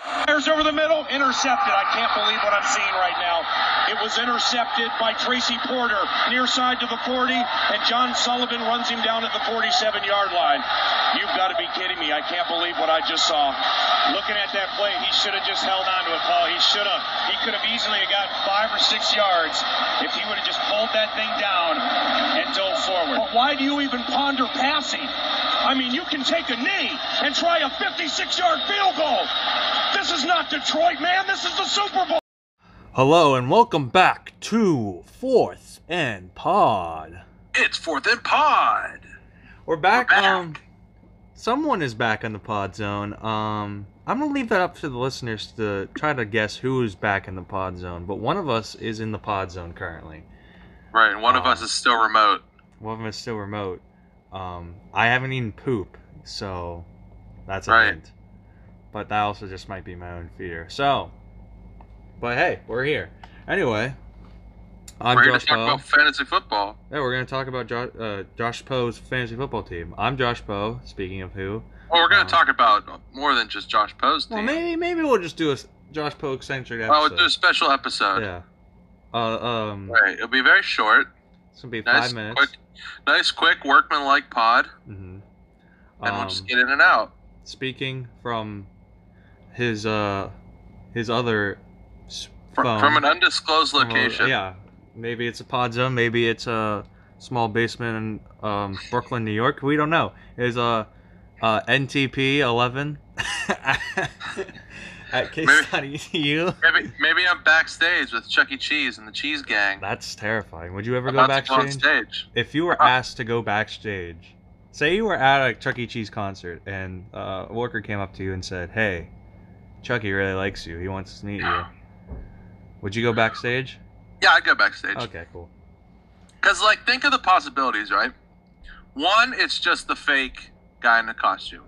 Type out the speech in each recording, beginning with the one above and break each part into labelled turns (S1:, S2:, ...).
S1: Fires over the middle, intercepted. I can't believe what I'm seeing right now. It was intercepted by Tracy Porter, near side to the 40, and John Sullivan runs him down at the 47 yard line. You've got to be kidding me. I can't believe what I just saw. Looking at that play, he should have just held on to it, Paul. He should have. He could have easily have gotten five or six yards if he would have just pulled that thing down and dove forward. But why do you even ponder passing? I mean, you can take a knee and try a 56 yard field goal. This is not Detroit, man. This is the Super Bowl.
S2: Hello and welcome back to Fourth and Pod.
S3: It's Fourth and Pod.
S2: We're back.
S3: We're back.
S2: Um, someone is back in the pod zone. Um, I'm gonna leave that up to the listeners to try to guess who is back in the pod zone. But one of us is in the pod zone currently.
S3: Right, and one of
S2: Um,
S3: us is still remote.
S2: One of them is still remote. Um, I haven't eaten poop, so that's a
S3: Right.
S2: hint. But that also just might be my own fear. So, but hey, we're here. Anyway, I'm
S3: We're here
S2: Josh
S3: to talk
S2: Powell.
S3: about fantasy football.
S2: Yeah, we're gonna talk about jo- uh, Josh Poe's fantasy football team. I'm Josh Poe. Speaking of who,
S3: Well, we're going
S2: Uh,
S3: to talk about more than just Josh Poe's team.
S2: well, maybe maybe we'll just do a s- Josh Poe eccentric episode.
S3: Oh, Well, we'll do a special episode.
S2: yeah. Uh, um,
S3: Right, it'll be very short.
S2: it's gonna be five
S3: Nice,
S2: minutes.
S3: quick, nice, quick workman-like pod,
S2: hmm
S3: and we'll
S2: Um,
S3: just get in and out.
S2: speaking from his uh his other s-
S3: Fr-
S2: phone.
S3: from an undisclosed
S2: Well,
S3: location.
S2: yeah, maybe it's a pod zone. Maybe it's a small basement in um, Brooklyn, New York. We don't know. Is a uh, uh, NTP eleven at Case
S3: Maybe-
S2: Study U.
S3: Maybe, maybe I'm backstage with Chuck E. Cheese and the Cheese Gang.
S2: That's terrifying. Would you ever go
S3: about to go on
S2: backstage?
S3: stage.
S2: If you were
S3: Uh,
S2: asked to go backstage, say you were at a Chuck E. Cheese concert and uh, a worker came up to you and said, "Hey, Chucky really likes you. He wants to meet you." Would you go backstage?
S3: Yeah, I'd go backstage.
S2: Okay, cool.
S3: Because, like, think of the possibilities, right? One, it's just the fake guy in the costume.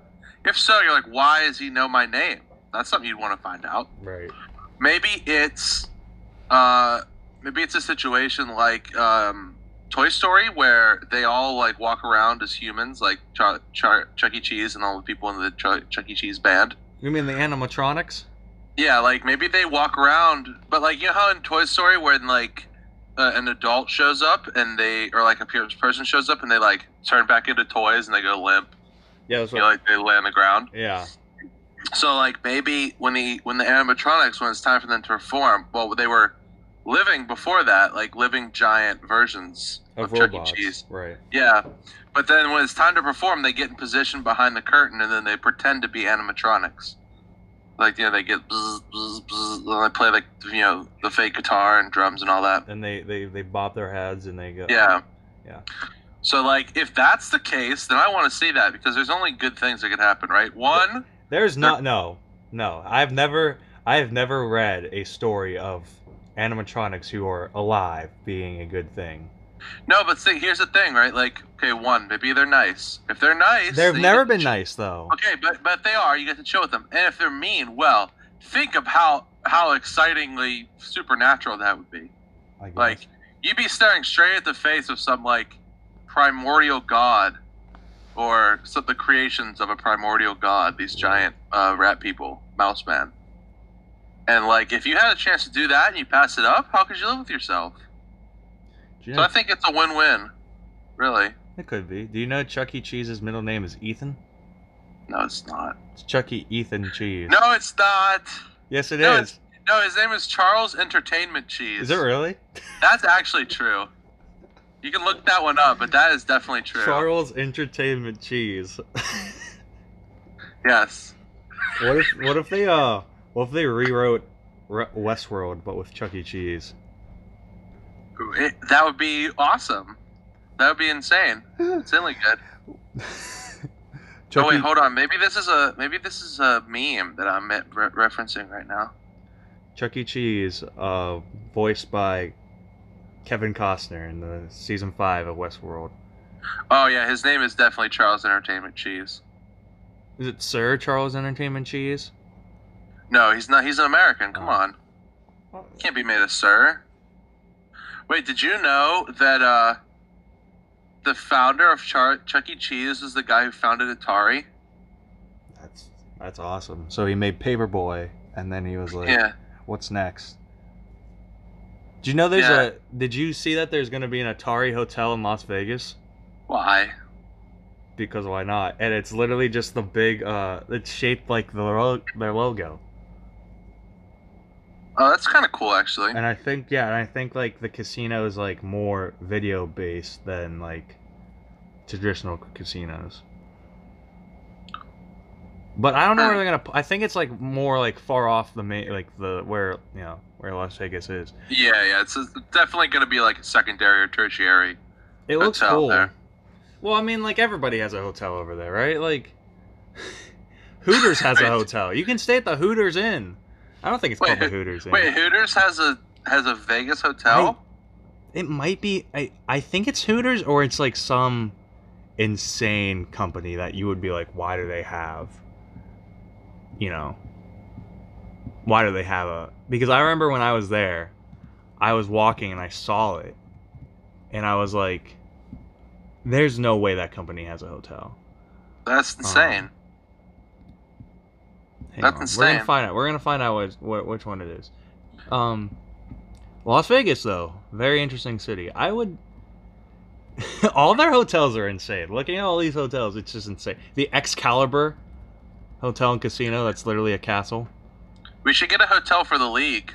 S3: If so, you're like, why does he know my name? That's something you'd want to find out.
S2: Right.
S3: Maybe it's, uh, maybe it's a situation like um, Toy Story where they all like walk around as humans, like Char- Char- Chuck E. Cheese and all the people in the Ch- Chuck E. Cheese band.
S2: You mean the animatronics?
S3: Yeah, like maybe they walk around, but like you know how in Toy Story when like uh, an adult shows up and they or like a pe- person shows up and they like turn back into toys and they go limp,
S2: Yeah, that's
S3: you know, like they lay on the ground.
S2: yeah.
S3: So like maybe when the when the animatronics when it's time for them to perform, well they were living before that, like living giant versions
S2: Of,
S3: of,
S2: robots.
S3: Chuck E. Cheese.
S2: Right.
S3: Yeah, but then when it's time to perform, they get in position behind the curtain and then they pretend to be animatronics. Like you know, they get bzz, bzz, bzz, and they play like you know the fake guitar and drums and all that.
S2: And they, they they bob their heads and they go.
S3: Yeah.
S2: Yeah.
S3: So like, if that's the case, then I want to see that because there's only good things that could happen, right? One,
S2: There's not no no. I've never I have never read a story of animatronics who are alive being a good thing.
S3: no, but see, here's the thing, right? Like, okay, one, maybe they're nice. If they're nice,
S2: They've
S3: then you
S2: never
S3: get to
S2: been
S3: ch-
S2: nice though.
S3: Okay, but but if they are. You get to chill with them, and if they're mean, well, think of how how excitingly supernatural that would be.
S2: I guess.
S3: Like you'd be staring straight at the face of some like primordial god, or some the creations of a primordial god. These giant uh, rat people, mouse man. And like, if you had a chance to do that and you pass it up, how could you live with yourself?
S2: Do you
S3: So
S2: know-
S3: I think it's a win-win. Really?
S2: it could be. Do you know Chuck E. Cheese's middle name is Ethan?
S3: No, it's not.
S2: It's Chuck E. Ethan Cheese.
S3: No, it's not.
S2: Yes, it is.
S3: No, it's- No, his name is Charles Entertainment Cheese.
S2: Is it really?
S3: That's actually true. You can look that one up, but that is definitely true.
S2: Charles Entertainment Cheese.
S3: yes.
S2: What if what if they uh what if they rewrote Re- Westworld but with Chuck E. Cheese?
S3: It- that would be awesome. That would be insane. Insanely good.
S2: Chuck
S3: oh wait,
S2: E.
S3: hold on. Maybe this is a maybe this is a meme that I'm re- referencing right now.
S2: Chuck E. Cheese, uh, voiced by Kevin Costner in the season five of Westworld.
S3: Oh yeah, his name is definitely Charles Entertainment Cheese.
S2: Is it Sir Charles Entertainment Cheese?
S3: No, he's not. He's an American. Come
S2: Oh.
S3: on, can't be made a sir. Wait, did you know that uh, the founder of Char- Chuck E. Cheese was the guy who founded Atari?
S2: That's that's awesome. So he made Paperboy and then he was like,
S3: Yeah.
S2: "What's next?" Do you know there's
S3: Yeah.
S2: a? Did you see that there's gonna be an Atari hotel in Las Vegas?
S3: Why?
S2: Because why not? And it's literally just the big. Uh, it's shaped like the lo- their logo.
S3: Oh, that's kind of cool, actually.
S2: And I think yeah, and I think like the casino is like more video based than like traditional casinos. But I don't know where they're gonna. p- I think it's like more like far off the main, like the where you know where Las Vegas is.
S3: Yeah, yeah. It's it's definitely going to be like secondary or tertiary.
S2: It looks
S3: Hotel
S2: cool.
S3: there.
S2: Well, I mean, like everybody has a hotel over there, right? Like Hooters has a
S3: Right.
S2: hotel. You can stay at the Hooters Inn. I don't think it's called
S3: Wait,
S2: the Hooters Inn.
S3: Wait, Hooters has a has a Vegas hotel?
S2: It might be. I I think it's Hooters or it's like some insane company that you would be like, why do they have? You know. Why do they have a? Because I remember when I was there, I was walking and I saw it, and I was like, "There's no way that company has a hotel."
S3: That's
S2: Uh-huh.
S3: insane.
S2: Hang
S3: That's
S2: We're gonna
S3: insane.
S2: find out. We're gonna find out what, what which one it is. Um, Las Vegas though, very interesting city. I would. all their hotels are insane. Looking at all these hotels, it's just insane. The Excalibur Hotel and Casino, that's literally a castle.
S3: We should get a hotel for the league,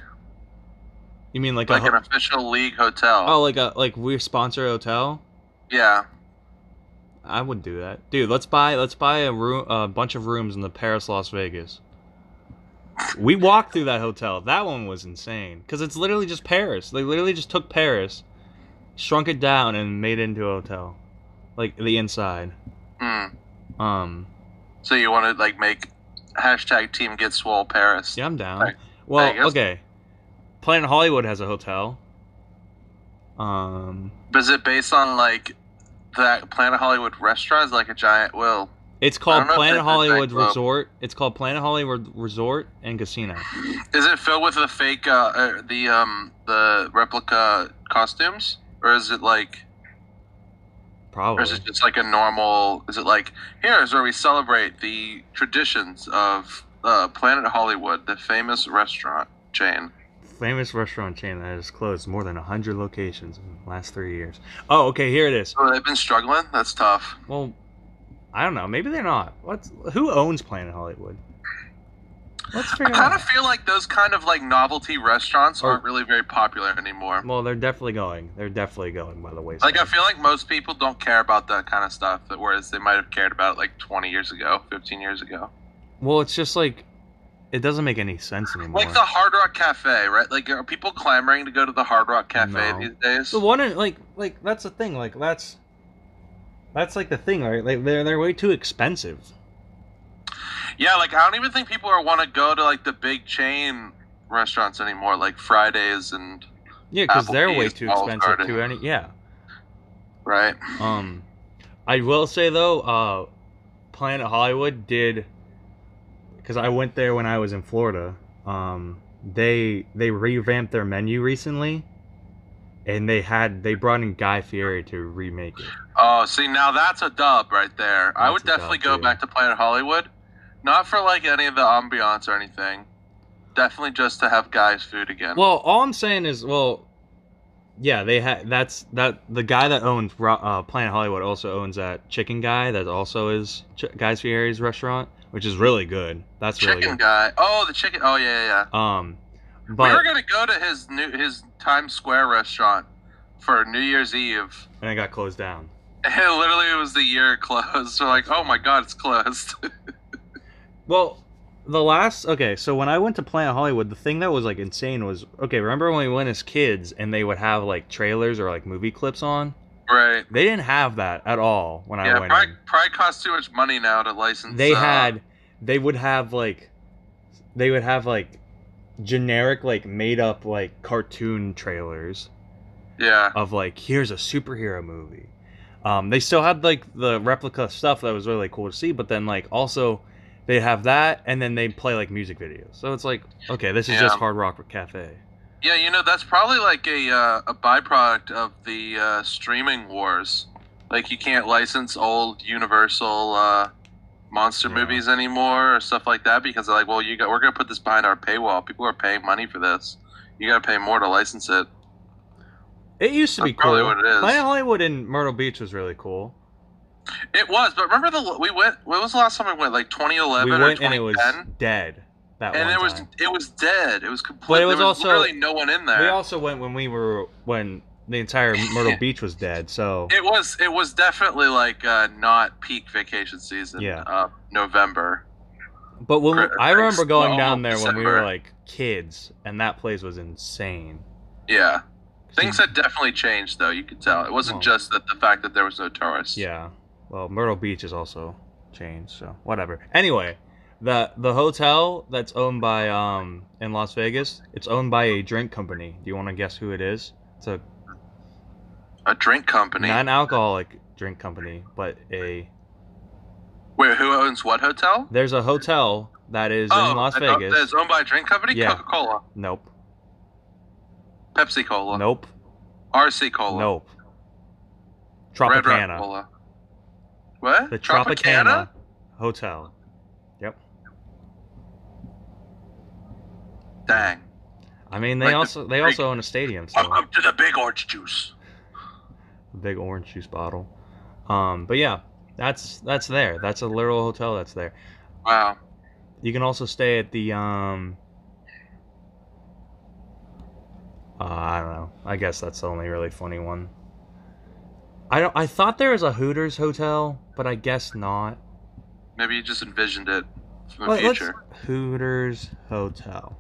S2: You mean like,
S3: like
S2: a
S3: an
S2: ho-
S3: official league hotel.
S2: oh, like a like we sponsor a hotel?
S3: yeah.
S2: I would do that, dude. Let's buy let's buy a room a bunch of rooms in the Paris Las Vegas. We walked through that hotel. That one was insane because it's literally just Paris. They literally just took Paris, shrunk it down, and made it into a hotel, like the inside.
S3: Hmm.
S2: Um,
S3: So you want to like make hashtag team get swole Paris?
S2: yeah, I'm down.
S3: Right.
S2: Well,
S3: Vegas.
S2: okay. Planet Hollywood has a hotel. Um,
S3: But is it based on like that Planet Hollywood restaurants, like a giant will?
S2: it's called
S3: know if
S2: Planet
S3: that's a nightclub.
S2: Hollywood Resort. It's called Planet Hollywood Resort and Casino.
S3: Is it filled with the fake, uh, uh, the um, the replica costumes, or is it like,
S2: Probably.
S3: or is it just like a normal? Is it like here is where we celebrate the traditions of uh, Planet Hollywood, the famous restaurant chain?
S2: famous restaurant chain that has closed more than 100 locations in the last three years. Oh, okay, here it is.
S3: So they've been struggling. That's tough.
S2: Well, I don't know. Maybe they're not. What's who owns Planet Hollywood? Let's
S3: I
S2: figure
S3: kind
S2: out.
S3: of feel like those kind of like novelty restaurants
S2: Or-
S3: aren't really very popular anymore.
S2: Well, they're definitely going. They're definitely going by the wayside.
S3: Like I feel like most people don't care about that kind of stuff, whereas they might have cared about it like 20 years ago, 15 years ago.
S2: well, it's just like it doesn't make any sense anymore.
S3: Like the Hard Rock Cafe, right? Like are people clamoring to go to the Hard Rock Cafe
S2: No.
S3: these days?
S2: The one in- like like that's the thing. Like that's that's like the thing, right? Like they're they're way too expensive.
S3: Yeah, like I don't even think people are want to go to like the big chain restaurants anymore, like Fridays and
S2: Yeah, because they're way
S3: Applebee's,
S2: too
S3: Olive
S2: expensive
S3: Garden.
S2: to any. Yeah.
S3: right.
S2: Um, I will say though, uh, Planet Hollywood did, because I went there when I was in Florida. Um, they they revamped their menu recently, and they had they brought in Guy Fieri to remake it.
S3: Oh, see now that's a dub right there. I
S2: That's
S3: would
S2: a dub,
S3: definitely go
S2: too.
S3: back to Planet Hollywood, not for like any of the ambiance or anything. Definitely just to have guys' food again.
S2: Well, all I'm saying is, well, yeah, they had that's that the guy that owns Ro- uh, Planet Hollywood also owns that Chicken Guy that also is Ch- Guy Fieri's restaurant, which is really good. That's really
S3: chicken
S2: good.
S3: guy. Oh, the chicken. Oh yeah, yeah, yeah.
S2: Um, but
S3: we were gonna go to his new his Times Square restaurant for New Year's Eve.
S2: and it got closed down.
S3: And literally, it was the year it closed. We're like, oh my god, it's closed.
S2: Well, the last okay, so when I went to Planet Hollywood, the thing that was like insane was okay. Remember when we went as kids and they would have like trailers or like movie clips on?
S3: right.
S2: They didn't have that at all when I
S3: Yeah,
S2: went.
S3: probably,
S2: in.
S3: probably costs too much money now to license.
S2: They
S3: uh,
S2: had, they would have like, they would have like generic like made up like cartoon trailers
S3: Yeah.
S2: of like here's a superhero movie. Um, they still had like the replica stuff that was really cool to see, but then like also they have that, and then they play like music videos. So it's like okay, this is
S3: Yeah.
S2: just Hard Rock Cafe.
S3: Yeah, you know that's probably like a uh, a byproduct of the uh, streaming wars. Like you can't license old Universal uh, monster
S2: Yeah.
S3: movies anymore or stuff like that because they're like, well, you got we're gonna put this behind our paywall. People are paying money for this. You gotta pay more to license it.
S2: It used to be
S3: That's probably
S2: cool.
S3: what it is.
S2: Planet Hollywood in Myrtle Beach was really cool.
S3: It was, but remember the we went. When was the last time we went? Like 2011
S2: We
S3: or
S2: went
S3: 2010.
S2: and it was dead. That
S3: and
S2: one
S3: it was
S2: time.
S3: it was dead. It was completely.
S2: was
S3: there was
S2: also-
S3: literally no one in
S2: We
S3: there.
S2: also went when we were when the entire Myrtle Beach was dead. So
S3: it was it was definitely like uh, not peak vacation season.
S2: Yeah.
S3: Uh, November.
S2: But when
S3: Correct.
S2: I remember going
S3: Well,
S2: down there when we were
S3: December.
S2: like kids, and that place was insane.
S3: Yeah. Things had definitely changed though. You could tell it wasn't
S2: Oh.
S3: just that the fact that there was no tourists.
S2: Yeah. Well, Myrtle Beach is also changed, so whatever. Anyway, the the hotel that's owned by um in Las Vegas, it's owned by a drink company. Do you want to guess who it is? It's a
S3: A drink company.
S2: non-alcoholic drink company, but a
S3: Wait, who owns what hotel? Oh,
S2: there's a hotel that is in Las
S3: that-
S2: Vegas.
S3: That's owned by a drink company.
S2: Yeah.
S3: Coca Cola,
S2: Nope.
S3: Pepsi Cola,
S2: Nope.
S3: RC Cola,
S2: Nope.
S3: Red Rock
S2: Tropicana.
S3: Cola. What?
S2: The Tropicana Hotel.
S3: Dang.
S2: I mean, they
S3: Like the
S2: also they
S3: big-
S2: also own a stadium. So.
S3: Welcome to the big orange juice.
S2: a big orange juice bottle. Um, but yeah, that's that's there. That's a literal hotel that's there.
S3: Wow.
S2: You can also stay at the um uh, I don't know. I guess that's the only really funny one. I don't I thought there was a Hooters hotel, but I guess not.
S3: Maybe you just envisioned it from the
S2: Let- let's-
S3: future.
S2: Hooters hotel.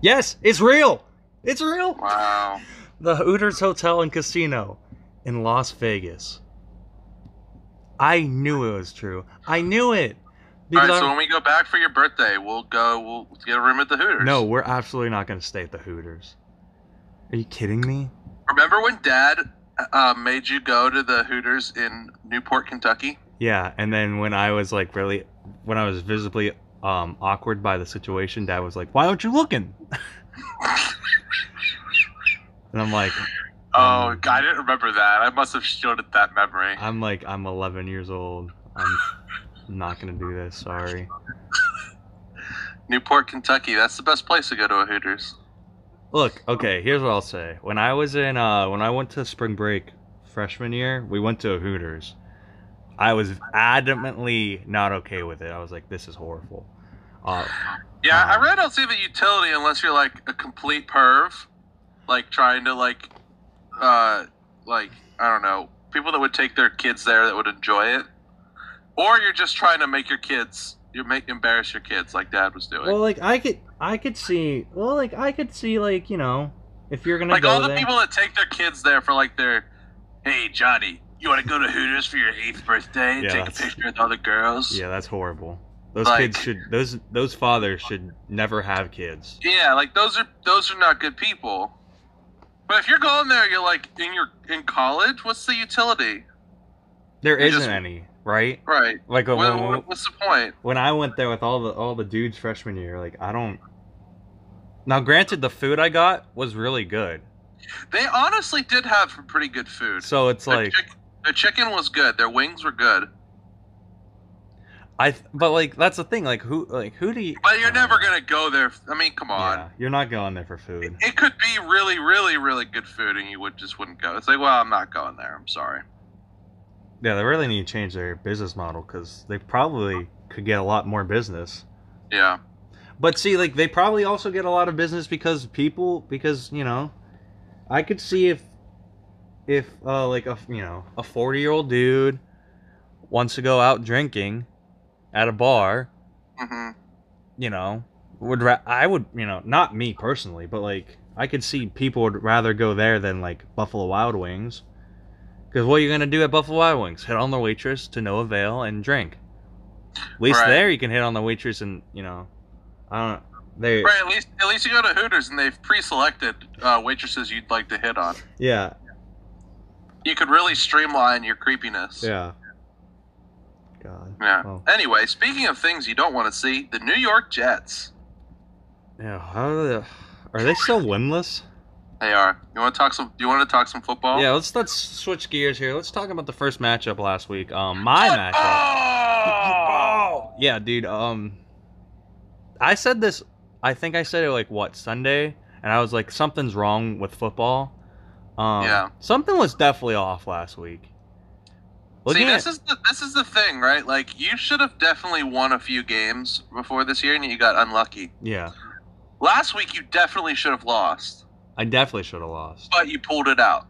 S2: Yes, it's real. It's real.
S3: Wow.
S2: The Hooters Hotel and Casino in Las Vegas. I knew it was true. I knew it.
S3: All right.
S2: Because I-
S3: So when we go back for your birthday, we'll go. We'll get a room at the Hooters.
S2: no, we're absolutely not going to stay at the Hooters. Are you kidding me?
S3: Remember when Dad uh, made you go to the Hooters in Newport, Kentucky?
S2: Yeah, and then when I was like really, when I was visibly um, awkward by the situation, Dad was like, "Why aren't you looking?" and I'm like,
S3: Oh,
S2: Um,
S3: I didn't remember that. I must have shielded that memory.
S2: I'm like, I'm 11 years old. I'm not gonna do this. Sorry.
S3: Newport, Kentucky. That's the best place to go to a Hooters.
S2: Look, okay, here's what I'll say. When I was in uh when I went to spring break freshman year, we went to a Hooters. I was adamantly not okay with it. I was like, this is horrible. Uh,
S3: Yeah,
S2: Um,
S3: I really don't see the utility unless you're like a complete perv, like trying to like, uh, like I don't know, people that would take their kids there that would enjoy it, or you're just trying to make your kids, you make embarrass your kids like Dad was doing.
S2: well, like I could I could see well like I could see like, you know, if you're gonna
S3: like
S2: go
S3: all the
S2: there-
S3: people that take their kids there for like their, hey Johnny, you want to go to Hooters for your eighth birthday and
S2: Yeah,
S3: take a
S2: that's-
S3: picture with all the girls?
S2: Yeah, that's horrible. Those
S3: Like-
S2: kids should those those fathers should never have kids.
S3: Yeah, like those are those are not good people. But if you're going there, you're like in your in college. What's the utility?
S2: There
S3: They
S2: isn't
S3: just-
S2: any, right?
S3: Right.
S2: Like uh, when,
S3: What,
S2: when-
S3: what- what's the point?
S2: when I went there with all the all the dudes freshman year, like I don't. Now, granted, the food I got was really good,
S3: They honestly did have pretty good food.
S2: so it's
S3: their,
S2: like
S3: chick- their chicken was good. Their wings were good.
S2: I. th- But like that's the thing, like who like who do you?
S3: But you're
S2: uh,
S3: never gonna go there. I mean, come on.
S2: Yeah, you're not going there for food.
S3: It could be really, really, really good food, and you would just wouldn't go. It's like, well, I'm not going there. I'm sorry.
S2: Yeah, they really need to change their business model because they probably could get a lot more business.
S3: Yeah.
S2: But see, like they probably also get a lot of business because people, because you know, I could see if, if uh, like a you know a forty year old dude wants to go out drinking at a bar,
S3: hmm
S2: you know, would ra- I would you know not me personally, but like I could see people would rather go there than like Buffalo Wild Wings, because what are you gonna do at Buffalo Wild Wings? Hit on the waitress to no avail and drink. At least
S3: Right.
S2: there you can hit on the waitress and you know, I don't. They,
S3: Right. At least, at least you go to Hooters, and they've pre-selected uh, waitresses you'd like to hit on.
S2: Yeah,
S3: You could really streamline your creepiness.
S2: yeah. God.
S3: Yeah.
S2: Oh.
S3: Anyway, speaking of things you don't want to see, the New York Jets.
S2: Yeah, how are they, are they still winless?
S3: They are. You want to talk some? Do you want to talk some football?
S2: Yeah, let's let's switch gears here. Let's talk about the first matchup last week. Um, my matchup.
S3: Oh!
S2: Yeah, dude. Um, I said this. I think I said it like what Sunday, and I was like, something's wrong with football. Um,
S3: Yeah.
S2: Something was definitely off last week.
S3: See,
S2: Looking
S3: this
S2: at-
S3: is the this is the thing, right? Like you should have definitely won a few games before this year, and you got unlucky.
S2: yeah,
S3: Last week, you definitely should have lost,
S2: I definitely should have lost.
S3: but you pulled it out.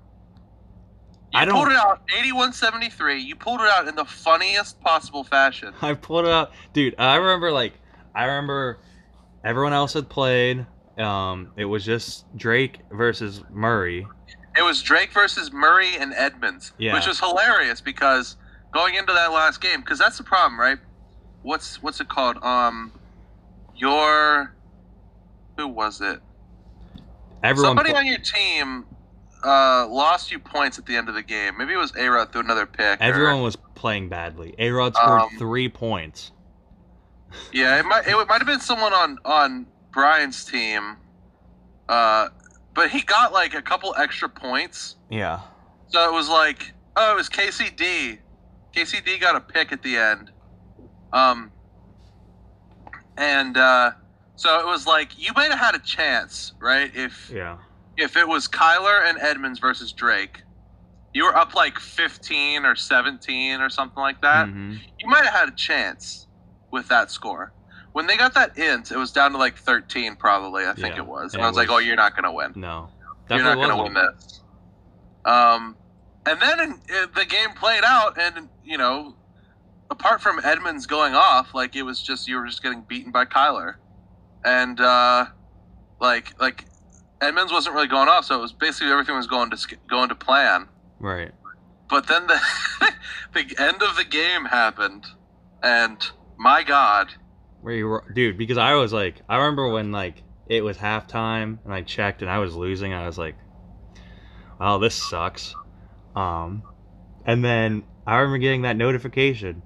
S3: You
S2: I don't-
S3: pulled it out 81-73. You pulled it out in the funniest possible fashion.
S2: I pulled it out, dude. I remember like I remember everyone else had played. Um, it was just Drake versus Murray.
S3: It was Drake versus Murray and Edmonds,
S2: Yeah.
S3: which was hilarious because going into that last game, because that's the problem, right? What's what's it called? Um, your who was it?
S2: Everyone.
S3: Somebody
S2: pla-
S3: on your team uh, lost you points at the end of the game. Maybe it was A Rod through another pick. or-
S2: everyone was playing badly. A Rod scored
S3: Um,
S2: three points.
S3: yeah, it might it might have been someone on on Brian's team, uh, but he got like a couple extra points.
S2: Yeah.
S3: So it was like, oh, it was KCD. KCD got a pick at the end. Um, and uh, so it was like you might have had a chance, right? If
S2: Yeah.
S3: if it was Kyler and Edmonds versus Drake, you were up like 15 or 17 or something like that.
S2: hmm
S3: You might have had a chance with that score. When they got that int, it was down to like 13 probably. I think
S2: Yeah,
S3: it was.
S2: it
S3: And I was like,
S2: was-
S3: oh, you're not gonna win
S2: No.
S3: you're not going to win this. Um, and then uh, the game played out, and you know, apart from Edmonds going off, like it was just you were just getting beaten by Kyler, and uh, like like Edmonds wasn't really going off, so it was basically everything was going to sk- going to plan.
S2: Right.
S3: But then the the end of the game happened, and my God,
S2: Where you were, dude? Because I was like, I remember when like it was halftime and I checked and I was losing. I was like, "Wow, this sucks." Um, and then I remember getting that notification.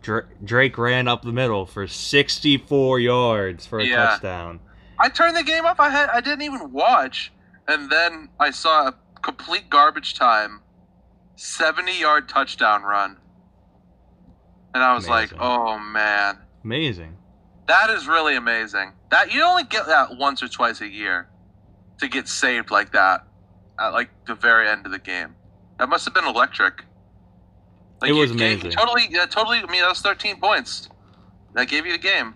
S2: Dra- Drake ran up the middle for 64 yards for a
S3: Yeah.
S2: touchdown.
S3: I turned the game off. I had I didn't even watch, and then I saw a complete garbage time, seventy-yard touchdown run, and I was
S2: Amazing.
S3: like, "Oh man,
S2: Amazing.
S3: that is really amazing." That you only get that once or twice a year, to get saved like that, at like the very end of the game. That must have been electric.
S2: It was
S3: you gave-
S2: amazing.
S3: Totally, yeah, totally. I mean, that was thirteen points. That gave you the game.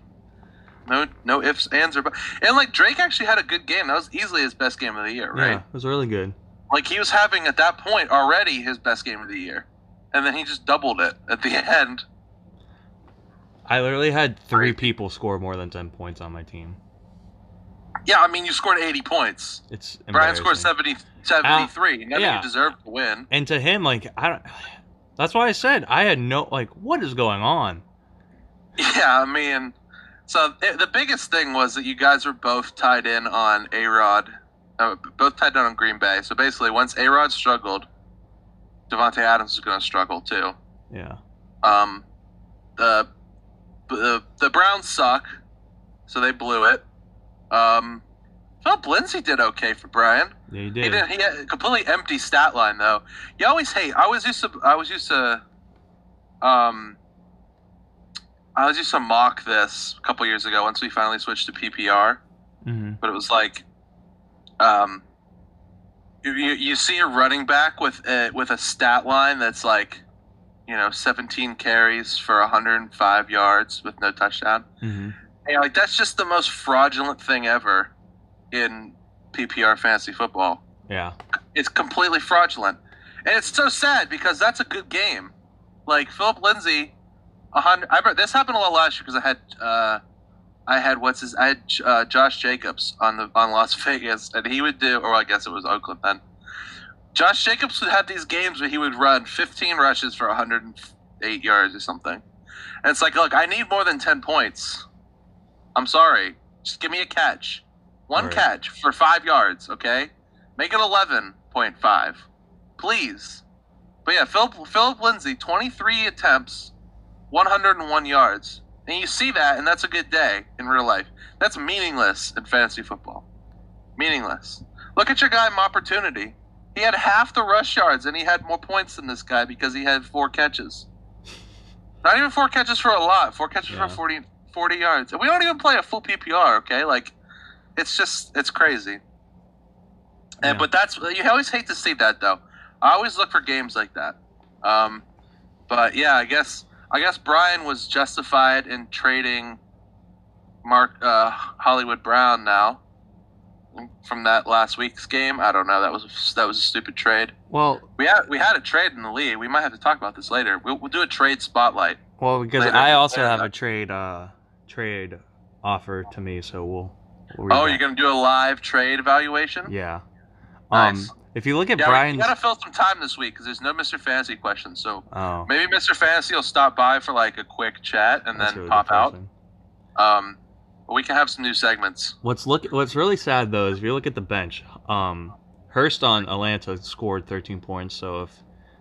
S3: No, no ifs, ands, or buts. And like Drake actually had a good game. That was easily his best game of the year, right?
S2: Yeah, it was really good.
S3: Like he was having at that point already his best game of the year, and then he just doubled it at the end.
S2: I literally had three people score more than 10 points on my team.
S3: Yeah, I mean, you scored eighty points.
S2: It's
S3: Brian scored
S2: embarrassing. Ah,
S3: 70, 73. None of
S2: yeah.
S3: you deserved to win.
S2: And to him, like I don't. That's why I said I had no like. What is going on?
S3: Yeah, I mean, so it, the biggest thing was that you guys were both tied in on A Rod, uh, both tied in on Green Bay. So basically, once A Rod struggled, Devontae Adams was going to struggle too.
S2: Yeah.
S3: Um, the, the the Browns suck, so they blew it. Um, Phil Lindsay did okay for Brian.
S2: Yeah, you
S3: He
S2: did.
S3: did. He had a completely empty stat line though. You always hate. I was used to. I was used to. Um. I was used to mock this a couple years ago. Once we finally switched to PPR,
S2: hmm
S3: but it was like, um. You, you, you see a running back with a, with a stat line that's like, you know, 17 carries for 105 yards with no touchdown.
S2: hmm
S3: Yeah, like that's just the most fraudulent thing ever in PPR fantasy football.
S2: Yeah.
S3: It's completely fraudulent. And it's so sad because that's a good game. Like Philip Lindsay, a hundred. I remember- this happened a lot last year because I had uh, I had what's his I had uh, Josh Jacobs on the on Las Vegas, and he would do, or I guess it was Oakland then. Josh Jacobs would have these games where he would run 15 rushes for 108 yards or something. And it's like, look, I need more than 10 points. I'm sorry. Just give me a catch. One
S2: Right.
S3: catch for five yards, okay? Make it 11.5. Please. But yeah, Philip Philip Lindsay, 23 attempts, 101 yards. And you see that, and that's a good day in real life. That's meaningless in fantasy football. Meaningless. Look at your guy, Opportunity. He had half the rush yards and he had more points than this guy because he had four catches. Not even four catches for a lot. Four catches
S2: Yeah.
S3: for 40, 40 yards. And we don't even play a full PPR, okay? Like, it's just, it's crazy.
S2: Yeah.
S3: And, but that's, you always hate to see that, though. I always look for games like that. Um, but yeah, I guess, I guess Brian was justified in trading Mark, uh, Hollywood Brown now from that last week's game. I don't know. That was, that was a stupid trade.
S2: Well,
S3: We had we had a trade in the league. We might have to talk about this later. We'll, we'll do a trade spotlight.
S2: well, because
S3: Later.
S2: I also
S3: Later.
S2: have a trade uh trade offer to me, so we'll. we'll read
S3: Oh,
S2: that.
S3: you're gonna do a live trade evaluation?
S2: Yeah. Um,
S3: Nice.
S2: if you look at
S3: Yeah, we-
S2: Brian's,
S3: we gotta fill some time this week because there's no Mr. Fantasy questions. So
S2: oh,
S3: maybe Mr. Fantasy will stop by for like a quick chat and
S2: that's
S3: then
S2: really
S3: pop out.
S2: depressing.
S3: Um, but we can have some new segments.
S2: What's look? What's really sad though is if you look at the bench, um, Hurst on Atlanta scored 13 points. So if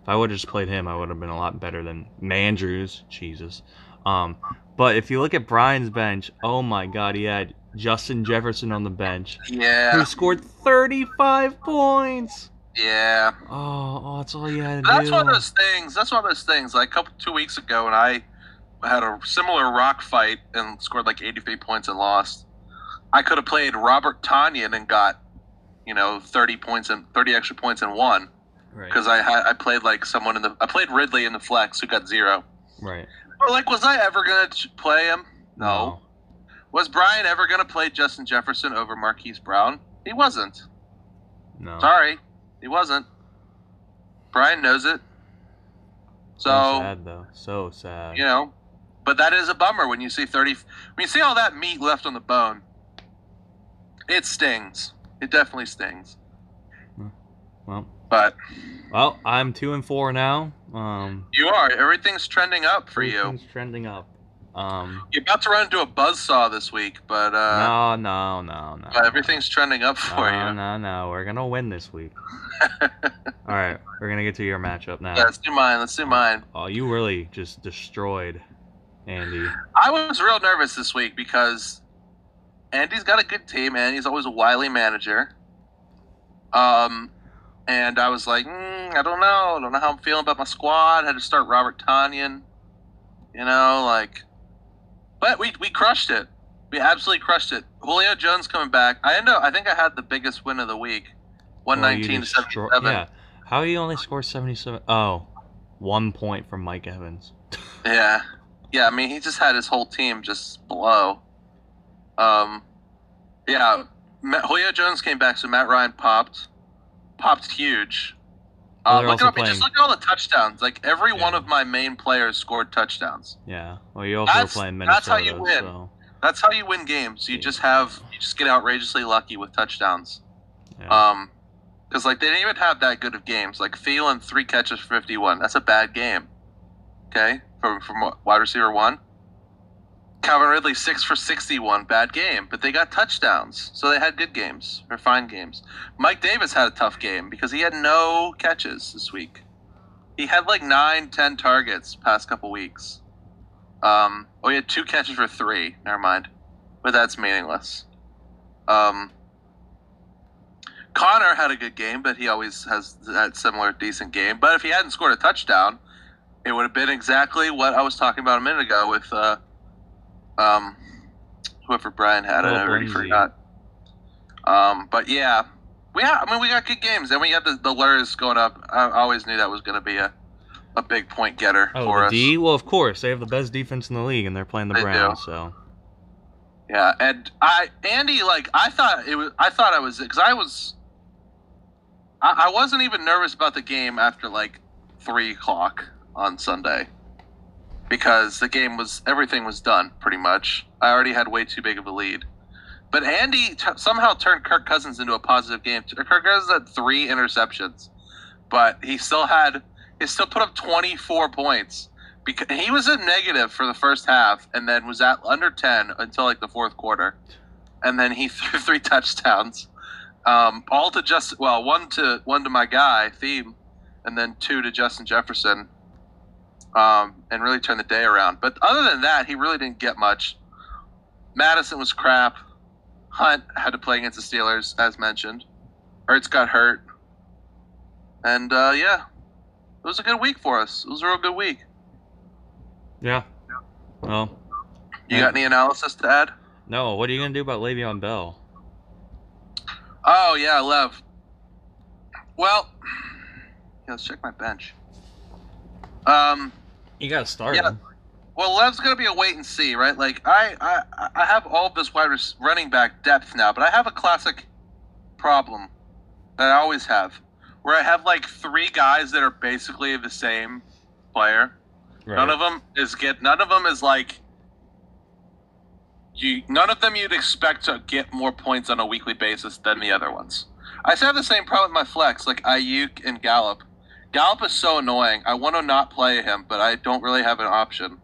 S2: if I would have just played him, I would have been a lot better than Mandrews. Jesus. Um, but if you look at Brian's bench, oh my God, he had Justin Jefferson on the bench who
S3: Yeah,
S2: scored 35 points.
S3: yeah.
S2: Oh, oh, that's all you had to
S3: That's
S2: do.
S3: one of those things. That's one of those things. Like a couple two weeks ago, when I had a similar rock fight and scored like 83 points and lost, I could have played Robert Tanyan and got, you know, 30 points and 30 extra points and won
S2: right.
S3: because I had I played like someone in the I played Ridley in the flex who got zero.
S2: Right.
S3: But like, was I ever gonna ch- play him? No. Was Brian ever gonna play Justin Jefferson over Marquise Brown? He wasn't.
S2: No.
S3: Sorry, he wasn't. Brian knows it. So
S2: so sad though. So sad.
S3: you know but that is a bummer when you see 30 when you see all that meat left on the bone it stings it definitely stings
S2: Well,
S3: but
S2: well, I'm two and four now. Um,
S3: you are everything's trending up for you
S2: everything's trending up. Um,
S3: you're about to run into a buzzsaw this week but
S2: no,
S3: uh
S2: no, no, no.
S3: but everything's trending up for
S2: no,
S3: you
S2: No, no, we're gonna win this week. All right, we're gonna get to your matchup now.
S3: yeah, let's do mine let's do mine
S2: Oh, you really just destroyed Andy.
S3: i was real nervous this week because andy's got a good team and he's always a wily manager um and i was like mm, i don't know i don't know how i'm feeling about my squad had to start robert tanyan You know, like, but we we crushed it. We absolutely crushed it. Julio Jones coming back. I end up. I think I had the biggest win of the week, one
S2: Well, you
S3: nineteen to
S2: destro-
S3: seventy seven.
S2: Yeah. How you only score seventy-seven? Oh, one point from Mike Evans.
S3: Yeah. Yeah, I mean, he just had his whole team just blow. Um, yeah, Matt, Julio Jones came back, so Matt Ryan popped. Popped huge.
S2: Well,
S3: Uh,
S2: they're
S3: look at
S2: also
S3: I mean, just
S2: playing-
S3: look at all the touchdowns. Like, every one
S2: Yeah.
S3: of my main players scored touchdowns.
S2: Yeah. Well, you also were
S3: That's-
S2: playing Minnesota.
S3: that's how you win.
S2: So,
S3: That's how you win games. You
S2: Yeah.
S3: just have, you just get outrageously lucky with touchdowns.
S2: yeah.
S3: Um, because like they didn't even have that good of games. Like Thielen, three catches, for fifty-one. That's a bad game. Okay, from from wide receiver one. Calvin Ridley, six for sixty-one. Bad game, but they got touchdowns, so they had good games or fine games. Mike Davis had a tough game because he had no catches this week. He had like nine, ten targets past couple weeks. Um, oh, he had two catches for three. Never mind, but that's meaningless. Um, Connor had a good game, but he always has that similar decent game. But if he hadn't scored a touchdown, it would have been exactly what I was talking about a minute ago with uh, um, whoever Brian had.
S2: Philip
S3: I already
S2: Lindsay.
S3: forgot. Um, but yeah, we had, I mean, we got good games, and we got the, the Lurs going up. I always knew that was going to be a, a big point getter
S2: Oh,
S3: for
S2: the
S3: us.
S2: D. Well, of course they have the best defense in the league, and they're playing the
S3: They do.
S2: Browns. So
S3: Yeah, and I Andy like I thought it was I thought I was because I was I, I wasn't even nervous about the game after like three o'clock on Sunday because the game was everything was done pretty much. I already had way too big of a lead, but Andy t- somehow turned Kirk Cousins into a positive game. Kirk Cousins had three interceptions, but he still had he still put up twenty four points because he was a negative for the first half and then was at under 10 until like the fourth quarter and then he threw three touchdowns um, all to just well one to one to my guy theme and then two to justin jefferson um, and really turned the day around but other than that he really didn't get much madison was crap hunt had to play against the steelers as mentioned Ertz got hurt. And uh, yeah, it was a good week for us. It was a real good week.
S2: Yeah. Well,
S3: You got any analysis to add?
S2: no. What are you gonna do about Le'Veon Bell?
S3: Oh yeah, Lev. Well, yeah, let's check my bench. Um,
S2: You gotta start
S3: Yeah.
S2: him.
S3: well, Lev's gonna be a wait and see, right? Like I, I, I have all this wide res- running back depth now, but I have a classic problem that I always have, where I have like three guys that are basically the same player.
S2: Right.
S3: None of them is get. None of them is like. You none of them you'd expect to get more points on a weekly basis than the other ones. I still have the same problem with my flex, like Ayuk and Gallup. Gallup is so annoying. I want to not play him, but I don't really have an option.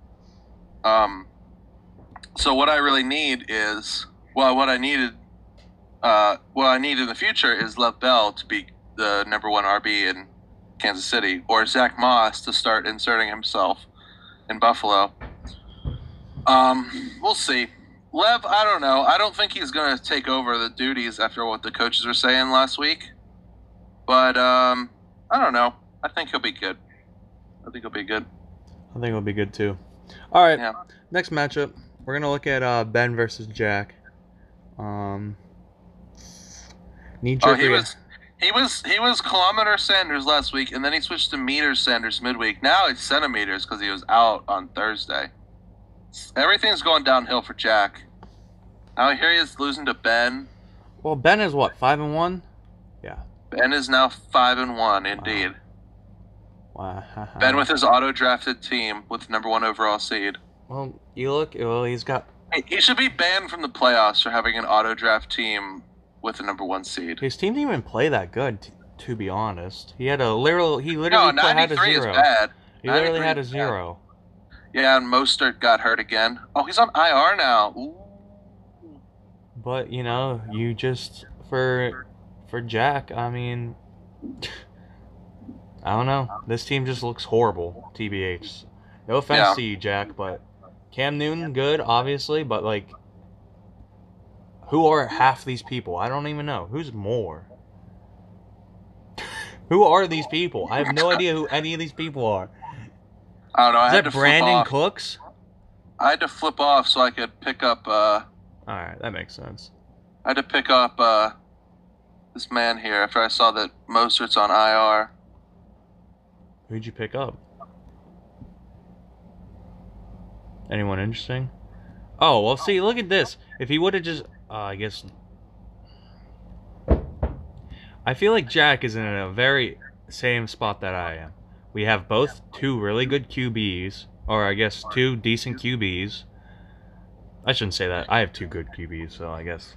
S3: Um, so what I really need is well, what I needed, uh, what I need in the future is Lev Bell to be the number one RB in Kansas City, or Zach Moss to start inserting himself in Buffalo. Um, we'll see. Lev, I don't know. I don't think he's going to take over the duties after what the coaches were saying last week. But um, I don't know. I think he'll be good. I think he'll be good.
S2: I think it'll be good too. All right.
S3: Yeah.
S2: Next matchup, we're gonna look at uh, Ben versus Jack. Um. Need
S3: Oh, he was he was he was kilometer Sanders last week, and then he switched to meter Sanders midweek. Now it's centimeters because he was out on Thursday. Everything's going downhill for Jack. Now here he is losing to Ben.
S2: Well, Ben is what five and one.
S3: Ben is now five and one, indeed.
S2: Wow.
S3: Ben with his auto drafted team with number one overall seed.
S2: Well, you look. Well, he's got.
S3: Hey, He should be banned from the playoffs for having an auto draft team with the number one seed.
S2: His team didn't even play that good. T- to be honest, he had a literal. He
S3: No,
S2: literally played- had a
S3: 93 is
S2: zero.
S3: bad.
S2: He literally
S3: 93
S2: had a
S3: is bad.
S2: zero.
S3: Yeah, and Mostert got hurt again. Oh, he's on IR now. Ooh.
S2: But you know, you just for for Jack. I mean, I don't know. This team just looks horrible. Tbh. No offense
S3: Yeah.
S2: to you, Jack, but Cam Newton good, obviously, but like, who are half these people? I don't even know. Who's more? who are these people? I have no idea who any of these people are.
S3: I don't know. I
S2: Is
S3: had
S2: that
S3: to
S2: Brandon
S3: flip off.
S2: Cooks?
S3: I had to flip off so I could pick up. Uh,
S2: All right, that makes sense.
S3: I had to pick up uh, this man here after I saw that Mostert's on IR.
S2: Who'd you pick up? Anyone interesting? Oh well, see, look at this. If he would have just, uh, I guess. I feel like Jack is in a very same spot that I am. We have both two really good QBs, or I guess two decent QBs. I shouldn't say that. I have two good QBs, so I guess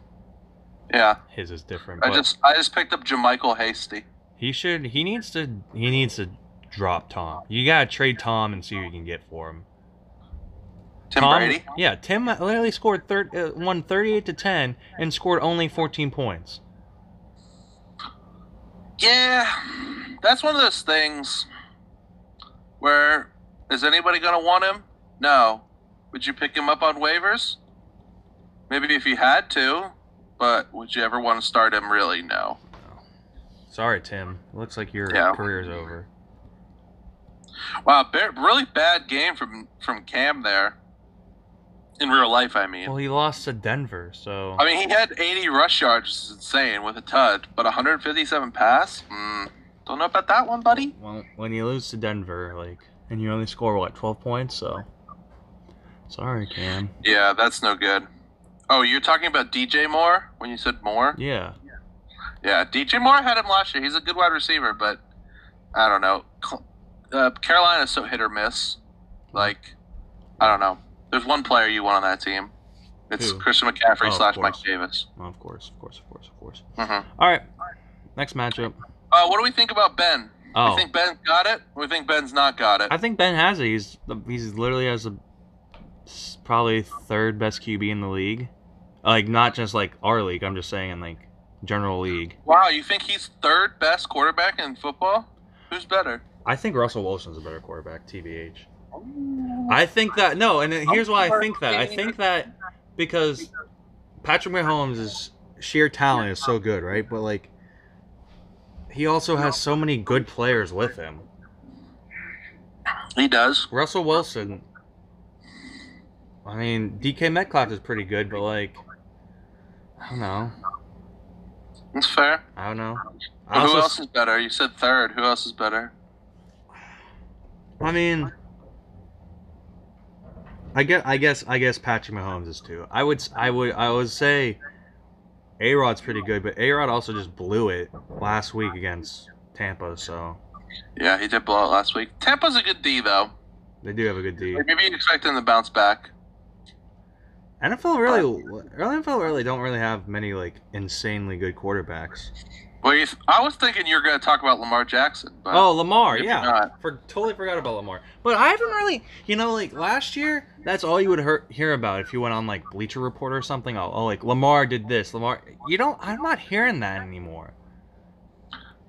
S3: Yeah,
S2: his is different.
S3: I
S2: but-
S3: just I just picked up Jamichael Hasty.
S2: he should. He needs to. He needs to drop Tom. You gotta trade Tom and see what you can get for him.
S3: Tim
S2: Tom,
S3: Brady.
S2: Yeah, Tim literally scored thir- uh, won 38 to 10 and scored only 14 points.
S3: Yeah, that's one of those things where is anybody going to want him? No. Would you pick him up on waivers? Maybe if you had to, but would you ever want to start him? Really, no.
S2: Sorry, Tim. Looks like your
S3: Yeah.
S2: career's over.
S3: Wow, ba- really bad game from from Cam there. In real life, I mean.
S2: Well, he lost to Denver, so
S3: I mean, he had 80 rush yards, which is insane with a tud, but 157 pass. Mm, don't know about that one, buddy.
S2: well, when you lose to Denver, like, and you only score what 12 points, so sorry, Cam.
S3: Yeah, that's no good. Oh, you're talking about DJ Moore when you said Moore?
S2: Yeah,
S3: Yeah, DJ Moore had him last year. He's a good wide receiver, but I don't know. Cl- Uh, Carolina's so hit or miss. Like, I don't know. There's one player you want on that team. It's
S2: Who?
S3: Christian McCaffrey
S2: Oh, of
S3: slash Mike
S2: course.
S3: Davis.
S2: well, of course, of course, of course, of course.
S3: Mhm.
S2: All right, next matchup.
S3: Uh, what do we think about Ben?
S2: Oh,
S3: We think Ben's got it. or We think Ben's not got it.
S2: I think Ben has it. He's the- he's literally has the s- probably third best QB in the league. Like not just like our league. I'm just saying in like general league.
S3: Wow, you think he's third best quarterback in football? Who's better?
S2: I think Russell Wilson's a better quarterback, TBH. I think that no, and then here's why I think that. I think that because Patrick Mahomes' sheer talent is so good, right? But like He also has so many good players with him.
S3: He does.
S2: Russell Wilson. I mean, DK Metcalf is pretty good, but like, I don't know.
S3: That's fair.
S2: I don't know. I,
S3: But who
S2: also,
S3: else is better? You said third. Who else is better?
S2: I mean, I guess, I guess, I guess Patrick Mahomes is too. I would, s- I would, I would say, A Rod's pretty good, but A Rod also just blew it last week against Tampa, so
S3: Yeah, he did blow it last week. Tampa's a good D though.
S2: they do have a good D.
S3: Like, maybe you expect them to bounce back.
S2: NFL really, NFL really don't really have many like insanely good quarterbacks.
S3: Well, you I was thinking you were going to talk about Lamar Jackson, but
S2: Oh, Lamar,
S3: Good
S2: yeah.
S3: for God.
S2: For totally forgot about Lamar. But I haven't really, you know, like last year, that's all you would hear, hear about if you went on like Bleacher Report or something. Oh, oh, like Lamar did this. Lamar, you don't. I'm not hearing that anymore.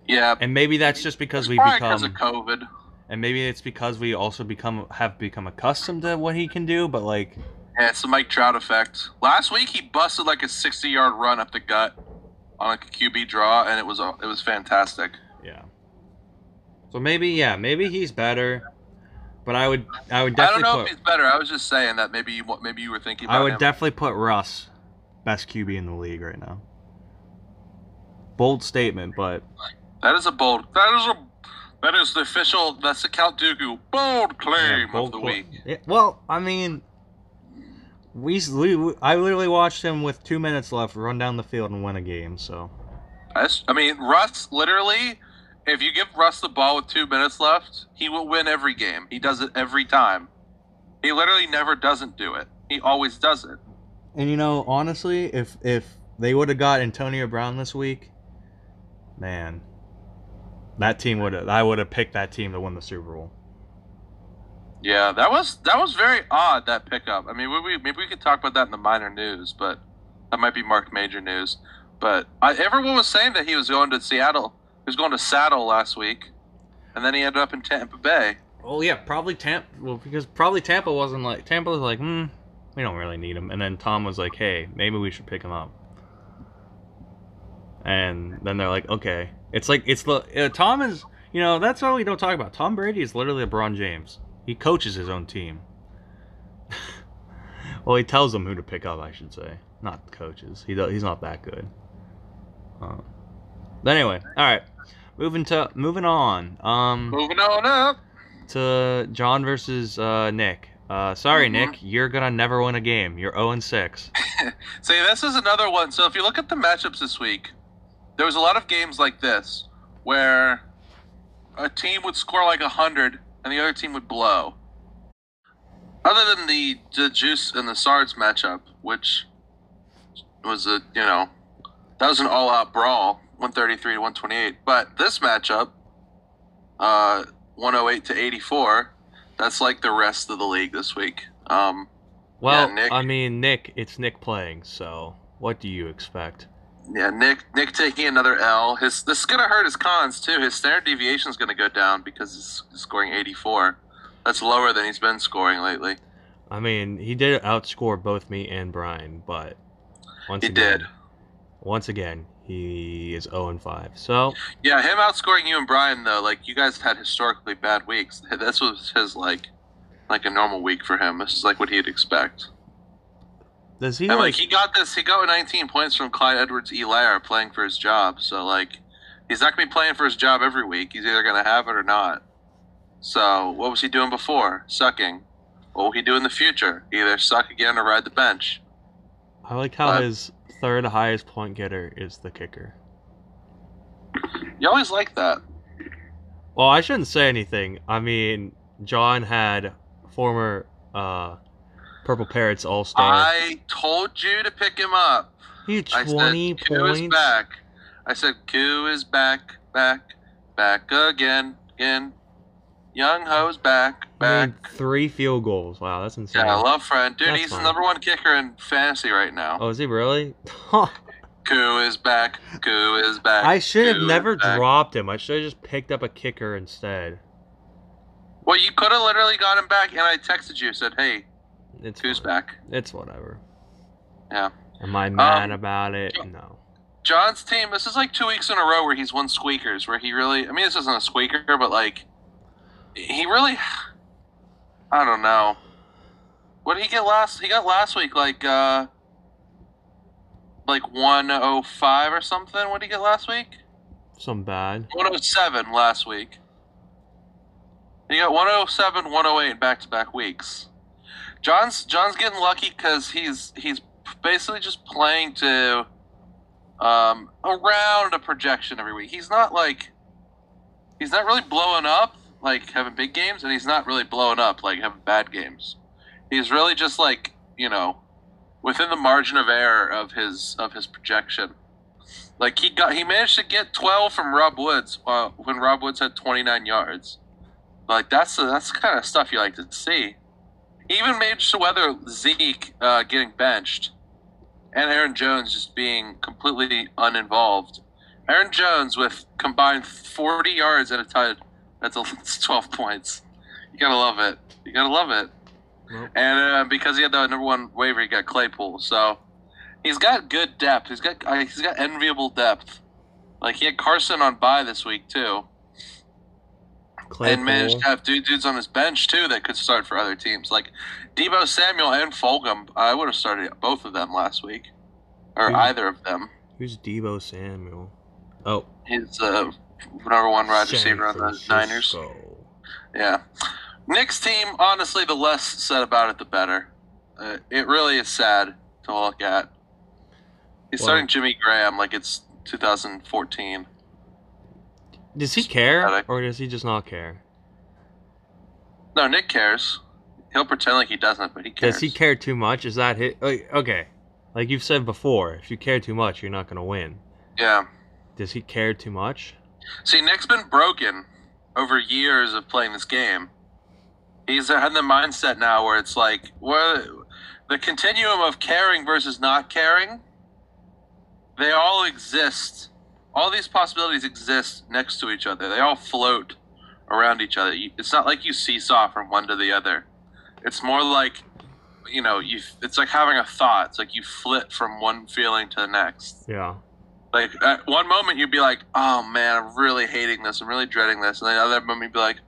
S3: yeah,
S2: And maybe that's just because we
S3: probably because of
S2: become,
S3: COVID.
S2: and maybe it's because we also become have become accustomed to what he can do. But like,
S3: Yeah, it's the Mike Trout effect. Last week he busted like a 60-yard run up the gut on like a QB draw, and it was it was fantastic.
S2: yeah. So maybe, yeah, maybe he's better. But I would, I would
S3: I
S2: definitely
S3: don't know
S2: put,
S3: if he's better. I was just saying that maybe you wa- maybe you were thinking. About
S2: I would
S3: him.
S2: definitely put Russ best QB in the league right now. Bold statement, but
S3: That is a bold. That is a. That is the official. That's the Count Dooku bold claim
S2: Yeah, bold
S3: of the
S2: cla-
S3: week.
S2: Yeah, well, I mean, we, s- we we- I literally watched him with two minutes left run down the field and win a game. So
S3: That's, I mean, Russ literally. If you give Russ the ball with two minutes left, he will win every game. He does it every time. He literally never doesn't do it. He always does it.
S2: and you know, honestly, if if they would have got Antonio Brown this week, man, that team would have I would have picked that team to win the Super Bowl.
S3: Yeah, that was that was very odd that pickup. I mean, we, we maybe we could talk about that in the minor news, but that might be Mark Major news. But I, everyone was saying that he was going to Seattle. He was going to Saddle last week, and then he ended up in Tampa Bay.
S2: Oh yeah, probably Tampa. Well, because probably Tampa wasn't like Tampa was like, hmm, we don't really need him. And then Tom was like, hey, maybe we should pick him up. And then they're like, okay, it's like it's the uh, Tom is you know that's all we don't talk about. Tom Brady is literally LeBron James. He coaches his own team. well, he tells them who to pick up, I should say, not the coaches. He do- he's not that good. Uh, but anyway, all right, moving to moving on. Um,
S3: Moving on up.
S2: to John versus uh, Nick. Uh, sorry,
S3: Mhm.
S2: Nick, you're gonna never win a game. You're 0 and 6.
S3: See, this is another one. So if you look at the matchups this week, there was a lot of games like this where a team would score like 100 and the other team would blow. Other than the, the Juice and the Sards matchup, which was a, you know, that was an all out brawl, 133 to 128. But this matchup, uh, 108 to 84, that's like the rest of the league this week. Um,
S2: Well,
S3: Nick.
S2: I mean, Nick, it's Nick playing, so what do you expect?
S3: Yeah, Nick. Nick taking another L. His this is gonna hurt his cons too. His standard deviation is gonna go down because he's scoring 84. That's lower than he's been scoring lately.
S2: I mean, he did outscore both me and Brian, but once
S3: He
S2: again,
S3: did.
S2: once again, he is 0 and 5. So
S3: Yeah, him outscoring you and Brian though. Like you guys had historically bad weeks. This was his like, like a normal week for him. This is like what he'd expect.
S2: does he
S3: and
S2: like?
S3: like he got this. He got 19 points from Clyde edwards elair playing for his job. So like, he's not gonna be playing for his job every week. He's either gonna have it or not. So what was he doing before? Sucking. What will he do in the future? Either suck again or ride the bench.
S2: I like how
S3: uh,
S2: his third highest point getter is the kicker.
S3: You always like that.
S2: Well, I shouldn't say anything. I mean, John had former uh, Purple Parrots All Star.
S3: I told you to pick him up.
S2: He had
S3: I
S2: 20
S3: said, Q is
S2: points.
S3: back. I said, Q is back, back, back again, again. Young ho's back,
S2: I
S3: back.
S2: mean, three field goals. Wow, that's insane.
S3: Yeah, I love Fred. Dude,
S2: That's
S3: he's
S2: fine.
S3: the number one kicker in fantasy right now.
S2: oh, is he really?
S3: Koo is back. Koo is back.
S2: I should have
S3: Koo is
S2: never
S3: back.
S2: dropped him. I should have just picked up a kicker instead.
S3: Well, you could have literally got him back, and I texted you, said, hey,
S2: It's
S3: Koo's
S2: fine.
S3: back.
S2: It's whatever.
S3: Yeah.
S2: Am I mad
S3: Um,
S2: about it?
S3: yeah.
S2: No.
S3: John's team. This is like two weeks in a row where he's won squeakers. Where he really. I mean, this isn't a squeaker, but like, he really. I don't know. What did he get last? He got last week like uh like 105 or something. What did he get last week?
S2: Some bad.
S3: 107 last week. He got 107, 108 back to back weeks. John's John's getting lucky because he's he's basically just playing to um, around a projection every week. He's not like he's not really blowing up like having big games, and he's not really blowing up like having bad games. He's really just like you know within the margin of error of his of his projection. Like he got he managed to get 12 from Rob Woods uh, when Rob Woods had 29 yards. Like that's that's the kind of stuff you like to see. Even made to weather Zeke uh, getting benched, and Aaron Jones just being completely uninvolved. Aaron Jones with combined 40 yards at a time. That's, a, that's 12 points. You gotta love it. You gotta love it.
S2: Nope.
S3: And uh, because he had the number one waiver, he got Claypool. So he's got good depth. He's got uh, he's got enviable depth. Like he had Carson on bye this week too, and managed to have two dudes on his bench too that could start for other teams. Like Debo Samuel and Fulgham, I would have started both of them last week, or
S2: Dude.
S3: either of them.
S2: Who's Debo Samuel? Oh,
S3: He's uh, number one wide
S2: San
S3: receiver on the Niners.
S2: Francisco.
S3: Yeah. Nick's team, honestly, the less said about it, the better. Uh, it really is sad to look at. He's
S2: Well-
S3: starting Jimmy Graham like it's 2014.
S2: Does he care,
S3: Pathetic.
S2: or does he just not care?
S3: No, Nick cares. He'll pretend like he doesn't, but he cares.
S2: Does he care too much? Is that hit? Like, okay, like you've said before, if you care too much, you're not gonna win.
S3: Yeah.
S2: Does he care too much?
S3: See, Nick's been broken over years of playing this game. He's had the mindset now where it's like, well, the continuum of caring versus not caring, they all exist. All these possibilities exist next to each other. They all float around each other. You- It's not like you seesaw from one to the other. It's more like, you know, you. It's like having a thought. It's like you flit from one feeling to the next.
S2: Yeah.
S3: Like at one moment you'd be like, "Oh man, I'm really hating this. I'm really dreading this," and then another moment you'd be like,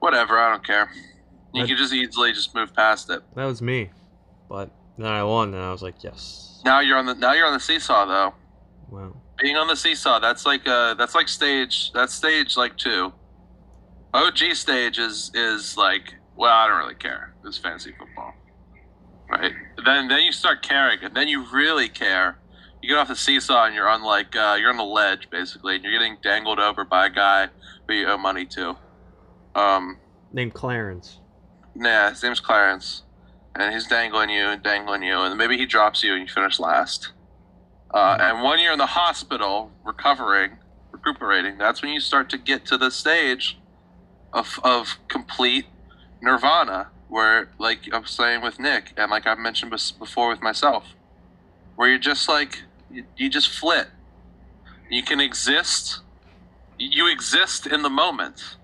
S3: "Whatever, I don't care." You
S2: That-
S3: could just easily just move past it.
S2: That was me, but then I won, and I was like, yes.
S3: Now you're on the now you're on the seesaw though.
S2: Well,
S3: Being on the seesaw, that's like uh that's like stage that's stage like two. OG stage is is like well, I don't really care. It's fantasy football, right? Then then you start caring, and then you really care. You get off the seesaw and you're on like uh, you're on the ledge basically, and you're getting dangled over by a guy who you owe money to. Um,
S2: named Clarence.
S3: nah, his name's Clarence, and he's dangling you and dangling you, and maybe he drops you and you finish last. Uh, and when you're in the hospital recovering, recuperating, that's when you start to get to the stage of of complete nirvana, where like I'm saying with Nick, and like I've mentioned bes- before with myself, where you're just like you, you just flit. You can exist. You exist in the moment.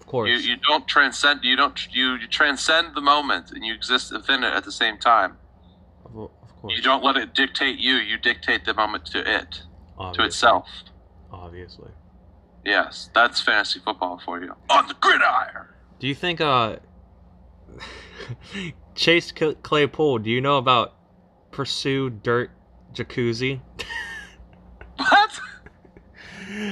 S2: Of course.
S3: You, you don't transcend. You don't. You, you transcend the moment, and you exist within it at the same time.
S2: of, of course.
S3: You don't let it dictate you. You dictate the moment to it, to
S2: obviously,
S3: itself.
S2: Obviously.
S3: Yes, that's fantasy football for you. On the gridiron.
S2: Do you think uh Chase Cl- Claypool? Do you know about Pursue Dirt Jacuzzi?
S3: What?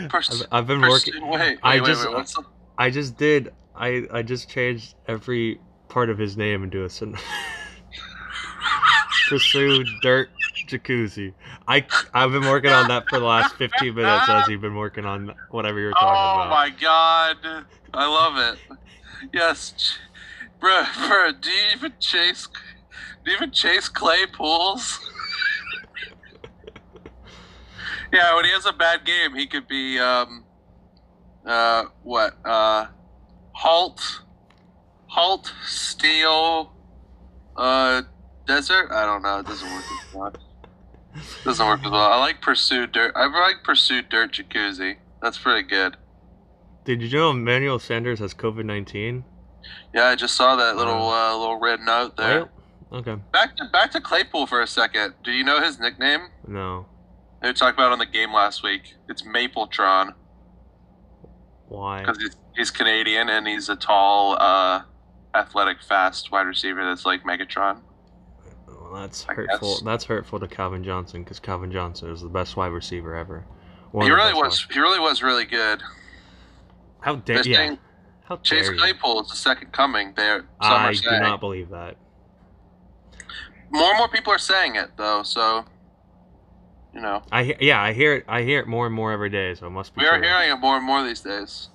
S3: Purs-
S2: I've, I've been
S3: First,
S2: working.
S3: wait, wait,
S2: I
S3: wait,
S2: just-
S3: wait, what's the-
S2: I just did. I I just changed every part of his name into a syn- Pursue Dirt Jacuzzi. I I've been working on that for the last 15 minutes as you've been working on whatever you're talking
S3: oh
S2: about.
S3: my god, I love it. Yes, ch- bro, bro. Do you even chase? Do you even chase clay pools? yeah, when he has a bad game, he could be um, uh, what? Uh, halt, halt, steel, uh, desert. I don't know. It doesn't work as well. Doesn't work as well. I like pursue dirt. I like pursue dirt jacuzzi. That's pretty good.
S2: Did you know Emmanuel Sanders has COVID-19?
S3: Yeah, I just saw that little uh, little red note there.
S2: Well, Okay.
S3: Back to back to Claypool for a second. Do you know his nickname?
S2: No.
S3: They talked about it on the game last week. It's Mapletron
S2: Why?
S3: because he's, he's Canadian and he's a tall, uh, athletic, fast wide receiver that's like Megatron.
S2: Well, that's
S3: I
S2: hurtful.
S3: guess.
S2: That's hurtful to Calvin Johnson because Calvin Johnson is the best wide receiver ever. One
S3: he
S2: of the
S3: really
S2: best
S3: was. He really was really good.
S2: wide- How dare
S3: They're
S2: yeah?
S3: saying
S2: How
S3: Chase
S2: dare you?
S3: Claypool is the second coming. There, some
S2: I
S3: are
S2: do
S3: saying.
S2: not believe that.
S3: More and more people are saying it though, so you know
S2: I he- yeah, I hear it. I hear it more and more every day. So it must be.
S3: we are
S2: true.
S3: hearing it more and more these days.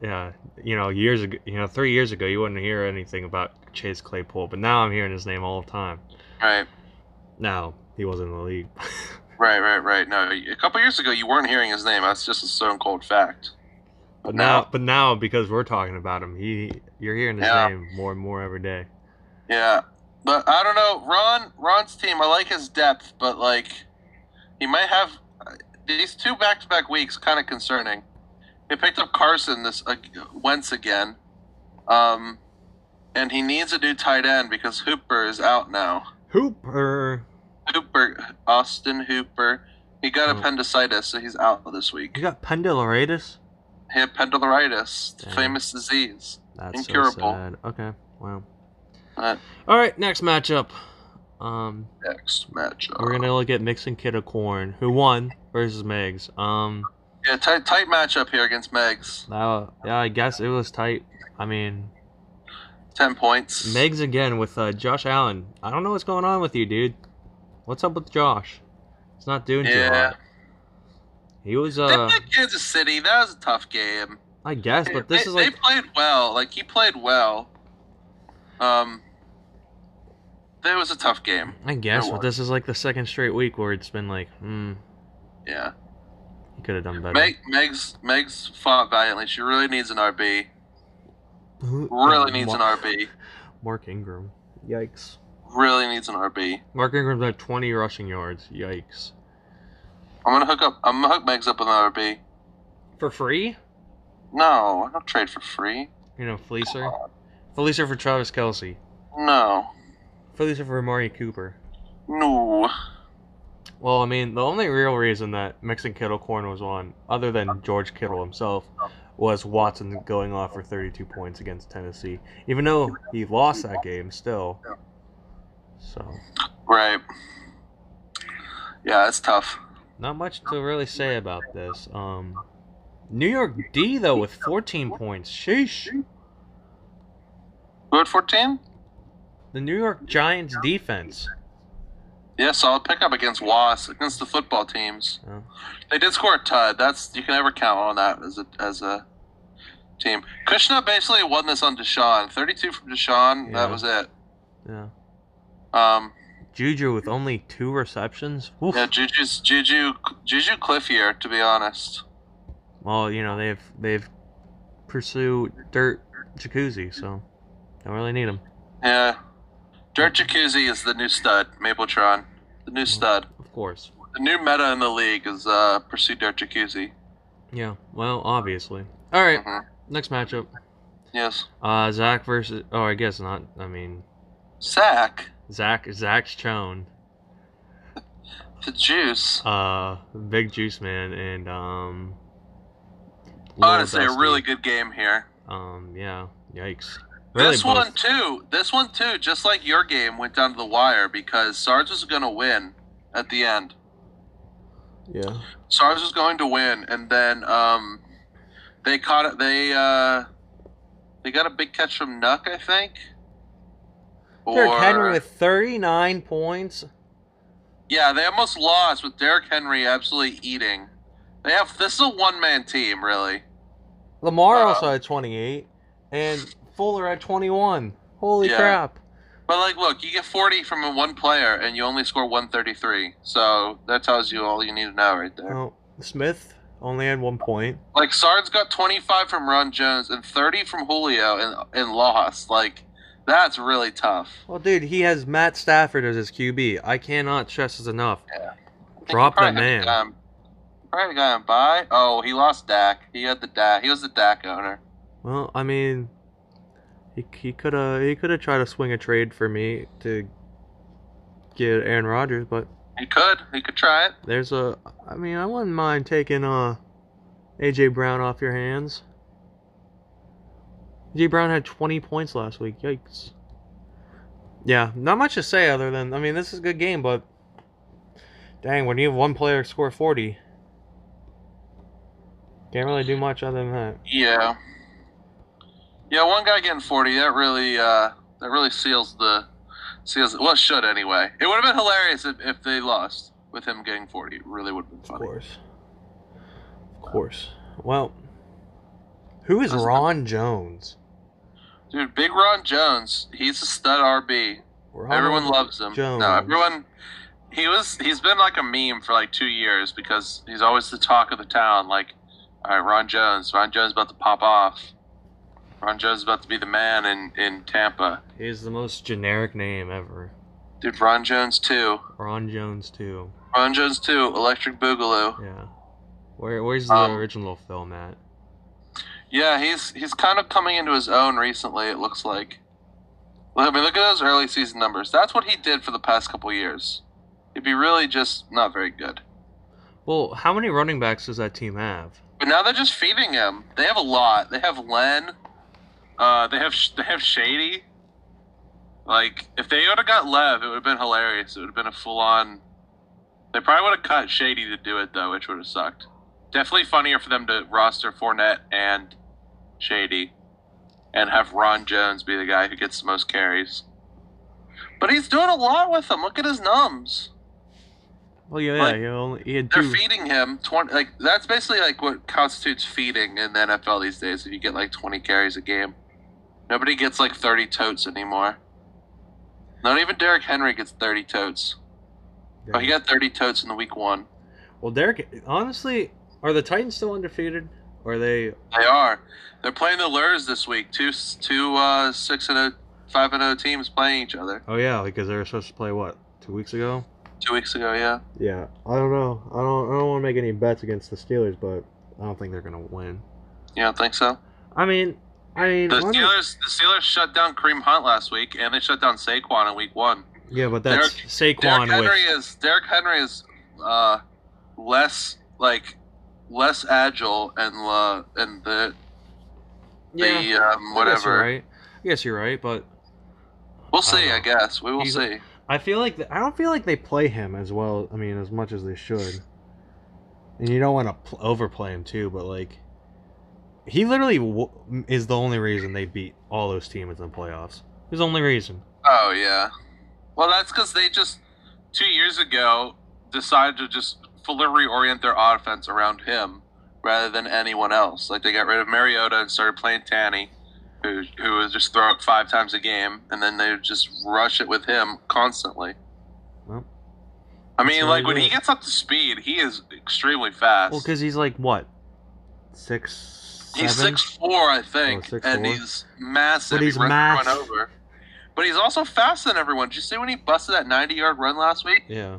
S2: Yeah, you know, years ago, you know, three years ago, you wouldn't hear anything about Chase Claypool, but now I'm hearing his name all the time.
S3: Right,
S2: Now he wasn't in the league.
S3: right, right, right. No, a couple years ago you weren't hearing his name. That's just a stone cold fact.
S2: But now, but now because we're talking about him, he you're hearing his
S3: Yeah.
S2: name more and more every day.
S3: yeah, but I don't know. Ron, Ron's team. I like his depth, but like he might have uh, these two back to back weeks kind of concerning. They picked up Carson this uh, Wentz again, um, and he needs a new tight end because Hooper is out now.
S2: Hooper,
S3: Hooper, Austin Hooper. He got
S2: Oh.
S3: appendicitis, so he's out this
S2: you
S3: week.
S2: got pendularitis.
S3: He had pendularitis, the
S2: Damn.
S3: famous disease.
S2: That's
S3: Incurable.
S2: so sad. Okay, wow.
S3: Uh,
S2: All right, next matchup. Um,
S3: Next matchup.
S2: we're gonna look at Mixon Kid of Corn, who won versus Megs. Um,
S3: Yeah, tight, tight matchup here against Megs.
S2: now- yeah, I guess it was tight. I mean,
S3: Ten points.
S2: Megs again with uh, Josh Allen. I don't know what's going on with you, dude. What's up with Josh? It's not doing too
S3: Yeah.
S2: hot. He was,
S3: They
S2: uh,
S3: played Kansas City. That was a tough game.
S2: I guess, but
S3: they,
S2: this is
S3: they
S2: like,
S3: played well. Like he played well. Um, it was a tough game.
S2: I guess,
S3: It
S2: but
S3: was.
S2: this is like the second straight week where it's been like, hmm,
S3: Yeah.
S2: he could have done better.
S3: Meg, Megs, Megs fought valiantly. She really needs an RB.
S2: Who-
S3: Really needs
S2: Mar-
S3: an RB.
S2: Mark Ingram. Yikes.
S3: Really needs an RB.
S2: Mark Ingram's at 20 rushing yards. Yikes.
S3: I'm gonna hook up. I'm gonna hook Megs up with an RB.
S2: For free?
S3: No, I don't trade for free.
S2: You know, Fleecer. Fleecer for Travis Kelsey.
S3: No,
S2: Fleecer for Amari Cooper.
S3: no.
S2: Well, I mean, the only real reason that Mixon Kittle Corn was on, other than George Kittle himself, was Watson going off for 32 points against Tennessee. Even though he lost that game, still. So,
S3: Right. Yeah, it's tough.
S2: not much to really say about this. Um, New York D, though, with 14 points. Sheesh.
S3: Who at 14?
S2: The New York Giants defense.
S3: Yeah, solid pickup against Was against the football teams.
S2: Yeah.
S3: They did score a tud. That's you can never count on that as a as a team. Krishna basically won this on Deshaun. 32 from Deshaun.
S2: Yeah.
S3: That was it.
S2: Yeah.
S3: Um,
S2: Juju with only two receptions. Oof.
S3: yeah, Juju's Juju Juju Cliff here, to be honest.
S2: Well, you know they've they've pursue dirt jacuzzi, so don't really need them.
S3: Yeah. Dirt Jacuzzi is the new stud, Mapletron. The new
S2: Mm-hmm.
S3: stud.
S2: Of course.
S3: The new meta in the league is uh, pursue Dirt Jacuzzi.
S2: Yeah. Well, obviously. All right.
S3: Mhm.
S2: Next matchup.
S3: Yes.
S2: Uh, Zach versus. Oh, I guess not. I mean,
S3: Sack
S2: Zach. Zach's Chone.
S3: to Juice.
S2: Uh, Big Juice Man and um. Lil
S3: Honestly, a
S2: Dusty.
S3: really good game here.
S2: Um. Yeah. Yikes.
S3: this
S2: both-
S3: one too. This one too. Just like your game went down to the wire because Sarge was going to win at the end.
S2: Yeah.
S3: Sarge was going to win, and then um, they caught it. They uh, they got a big catch from Nuck, I think.
S2: Derrick Henry
S3: Or-
S2: with 39 points.
S3: Yeah, they almost lost with Derrick Henry absolutely eating. They have this is a one man team, really.
S2: Lamar
S3: Uh,
S2: also at 28, and Fuller at 21. Holy
S3: Yeah.
S2: crap!
S3: But like, look, you get forty from one player, and you only score one thirty three. So that tells you all you need to know right there.
S2: Oh, Smith only had one point.
S3: Like Sard's got twenty five from Ron Jones and thirty from Julio, and and lost. Like, that's really tough.
S2: Well, dude, he has Matt Stafford as his QB. I cannot stress this enough.
S3: I think
S2: Drop
S3: you
S2: that
S3: probably
S2: man.
S3: had the guy on- Probably got him by. Oh, he lost Dak. He had the Dak. He was the Dak owner.
S2: Well, I mean, he he could have he could have tried to swing a trade for me to get Aaron Rodgers, but
S3: He could. He could try it.
S2: There's a. I mean, I wouldn't mind taking uh, AJ Brown off your hands. AJ Brown had 20 points last week. Yikes. Yeah, not much to say other than I mean, this is a good game, but dang, when you have one player score 40, can't really do much other than that.
S3: Yeah. Yeah, one guy getting forty. That really, uh, that really seals the seals. Well, it should anyway. It would have been hilarious if, if they lost with him getting forty. It really would have been
S2: Of
S3: funny.
S2: course. Of course. Well, who is
S3: That's not-
S2: Ron Jones?
S3: Dude, Big Ron Jones. He's a stud RB.
S2: Ron
S3: Everyone loves him.
S2: Jones.
S3: No, everyone. He was. He's been like a meme for like two years because he's always the talk of the town. Like, all right, Ron Jones. Ron Jones about to pop off. Ron Jones is about to be the man in in Tampa.
S2: He is the most generic name ever.
S3: Dude, Ron Jones too.
S2: Ron Jones too.
S3: Ron Jones too. Electric Boogaloo.
S2: Yeah. Where where's the
S3: Um,
S2: original film at?
S3: Yeah, he's he's kind of coming into his own recently. It looks like. Well, I mean, look at those early season numbers. That's what he did for the past couple years. He'd be really just not very good.
S2: Well, how many running backs does that team have?
S3: But now they're just feeding him. They have a lot. They have Len. Uh, they have they have Shady. Like if they would have got Lev, it would have been hilarious. It would have been a full on. They probably would have cut Shady to do it though, which would have sucked. Definitely funnier for them to roster Fournette and Shady, and have Ron Jones be the guy who gets the most carries. But he's doing a lot with them. Look at his numbs.
S2: Well, yeah,
S3: Like,
S2: yeah, he, only, he had
S3: They're
S2: two.
S3: feeding him twenty. Like that's basically like what constitutes feeding in the NFL these days. If you get like twenty carries a game, nobody gets like thirty totes anymore. Not even Derrick Henry gets thirty totes. Oh, he got thirty totes in the week one.
S2: Well, Derek, honestly, are the Titans still undefeated? Or are they?
S3: They are. They're playing the Lurs this week. Two s- two uh, six and oh, five and oh teams playing each other
S2: Oh yeah, because they were supposed to play what two weeks ago.
S3: two weeks ago. Yeah.
S2: Yeah, I don't know. I don't. I don't want to make any bets against the Steelers, but I don't think they're gonna win.
S3: You don't think so?
S2: I mean, I mean,
S3: The
S2: honest-
S3: Steelers the Steelers shut down Kareem Hunt last week, and they shut down Saquon in week one.
S2: yeah, but that's
S3: Derrick
S2: Saquon
S3: Henry
S2: with.
S3: is Derrick Henry is uh, less like less agile and uh, and the
S2: Yeah,
S3: the um,
S2: I guess you're
S3: whatever.
S2: right. I guess you're right, but
S3: We'll see.
S2: I
S3: I,
S2: don't know.
S3: guess we will
S2: He's-
S3: see.
S2: I feel like th- I don't feel like they play him as well. I mean, as much as they should. And you don't want to pl- overplay him too, but like, he literally w- is the only reason they beat all those teams in the playoffs. He's the only reason.
S3: Oh yeah. Well, that's because they just two years ago decided to just fully reorient their offense around him rather than anyone else. Like they got rid of Mariota and started playing Tanny, who who was just throw it five times a game, and then they would just rush it with him constantly.
S2: Well,
S3: I
S2: that's
S3: mean,
S2: how
S3: like
S2: you
S3: when
S2: do
S3: he
S2: it.
S3: gets up to speed, he is extremely fast.
S2: Well, because he's like what, six,
S3: He's
S2: seven?
S3: six four, I think,
S2: Oh, 6'4"?
S3: and he's massive.
S2: But he's
S3: he runs everyone
S2: massive.
S3: over. But he's also faster than everyone. Did you see when he busted that ninety-yard run last week?
S2: Yeah.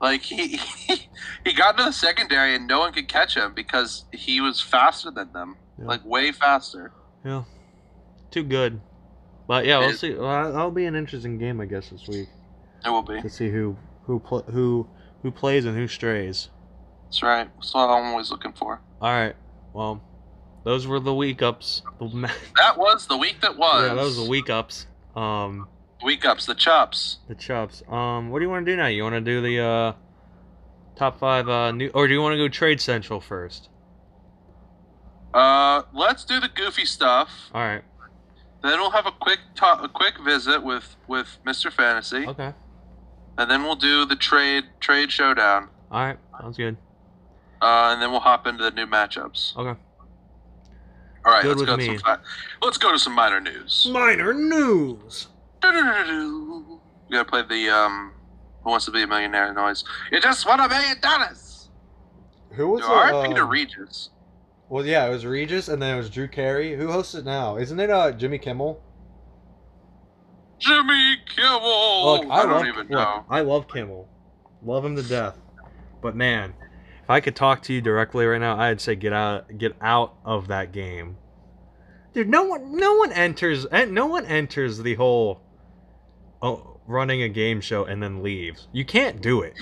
S3: Like he, he got into the secondary and no one could catch him because he was faster than them,
S2: Yeah.
S3: like way faster.
S2: Yeah. Too good. But yeah, we'll
S3: It-
S2: see. Well, that'll be an interesting game, I guess, this week
S3: It will be.
S2: to see who who pl- who who plays and who strays.
S3: That's right. That's what I'm always looking for.
S2: All right. Well, those were the week ups. The ma-
S3: That was the week that was.
S2: yeah, those are the week ups. Um,
S3: Week ups, the chops.
S2: the chops. Um, what do you want to do now? You want to do the uh, top five uh new, or do you want to go trade central first?
S3: Uh, let's do the goofy stuff.
S2: All right.
S3: Then we'll have a quick ta- a quick visit with with Mr. Fantasy,
S2: Okay.
S3: and then we'll do the trade trade showdown.
S2: All right. Sounds good.
S3: Uh, and then we'll hop into the new matchups.
S2: Okay.
S3: All right,
S2: Good
S3: let's
S2: with
S3: go to
S2: me.
S3: some fi- let's go to some minor news.
S2: Minor news.
S3: You gotta play the um, Who Wants to Be a Millionaire noise. You just want a million dollars.
S2: Who
S3: Dude, RIP
S2: Uh,
S3: to Regis.
S2: Well, yeah, it was Regis, and then it was Drew Carey. Who hosts it now? Isn't it uh Jimmy Kimmel?
S3: Jimmy Kimmel.
S2: Look,
S3: Oh, I, don't
S2: love-
S3: even
S2: look,
S3: know.
S2: I love Kimmel, love him to death. But man, if I could talk to you directly right now, I'd say get out, get out of that game, eh, dude. No one, no one enters, and no one enters the whole. Oh, running a game show and then leaves. You can't do it.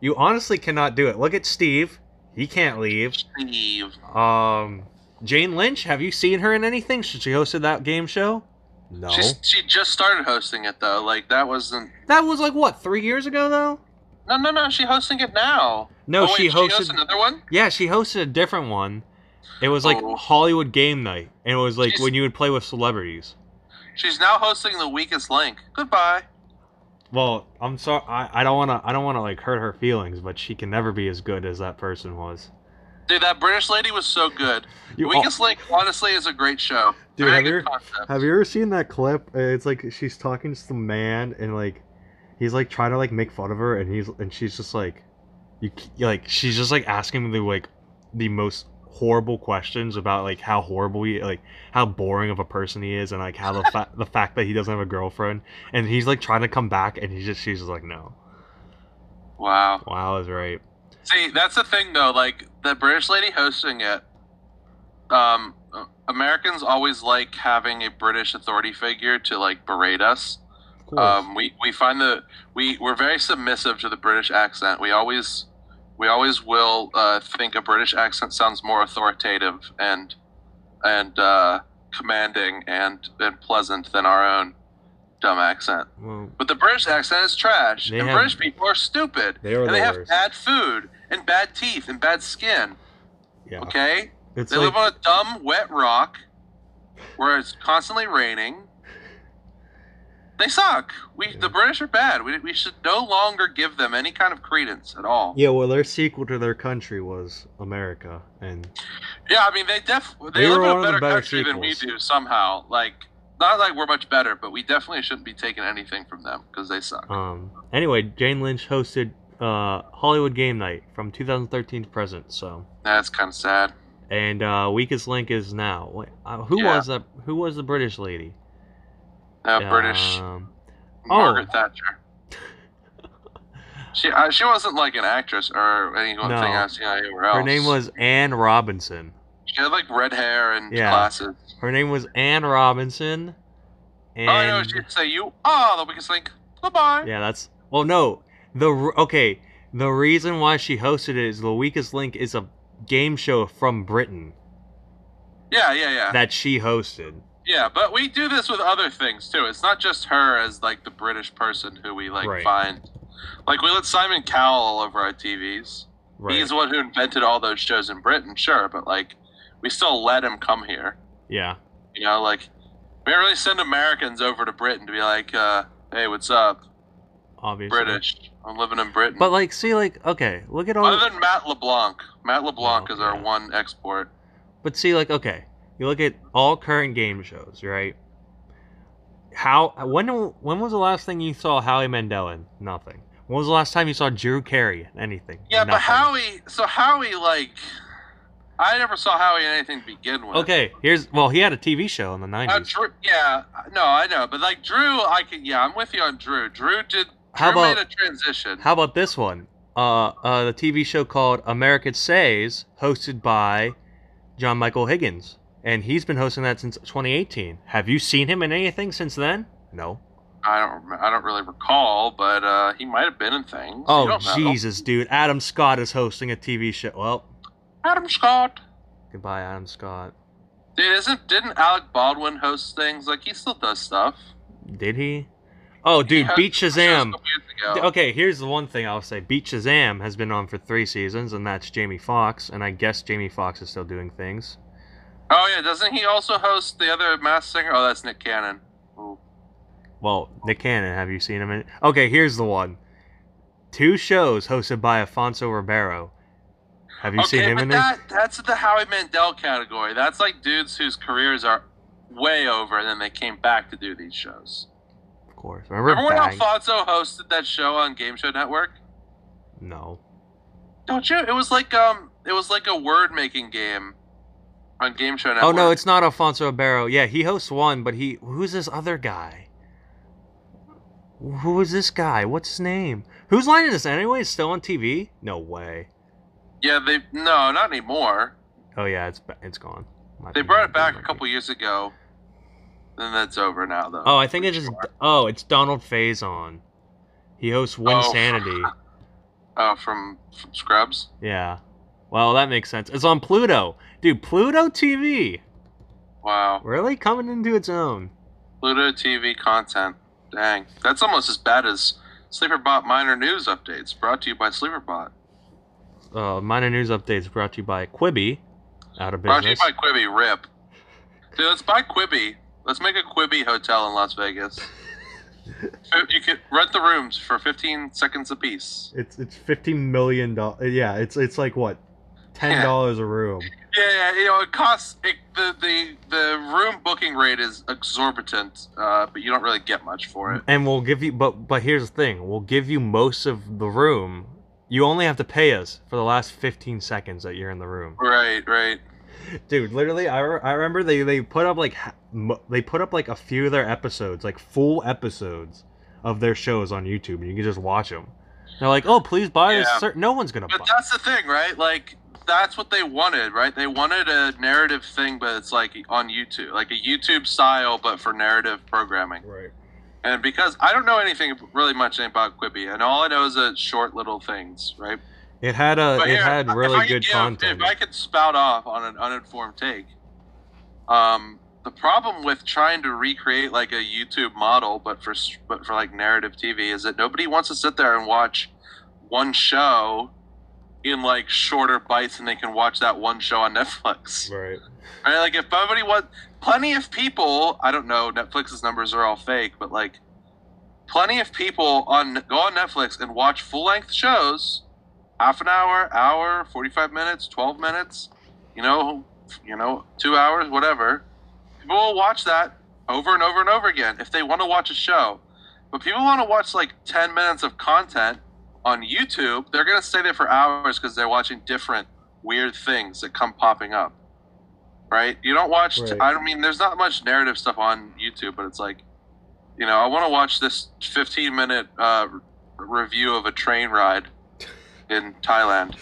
S2: you honestly cannot do it. Look at Steve. He can't leave.
S3: Steve.
S2: Um, Jane Lynch, have you seen her in anything? She she hosted that game show? No.
S3: She's, she just started hosting it though. Like that wasn't.
S2: That was like what three years ago though.
S3: No, no, no. She's hosting it now.
S2: No,
S3: Oh, wait,
S2: she hosted.
S3: hosts another one.
S2: yeah, she hosted a different one. It was like
S3: Oh.
S2: Hollywood Game Night, and it was like
S3: She's-
S2: when you would play with celebrities.
S3: She's now hosting the Weakest Link. Goodbye.
S2: Well, I'm sorry. I, I don't wanna. I don't wanna like hurt her feelings, but she can never be as good as that person was.
S3: Dude, that British lady was so good.
S2: You-
S3: Weakest Link, honestly, is a great show.
S2: Dude,
S3: Very
S2: have
S3: good
S2: you-
S3: concept.
S2: Have you ever seen that clip? Uh, It's like she's talking to the man, and like he's like trying to like make fun of her, and he's and she's just like, you c- like she's just like asking the like the most horrible questions about like how horrible he like how boring of a person he is, and like how the fa- the fact that he doesn't have a girlfriend, and he's like trying to come back, and he's just she's just like, no,
S3: Wow.
S2: wow is right.
S3: See, that's the thing though. Like the British lady hosting it, um, uh, Americans always like having a British authority figure to like berate us. Um, we we find the we we're very submissive to the British accent. We always we always will uh, think a British accent sounds more authoritative and and uh, commanding and, and pleasant than our own dumb accent.
S2: well,
S3: But the British accent is trash,
S2: They
S3: and
S2: have-
S3: British people are stupid,
S2: They are
S3: and
S2: the
S3: they have
S2: worst.
S3: bad food and bad teeth and bad skin.
S2: yeah,
S3: Okay,
S2: it's
S3: they
S2: like
S3: live on a dumb, wet rock where it's constantly raining. They suck. We
S2: Yeah.
S3: the British are bad. We, we should no longer give them any kind of credence at all.
S2: yeah. Well, their sequel to their country was America, and
S3: Yeah, I mean they def they
S2: We
S3: live
S2: were
S3: in
S2: one of
S3: a
S2: the
S3: better
S2: better
S3: country than we
S2: sequels.
S3: do somehow. Like not like we're much better, but we definitely shouldn't be taking anything from them because they suck.
S2: Um. Anyway, Jane Lynch hosted uh, Hollywood Game Night from 2013 to present. So,
S3: That's kind of sad.
S2: and uh, weakest link is now. Wait, uh, who
S3: Yeah.
S2: was that? Who was the British lady?
S3: Uh, British
S2: Um,
S3: Margaret
S2: Oh.
S3: Thatcher. She uh, she wasn't like an actress or anything
S2: No.
S3: else, you know, anywhere else.
S2: her name was Anne Robinson.
S3: She had like red hair and
S2: Yeah.
S3: glasses.
S2: Her name was Anne Robinson. And
S3: All Oh, I know is she'd say, "You are the weakest link." Goodbye.
S2: yeah, that's. Well, no. The r- okay. The reason why she hosted it is the weakest link is a game show from Britain
S3: Yeah, yeah, yeah,
S2: that she hosted.
S3: yeah. But we do this with other things too. It's not just her as like the British person who we like
S2: Right.
S3: find. Like we let Simon Cowell all over our TVs.
S2: Right.
S3: He's the one who invented all those shows in Britain, sure, but like we still let him come here.
S2: yeah.
S3: You know, like we don't really send Americans over to Britain to be like, uh, "Hey, what's up,
S2: Obviously.
S3: British? I'm living in Britain."
S2: But like, see, like, okay, look at all.
S3: other than Matt LeBlanc, Matt LeBlanc
S2: Oh,
S3: is our
S2: yeah.
S3: one export.
S2: But see, like, okay, you look at all current game shows, right? How when when was the last thing you saw Howie Mandel in? Nothing. When was the last time you saw Drew Carey in anything?
S3: Yeah, but
S2: Nothing.
S3: Howie. So Howie, like, I never saw Howie in anything to begin with.
S2: Okay, here's well, he had a TV show in the
S3: Uh,
S2: nineties.
S3: Drew, yeah, no, I know, but like Drew, I can. Yeah, I'm with you on Drew. Drew did.
S2: How
S3: Drew
S2: about-
S3: made a transition?
S2: How about this one? Uh, uh, the TV show called America Says, hosted by John Michael Higgins, and he's been hosting that since 2018. Have you seen him in anything since then? No.
S3: I don't. rem- I don't really recall, but uh, he might have been in things. You
S2: Oh
S3: don't know.
S2: Jesus, dude! Adam Scott is hosting a TV show. Well,
S3: Adam Scott.
S2: Goodbye, Adam Scott.
S3: Dude, isn't didn't Alec Baldwin host things? Like he still does stuff.
S2: Did he? Oh,
S3: He
S2: dude,
S3: hosted
S2: Beat
S3: shows
S2: Shazam.
S3: a couple years ago.
S2: Okay, here's the one thing I'll say. Beat Shazam has been on for three seasons, and that's Jamie Foxx, and I guess Jamie Foxx is still doing things.
S3: Oh yeah, doesn't he also host the other mass singer? Oh, that's Nick Cannon. Ooh.
S2: Well, Nick Cannon, have you seen him in Okay, here's the one. Two shows hosted by Afonso Ribeiro. Have you seen him
S3: but
S2: in
S3: that, That's the Howie Mandel category. That's like dudes whose careers are way over, and then they came back to do these
S2: this?
S3: shows.
S2: Of course. Remember,
S3: Remember when
S2: Bang?
S3: Alfonso hosted that show on Game Show Network?
S2: No.
S3: Don't you? It was like um, it was like a word making game on Game Show Network.
S2: Oh no, it's not Alfonso Ribeiro. Yeah, he hosts one, but he who's this other guy? Who is this guy? What's his name? Who's lining this anyway? Is Still on TV? No way.
S3: yeah. They no, not anymore.
S2: Oh yeah, it's ba- it's gone. Might
S3: They
S2: be-
S3: brought it back
S2: might
S3: a
S2: be.
S3: couple years ago. Then that's over now, though.
S2: Oh, I think it just. Oh, it's Donald Faison. He hosts
S3: Oh.
S2: Winsanity.
S3: Oh, from, from Scrubs.
S2: Yeah. Well, that makes sense. It's on Pluto. Dude, Pluto TV.
S3: Wow.
S2: Really coming into its own.
S3: Pluto TV content. Dang, that's almost as bad as Sleeperbot minor news updates. Brought to you by Sleeperbot.
S2: Uh, minor news updates brought to you by Quibi. Out of
S3: Brought to you
S2: business.
S3: by Quibi. Rip. Dude, let's buy Quibi. Let's make a Quibi hotel in Las Vegas. Uh, you could rent the rooms for 15 seconds apiece.
S2: It's it's fifteen million dollars. Yeah, it's it's like what, ten
S3: Yeah.
S2: dollars a room.
S3: Yeah, yeah, you know it costs it, the the the room booking rate is exorbitant, uh, but you don't really get much for it.
S2: And we'll give you, but but here's the thing: we'll give you most of the room. You only have to pay us for the last fifteen seconds that you're in the room.
S3: Right, right.
S2: Dude, literally, I, re- I remember they they put up like ha- m- they put up like a few of their episodes, like full episodes of their shows on YouTube, and you can just watch them. They're like, oh, please buy
S3: Yeah.
S2: this. Cer- no one's gonna buy.
S3: But that's the thing, right? Like that's what they wanted, right? They wanted a narrative thing, but it's like on YouTube, like a YouTube style, but for narrative programming.
S2: Right.
S3: And because I don't know anything really much about Quibi, and all I know is that it's short little things, right?
S2: It had a
S3: But
S2: it
S3: here,
S2: had
S3: if I
S2: really
S3: could
S2: good
S3: give-
S2: content.
S3: If I could spout off on an uninformed take, um, the problem with trying to recreate like a YouTube model, but for s- but for like narrative TV, is that nobody wants to sit there and watch one show in like shorter bites, and they can watch that one show on Netflix.
S2: Right.
S3: Right? Like if somebody wants, plenty of people. I don't know. Netflix's numbers are all fake, but like, plenty of people on go on Netflix and watch full length shows, half an hour, hour, forty five minutes, twelve minutes, you know, you know, two hours, whatever. People will watch that over and over and over again if they want to watch a show. But people want to watch like ten minutes of content on YouTube. They're gonna stay there for hours because they're watching different weird things that come popping up. Right? You don't watch. I
S2: Right.
S3: I don't mean, there's not much narrative stuff on YouTube, but it's like, you know, I want to watch this 15 minute uh, r- review of a train ride in Thailand.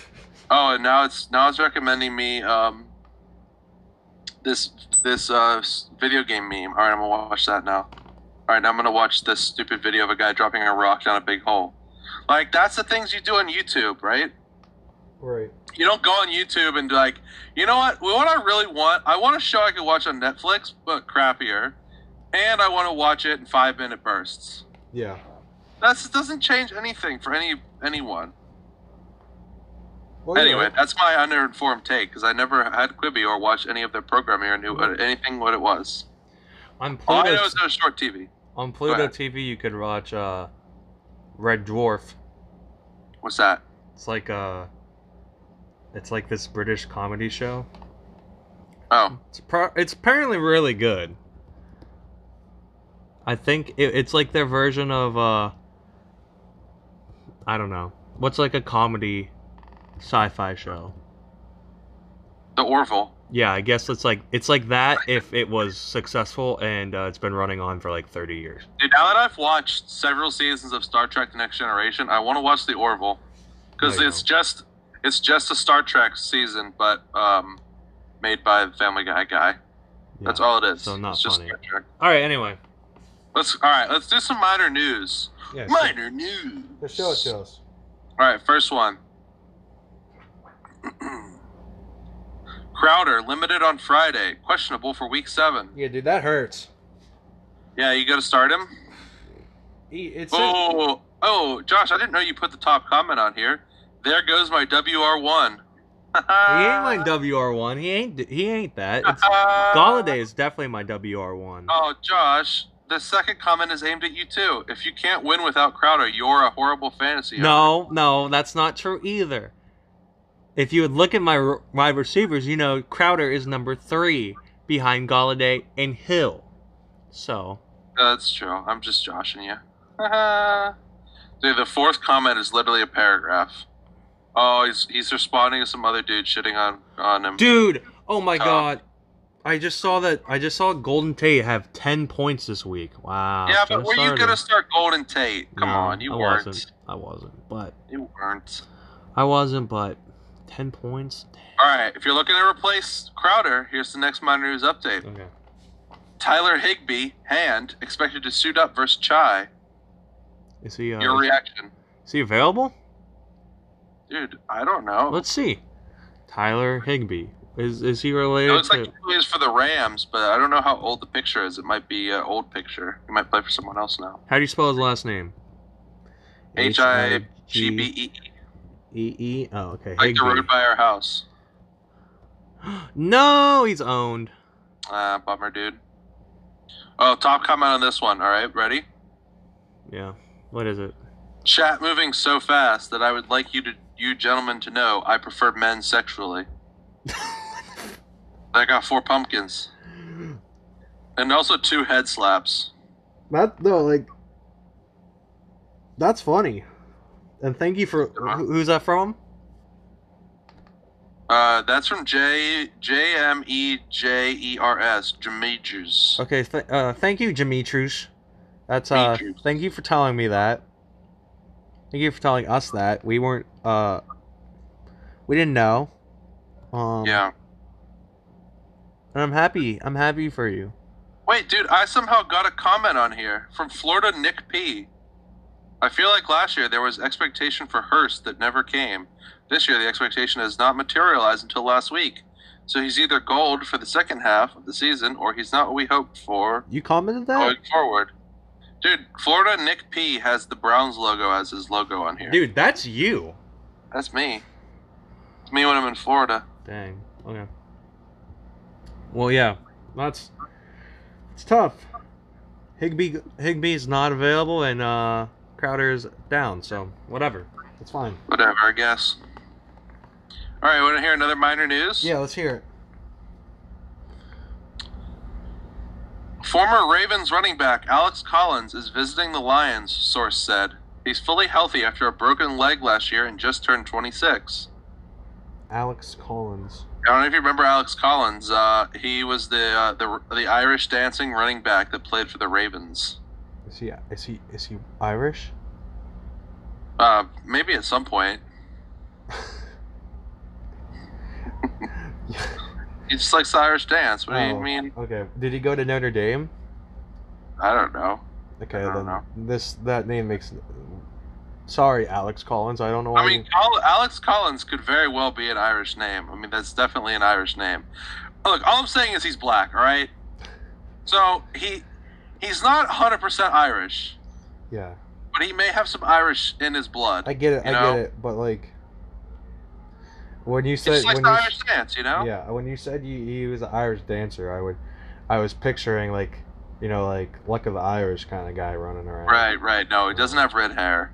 S3: Oh, and now it's now it's recommending me um, this this uh, s- video game meme. All right, I'm gonna watch that now. All right, now I'm gonna watch this stupid video of a guy dropping a rock down a big hole. Like that's the things you do on YouTube, right?
S2: Right.
S3: You don't go on YouTube and be like, you know what? What I really want, I want a show I could watch on Netflix, but crappier, and I want to watch it in five minute bursts.
S2: Yeah.
S3: That doesn't change anything for any anyone.
S2: Oh,
S3: Anyway, that's my uninformed take because I never had Quibi or watched any of their programming or knew what, anything what it was.
S2: on
S3: All Oh, I
S2: Pluto
S3: know is it was short TV.
S2: on Pluto
S3: ahead.
S2: TV you could watch uh, Red Dwarf.
S3: What's that?
S2: It's like uh, it's like this British comedy show.
S3: Oh,
S2: It's, pro- it's apparently really good. I think it, it's like their version of uh I don't know. What's like a comedy sci-fi show?
S3: the Orville.
S2: Yeah, I guess it's like it's like that if it was successful and uh, it's been running on for like 30 years.
S3: Dude, now that I've watched several seasons of Star Trek: The Next Generation, I want to watch the Orville because
S2: There you
S3: it's just it's just a Star Trek season, but um, made by the Family Guy guy. That's
S2: Yeah.
S3: all it is.
S2: So not
S3: it's just
S2: funny.
S3: Star Trek.
S2: All right, anyway.
S3: Let's all right. Let's do some minor news.
S2: Yeah.
S3: Minor news.
S2: us.
S3: All right, first one. Crowder limited on Friday, questionable for week seven.
S2: Yeah, dude, that hurts.
S3: Yeah, you gotta start him.
S2: It's
S3: Oh, oh, Josh, I didn't know you put the top comment on here. There goes my WR one. he
S2: he ain't
S3: Uh,
S2: my WR1. He ain't he ain't that. It's Galladay is definitely my WR1.
S3: Oh, Josh, the second comment is aimed at you too. If you can't win without Crowder, you're a horrible fantasy. owner.
S2: No, no, that's not true either. If you would look at my r- wide receivers, you know Crowder is number three behind Galladay and Hill. So
S3: That's true. I'm just joshing you. Dude, the fourth comment is literally a paragraph. Oh, he's he's responding to some other dude shitting on on him.
S2: Dude, oh my
S3: Tough.
S2: god. I just saw that I just saw Golden Tate have ten points this week. Wow.
S3: yeah,
S2: should've
S3: but were you
S2: started
S3: gonna
S2: him.
S3: start Golden Tate? Come
S2: No,
S3: on, you
S2: I
S3: weren't.
S2: Wasn't. I wasn't, but
S3: You weren't.
S2: I wasn't, but ten points.
S3: All right, if you're looking to replace Crowder, here's the next minor news update.
S2: Okay.
S3: Tyler Higby, hand, expected to suit up versus Chai.
S2: Is he uh,
S3: Your reaction.
S2: is he available?
S3: Dude, I don't know.
S2: Let's see. Tyler Higby. Is is he
S3: It
S2: related
S3: looks
S2: to
S3: like he is for the Rams, but I don't know how old the picture is. It might be an old picture. He might play for someone else now.
S2: How do you spell his last name?
S3: H I G B E.
S2: E E. Oh, okay.
S3: Like the
S2: Higby.
S3: road by our house.
S2: No, he's owned.
S3: Ah, bummer, dude. Oh, top comment on this one. All right, ready?
S2: Yeah. What is it?
S3: Chat moving so fast that I would like you to, you gentlemen, to know I prefer men sexually. I got four pumpkins, and also two head slaps.
S2: That no, like that's funny. And thank you for who- who's that from?
S3: Uh, that's from J J M E J E R S Jamejus.
S2: Okay, th- uh, thank you, Demetrius. That's uh,
S3: Demetrius.
S2: thank you for telling me that. Thank you for telling us that we weren't uh, we didn't know. Um,
S3: Yeah.
S2: And I'm happy. I'm happy for you.
S3: Wait, dude, I somehow got a comment on here from Florida Nick P. I feel like last year there was expectation for Hearst that never came. This year the expectation has not materialized until last week. So he's either gold for the second half of the season or he's not what we hoped for
S2: You commented that,
S3: going forward. Dude, Florida Nick P has the Browns logo as his logo on here.
S2: dude. That's you.
S3: That's me. It's me when I'm in Florida.
S2: Dang. Okay. Well, yeah. That's it's tough. Higby Higby is not available, and uh, Crowder is down. So whatever. It's fine.
S3: Whatever, I guess. All right, want to hear another minor news?
S2: Yeah, let's hear it.
S3: Former Ravens running back Alex Collins is visiting the Lions, source said. He's fully healthy after a broken leg last year and just turned 26.
S2: Alex Collins.
S3: I don't know if you remember Alex Collins. Uh, he was the, uh, the the Irish dancing running back that played for the Ravens.
S2: Is he is he is he Irish?
S3: Uh, maybe at some point. He just likes the Irish dance. What do you
S2: Oh,
S3: mean?
S2: Okay. Did he go to Notre Dame?
S3: I don't know.
S2: Okay,
S3: I
S2: then
S3: don't know.
S2: this that name makes. Sorry, Alex Collins. I don't know why.
S3: I mean, Col- Alex Collins could very well be an Irish name. I mean, that's definitely an Irish name. Look, all I'm saying is he's black, all right? So he he's not 100% Irish,
S2: you- yeah,
S3: but he may have some Irish in his blood.
S2: I get it. I
S3: You know?
S2: get it. But like, when you
S3: It's
S2: said
S3: just like
S2: when
S3: the
S2: you,
S3: Irish dance, you know?
S2: yeah, when you said you, he was an Irish dancer, I would, I was picturing like, you know, like luck of the Irish kind of guy running around.
S3: Right, right. No, he doesn't have red hair.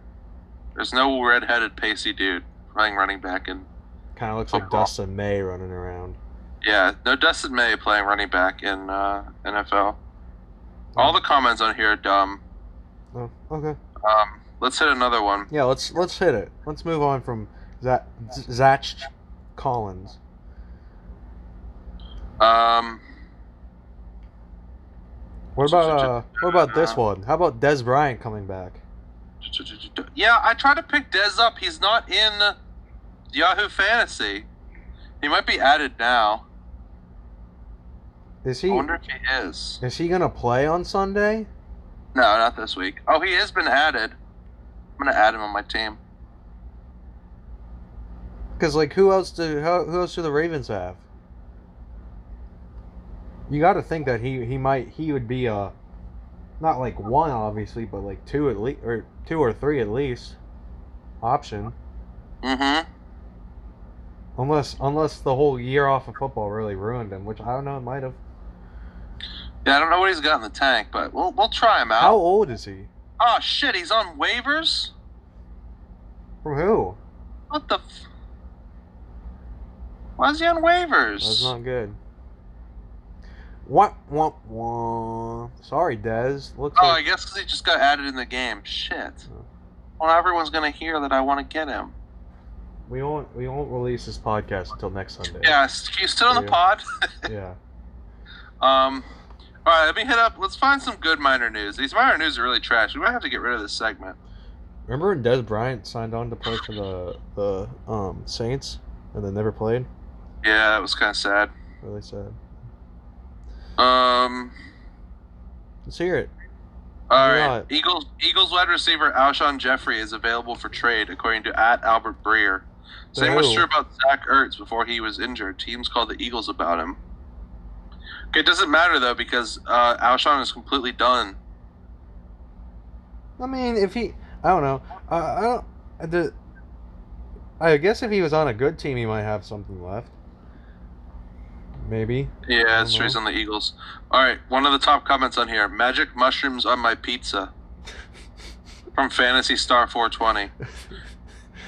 S3: There's no red-headed pacey dude running running back and
S2: Kind of looks like
S3: Football.
S2: Dustin May running around.
S3: yeah, no Dustin May playing running back in uh, NFL. All the comments on here are dumb.
S2: Oh, okay.
S3: Um, let's hit another one.
S2: Yeah, let's let's hit it. Let's move on from that Zach Collins.
S3: Um,
S2: What
S3: So- so
S2: about
S3: ju-
S2: uh, what about this one? How about Des Bryant coming back?
S3: Yeah, I tried to pick Dez up. He's not in Yahoo Fantasy. He might be added now.
S2: Is
S3: I
S2: he
S3: wonder if he is.
S2: is he gonna play on Sunday?
S3: No, not this week. Oh, he has been added. I'm gonna add him on my team.
S2: Because like who else do how, who else do the Ravens have? You got to think that he he might he would be a not like one obviously, but like two at least or two or three at least option.
S3: Mm-hmm.
S2: Unless unless the whole year off of football really ruined him, which I don't know, it might have.
S3: Yeah, I don't know what he's got in the tank, but we'll we'll try him
S2: How
S3: out.
S2: old is he?
S3: Oh shit, he's on waivers.
S2: From who?
S3: What the? F- Why is he on waivers?
S2: That's not good. What? What? What? Sorry, Dez. Looks
S3: Oh, I
S2: like
S3: guess 'cause he just got added in the game. Shit.
S2: Oh.
S3: Well, everyone's gonna hear that I want to get him.
S2: we won't we won't release this podcast until next Sunday.
S3: Yeah, s- can you sit on the
S2: Yeah.
S3: pod?
S2: Yeah.
S3: Um, all right, let me hit up. Let's find some good minor news. These minor news are really trash. We might have to get rid of this segment.
S2: Remember when Des Bryant signed on to play for the the um, Saints and then never played?
S3: Yeah, that was kind of sad.
S2: Really sad.
S3: Um,
S2: Let's hear it.
S3: All
S2: You're
S3: right.
S2: right.
S3: Eagles Eagles wide receiver Alshon Jeffrey is available for trade, according to at Albert Breer. Same was
S2: Ooh.
S3: true about Zach Ertz before he was injured. Teams called the Eagles about him. Okay, It doesn't matter though because uh, Alshon is completely done.
S2: I mean, if he, I don't know. I, I don't. The, I guess if he was on a good team, he might have something left. Maybe.
S3: Yeah, it's true.
S2: Mhm.
S3: He's on the Eagles. All right. One of the top comments on here: magic mushrooms on my pizza. From Fantasy Star 420.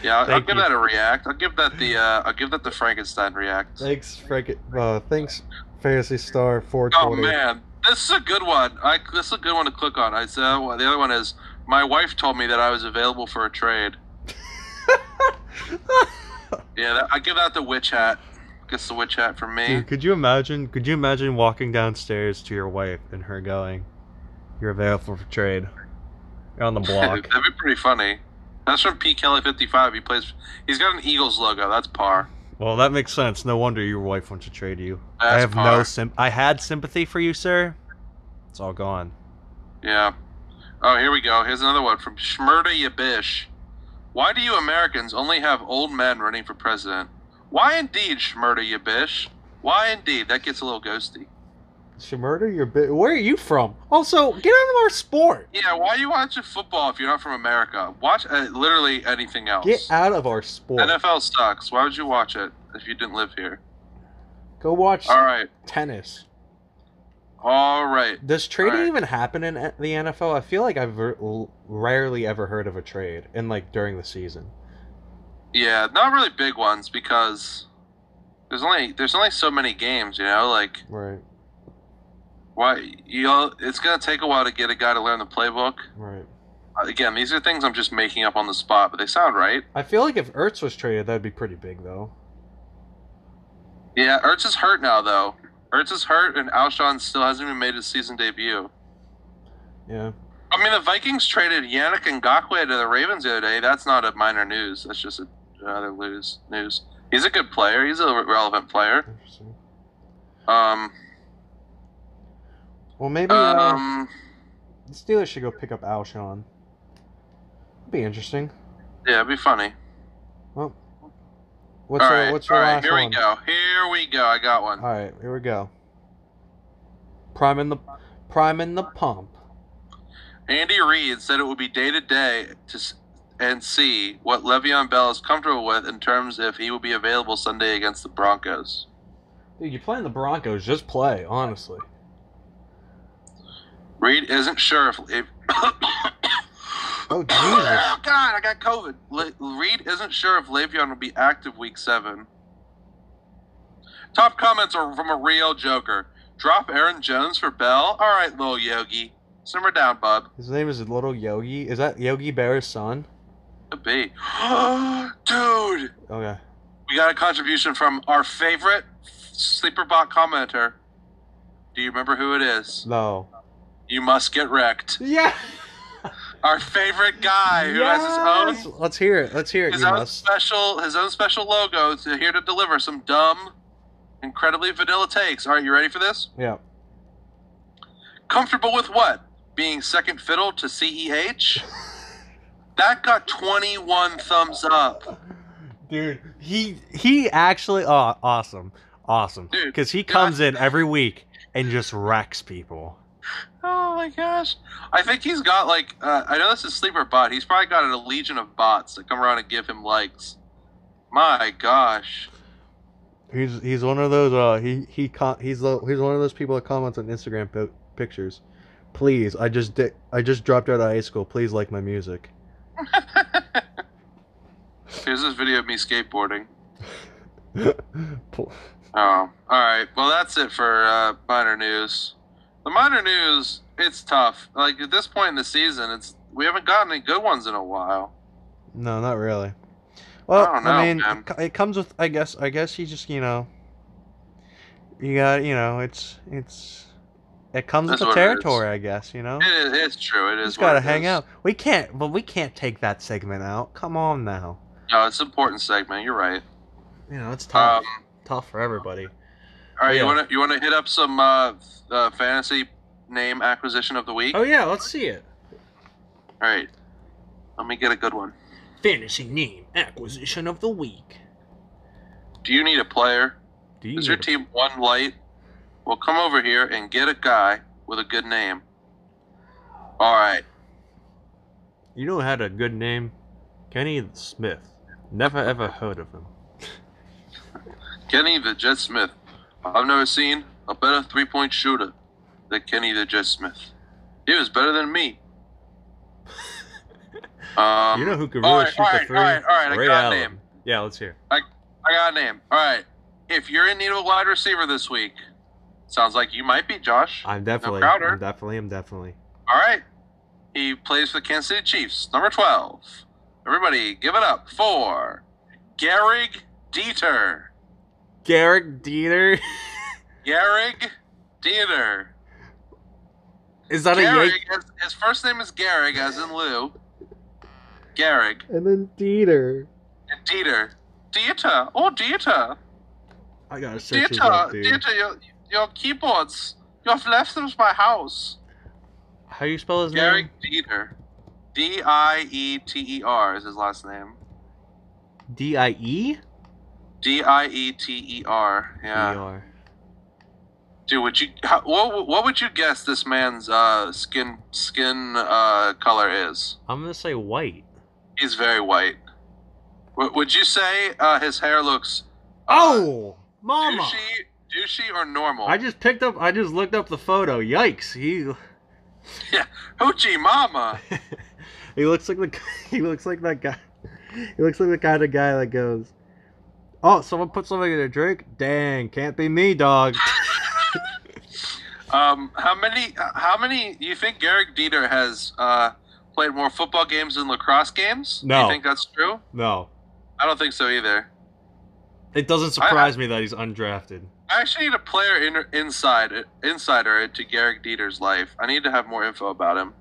S3: Yeah, I'll, I'll
S2: Thank
S3: give
S2: you.
S3: that a react. I'll give that the uh, I'll give that the Frankenstein react.
S2: Thanks, Frank. Uh, thanks, Fantasy Star Four
S3: Oh
S2: Twenty.
S3: man, this is a good one. I this is a good one to click on. I said well, the other one is my wife told me that I was available for a trade. Yeah, that, I give out the witch hat. Gets the witch hat from me.
S2: Dude, could you imagine? Could you imagine walking downstairs to your wife and her going, "You're available for trade." You're on the block.
S3: That'd be pretty funny. That's from P Kelly fifty five. He plays. He's got an Eagles logo. That's par.
S2: well, that makes sense. No wonder your wife wants to trade you. I
S3: That's
S2: have no
S3: par.
S2: symp. I had sympathy for you, sir. It's all gone.
S3: Yeah. Oh, here we go. Here's another one from Shmurda Yabish. Why do you Americans only have old men running for president? Why indeed, Shmurda Yabish? Why indeed? That gets a little ghosty.
S2: Shmurda, you're bit. Where are you from? Also, get on our sport.
S3: Yeah, why are you watching football if you're not from America? Watch uh, literally anything else.
S2: Get out of our sport.
S3: NFL sucks. Why would you watch it if you didn't live here?
S2: Go watch
S3: All right,
S2: tennis.
S3: all right.
S2: Does trading
S3: Alright.
S2: even happen in the NFL? I feel like I've ver- l- rarely ever heard of a trade, and like during the season.
S3: Yeah, not really big ones because there's only there's only so many games. You know, like
S2: Right,
S3: why you all it's gonna take a while to get a guy to learn the playbook.
S2: right.
S3: Uh, Again, these are things I'm just making up on the spot, but they sound right.
S2: I feel like if Ertz was traded, that'd be pretty big though.
S3: Yeah, Ertz is hurt now though. Ertz is hurt, and Alshon still hasn't even made his season debut.
S2: Yeah.
S3: I mean, the Vikings traded Yannick Ngakwe to the Ravens the other day. That's not a minor news. That's just a, another lose news. He's a good player. He's a relevant player.
S2: Interesting.
S3: Um,
S2: Well, maybe uh,
S3: um,
S2: the Steelers should go pick up Alshon. Be interesting.
S3: yeah, it'd be funny.
S2: Well, what's
S3: all
S2: your,
S3: right,
S2: what's your
S3: all right,
S2: last
S3: here
S2: one? Uh,
S3: we go. Here we go. I got one.
S2: All right, here we go. Priming the priming the pump.
S3: Andy Reid said it would be day to day to s- and see what Le'Veon Bell is comfortable with in terms if he will be available Sunday against the Broncos.
S2: Dude, you're playing the Broncos. Just play, honestly.
S3: Reid isn't sure if. if
S2: Oh Jesus!
S3: Oh, God, I got COVID. Le- Reed isn't sure if Le'Veon will be active week seven. Top comments are from a real joker. Drop Aaron Jones for Bell. All right, little Yogi, simmer down, bub.
S2: His name is Little Yogi. Is that Yogi Bear's son?
S3: Could be. Dude,
S2: Okay.
S3: we got a contribution from our favorite sleeper bot commenter. Do you remember who it is?
S2: No.
S3: You must get wrecked.
S2: Yeah.
S3: Our favorite guy who has his own
S2: Let's hear it. Let's hear it.
S3: his
S2: You
S3: own
S2: must.
S3: special his own special logo to here to deliver some dumb incredibly vanilla takes all right you ready for this
S2: Yeah.
S3: comfortable with what being second fiddle to ceh that got 21 thumbs up
S2: Dude, he he actually oh awesome, awesome.
S3: Dude,
S2: Because he
S3: God.
S2: comes in every week and just wrecks people.
S3: oh my gosh i think he's got like uh, i know this is sleeper bot he's probably got a legion of bots that come around and give him likes my gosh
S2: He's he's one of those uh he he con- he's the, he's one of those people that comments on Instagram pi- pictures. Please, I just di- I just dropped out of high school. Please like my music.
S3: here's this video of me skateboarding
S2: Pl-
S3: Oh, all right. Well, that's it for uh, minor news. The minor news, it's tough. Like at this point in the season, it's we haven't gotten any good ones in a while.
S2: No, not really. Well, I,
S3: don't know,
S2: mean,
S3: man.
S2: it, co- it comes with. I guess. I guess you just you know. You got you know it's it's it comes
S3: That's
S2: with the
S3: what it is.
S2: territory. I guess you know.
S3: It is, it's true. It is.
S2: just gotta
S3: what it
S2: hang
S3: is.
S2: out. We can't, but we can't take that segment out. Come on now.
S3: No, it's an important segment. You're right.
S2: You know it's tough.
S3: Um,
S2: tough for everybody.
S3: all right,
S2: Yeah.
S3: you want to you want to hit up some uh, uh, fantasy name acquisition of the week?
S4: Oh yeah, let's see it.
S3: All right. Let me get a good one.
S4: Fantasy name acquisition of the week.
S3: Do you need a player?
S4: Do you
S3: Is your
S4: need a-
S3: team one light? Well, come over here and get a guy with a good name. All right.
S2: You know who had a good name? Kenny Smith. Never ever heard of him.
S3: Kenny the Jet Smith. I've never seen a better three point shooter than Kenny the Jet Smith. He was better than me. Um,
S2: You know who could
S3: all
S2: really
S3: right,
S2: shoot
S3: all
S2: the
S3: right,
S2: three?
S3: All right, all right, I
S2: Ray
S3: got a
S2: Allen.
S3: name.
S2: Yeah, let's hear.
S3: I got a name. All right. If you're in need of a wide receiver this week, sounds like you might be, Josh.
S2: I'm definitely,
S3: Crowder.
S2: I'm definitely, I'm definitely.
S3: All right. He plays for the Kansas City Chiefs, number 12. Everybody, give it up for Gehrig Dieter.
S2: Garrick Dieter.
S3: Gehrig Dieter.
S2: Is that a
S3: Gehrig,
S2: Yank?
S3: his, his first name is Gehrig, as in Lou. Gehrig.
S5: And then Dieter.
S3: And Dieter. Dieter. Oh, Dieter.
S2: I gotta search this
S3: Dieter.
S2: up, dude.
S3: Dieter, your, your keyboards. You've left them at my house.
S2: How do you spell his
S3: Gehrig
S2: name?
S3: Dieter. D I E T E R is his last name.
S2: D I E.
S3: D I E T E R. Yeah.
S2: E-R.
S3: Dude, would you how, what what would you guess this man's uh, skin skin uh, color is?
S2: I'm gonna say white.
S3: He's very white. W- would you say uh, his hair looks uh,
S2: Oh, mama!
S3: douchey, douchey or normal?
S2: I just picked up. I just looked up the photo. Yikes! He
S3: Hoochie mama.
S2: he looks like the guy- he looks like that guy. He looks like the kind of guy that goes, "Oh, someone put something in a drink. Dang, can't be me, dog."
S3: Um, how many uh, how many you think Garrick Dieter has uh, played more football games than lacrosse games? Do
S2: No.
S3: you think that's true?
S2: No,
S3: I don't think so either.
S2: it doesn't
S3: I-
S2: surprise me that he's undrafted.
S3: I actually need a player in, inside insider into Garrick Dieter's life. I need to have more info about him.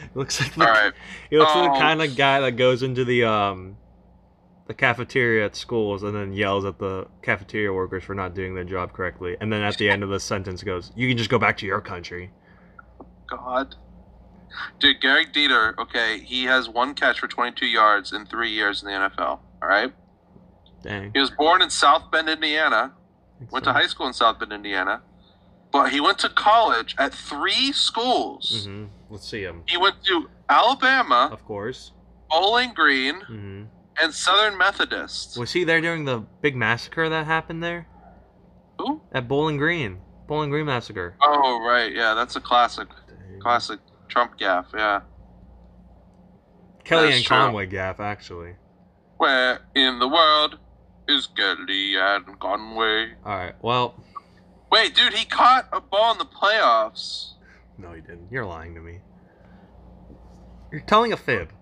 S2: He looks like the,
S3: All right.
S2: he looks like the
S3: Oh.
S2: kind of guy that goes into the um the cafeteria at schools and then yells at the cafeteria workers for not doing their job correctly, and then at the end of the sentence goes, "You can just go back to your country."
S3: God. Dude, Garrick Dieter, okay, he has one catch for 22 yards in three years in the NFL. All right.
S2: Dang.
S3: He was born in South Bend, Indiana, went to high school in South Bend, Indiana, but he went to college at three schools.
S2: hmm Let's see him.
S3: He went to Alabama,
S2: Of course.
S3: Bowling Green,
S2: hmm
S3: and Southern Methodist.
S2: Was he there during the big massacre that happened there
S3: Who?
S2: at Bowling Green? Bowling Green massacre.
S3: Oh, right. Yeah, that's a classic,
S2: Dang.
S3: classic Trump gaffe. Yeah.
S2: Kellyanne
S3: That's true.
S2: Conway gaff, actually.
S3: Where in the world is Kelly and Conway?
S2: All right. Well,
S3: Wait, dude, he caught a ball in the playoffs.
S2: no, he didn't. You're lying to me. You're telling a fib.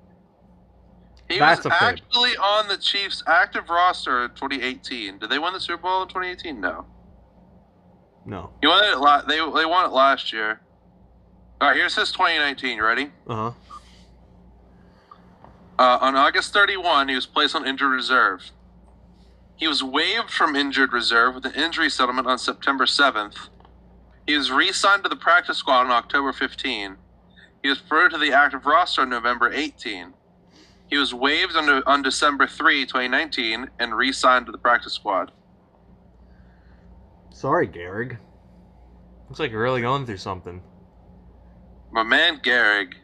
S3: He
S2: That's
S3: was
S2: a fib.
S3: actually on the Chiefs' active roster in 2018. Did they win the Super Bowl in 2018? No.
S2: No.
S3: He won it. La- they they won it last year. All right, here's his 2019. You Ready?
S2: Uh huh.
S3: Uh, on August 31, he was placed on injured reserve. He was waived from injured reserve with an injury settlement on September 7th. He was re signed to the practice squad on October 15. He was promoted to the active roster on November 18. He was waived on, on December 3, 2019, and re signed to the practice squad.
S2: Sorry, Garrig. Looks like you're really going through something.
S3: My man, Gehrig.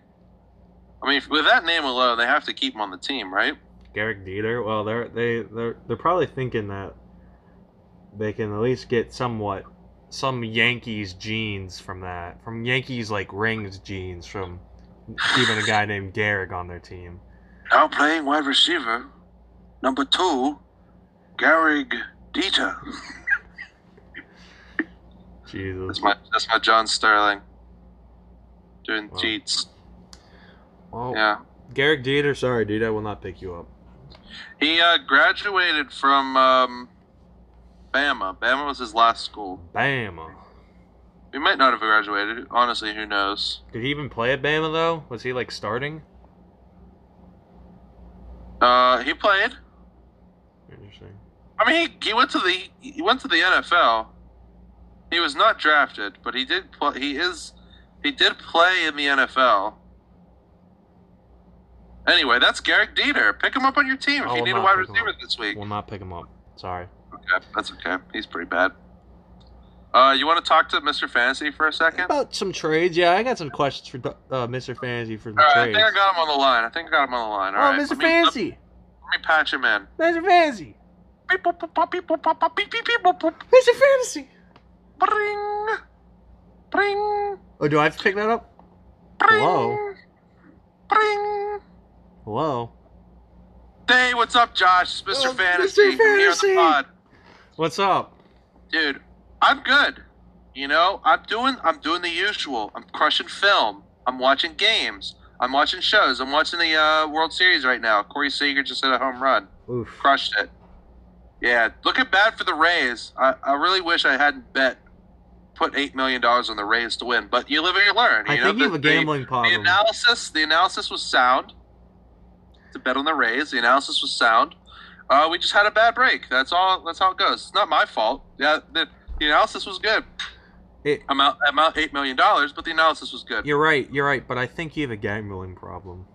S3: I mean, with that name alone, they have to keep him on the team, right?
S2: Garrick Dieter. Well, they're they they're they're probably thinking that they can at least get somewhat some Yankees genes from that, from Yankees like rings genes from keeping a guy named Garrick on their team.
S3: Now playing wide receiver, number two, Gehrig Dieter.
S2: Jesus.
S3: That's my that's my John Sterling. Doing
S2: Wow. Oh.
S3: cheats.
S2: Well,
S3: Yeah.
S2: Garrick Dieter. Sorry, dude. I will not pick you up.
S3: He uh, graduated from um, Bama. Bama was his last school.
S2: Bama.
S3: He might not have graduated. Honestly, who knows?
S2: Did he even play at Bama though? Was he like starting?
S3: Uh, he played.
S2: Interesting.
S3: I mean, he, he went to the he went to the NFL. He was not drafted, but he did play. He is. He did play in the NFL. Anyway, that's Garrick Dieter. Pick him up on your team if
S2: I
S3: you
S2: will
S3: need a
S2: not
S3: wide
S2: pick him
S3: receiver
S2: up.
S3: this week.
S2: Will not pick him up. Sorry.
S3: Okay, that's okay. He's pretty bad. Uh, you want to talk to Mr. Fantasy for a second? All
S2: About some trades, yeah, I got some questions for uh, Mr. Fantasy for some
S3: right, I
S2: trades.
S3: think I got him on the line. I think I got him on the line. All right,
S2: oh, Mr.
S3: let me-
S2: Fantasy,
S3: Let me patch him in.
S2: Mr. Fantasy,
S3: Beep, boop, boop, boop, beep, boop, boop, boop, beep, beep, beep, boop, boop.
S2: Mr. Fantasy.
S3: Bring, bring,
S2: Oh, do I have to pick that up?
S3: bring,
S2: Hello?
S3: bring.
S2: Hello.
S3: Hey, what's up, Josh? It's Mr.
S2: Oh,
S3: Fantasy.
S2: Mr.
S3: Here on the
S2: Fantasy.
S3: pod.
S2: What's up?
S3: dude i'm good you know i'm doing i'm doing the usual i'm crushing film i'm watching games i'm watching shows i'm watching the uh, world series right now corey seager just hit a home run
S2: Oof.
S3: crushed it yeah looking bad for the rays i, I really wish i hadn't bet put eight million dollars on the rays to win but you live and you learn you
S2: I
S3: know,
S2: think you have
S3: the-
S2: a
S3: the-
S2: gambling
S3: the
S2: problem.
S3: analysis, the analysis was sound. To bet on the Rays, the analysis was sound. Uh, we just had a bad break. That's all. That's how it goes. It's not my fault. Yeah, the, the analysis was good.
S2: It-
S3: I'm out. I'm out eight million dollars, but the analysis was good.
S2: You're right. You're right. But I think you have a gambling problem.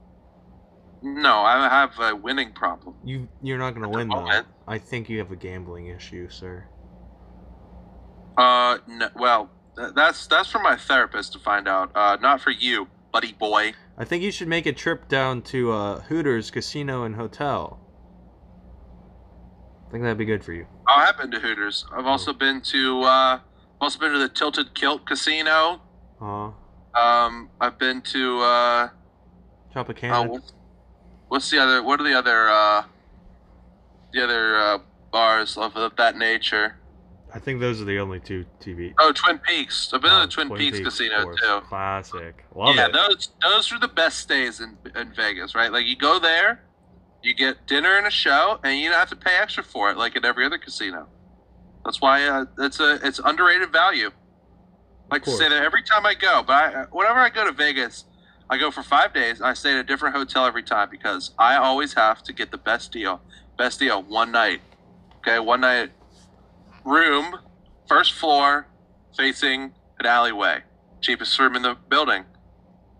S3: No, I have a winning problem.
S2: You you're not gonna
S3: At the
S2: win though.
S3: moment.
S2: I think you have a gambling issue, sir.
S3: Uh, no, well, th- that's that's for my therapist to find out. Uh, not for you, buddy boy.
S2: I think you should make a trip down to uh, Hooters Casino and Hotel. I think that'd be good for you.
S3: Oh, I've been to Hooters. I've also been to uh, also been to the Tilted Kilt Casino.
S2: Uh,
S3: Um, I've been to uh. Oh,
S2: Tropicana.
S3: what's, what's the other? What are the other? Uh, the other uh, bars of, of that nature?
S2: I think those are the only two TV.
S3: Oh, Twin Peaks. I've been
S2: Oh,
S3: to the Twin, Peaks,
S2: of
S3: Casino
S2: course.
S3: too.
S2: Classic. Love
S3: yeah,
S2: it.
S3: those those are the best stays in in Vegas, right? Like you go there, you get dinner and a show, and you don't have to pay extra for it, like at every other casino. That's why uh, it's a it's underrated value. I Like to say
S2: course.
S3: that every time I go, but I, whenever I go to Vegas, I go for five days. I stay at a different hotel every time because I always have to get the best deal, best deal one night. Okay, one night room, first floor, facing an alleyway, cheapest room in the building.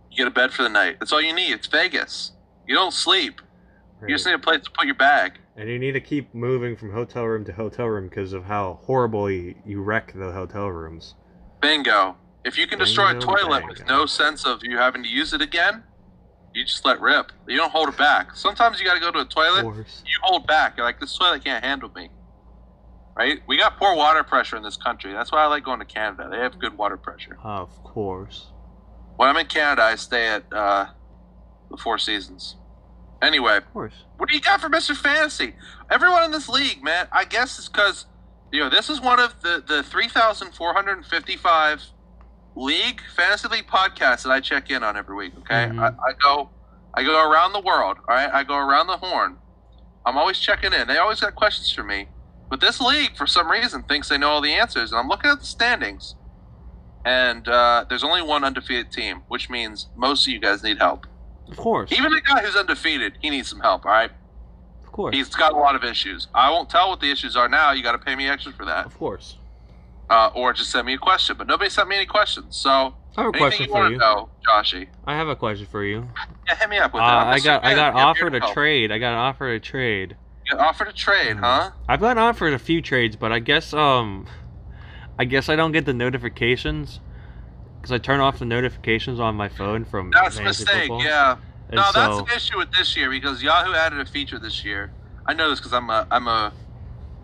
S3: You get a bed for the night. That's all you need. It's Vegas. You don't sleep. You just
S2: Right.
S3: need a place to put your bag.
S2: And you need to keep moving from hotel room to hotel room because of how horribly you wreck the hotel rooms.
S3: Bingo. If you can destroy a
S2: Bingo,
S3: toilet
S2: bango.
S3: with no sense of you having to use it again, you just let rip. You don't hold it back. Sometimes you got to go to a toilet.
S2: Worse.
S3: You hold back. You're like, this toilet can't handle me. Right? We got poor water pressure in this country. That's why I like going to Canada. They have good water pressure.
S2: Of course.
S3: When I'm in Canada, I stay at uh, the Four Seasons. Anyway,
S2: Of course.
S3: what do you got for Mr. Fantasy? Everyone in this league, man, I guess it's because, you know, this is one of the, the 3,455 league fantasy league podcasts that I check in on every week, okay?
S2: Mhm.
S3: I, I go I go around the world, all right? I go around the horn. I'm always checking in. They always got questions for me. But this league, for some reason, thinks they know all the answers. And I'm looking at the standings. And uh, there's only one undefeated team, which means most of you guys need help.
S2: Of course.
S3: Even the guy who's undefeated, he needs some help, all right?
S2: of course.
S3: He's got a lot of issues. I won't tell what the issues are now. You got to pay me extra for that,
S2: of course.
S3: uh, or just send me a question. But nobody sent me any questions, so
S2: I have a
S3: anything
S2: question
S3: you
S2: for
S3: want
S2: you.
S3: to know, Joshy,
S2: I have a question for you.
S3: yeah, hit me up
S2: Uh,
S3: with that.
S2: I got I got offered a
S3: trade.
S2: trade. I got offered a trade.
S3: Offered a trade, huh?
S2: I've gotten offered a few trades, but I guess um, I guess I don't get the notifications because I turn off the notifications on my phone from
S3: That's a
S2: fantasy
S3: mistake.
S2: football.
S3: Yeah.
S2: And
S3: No, that's
S2: so-
S3: an issue with this year because Yahoo added a feature this year. I know this because I'm a I'm a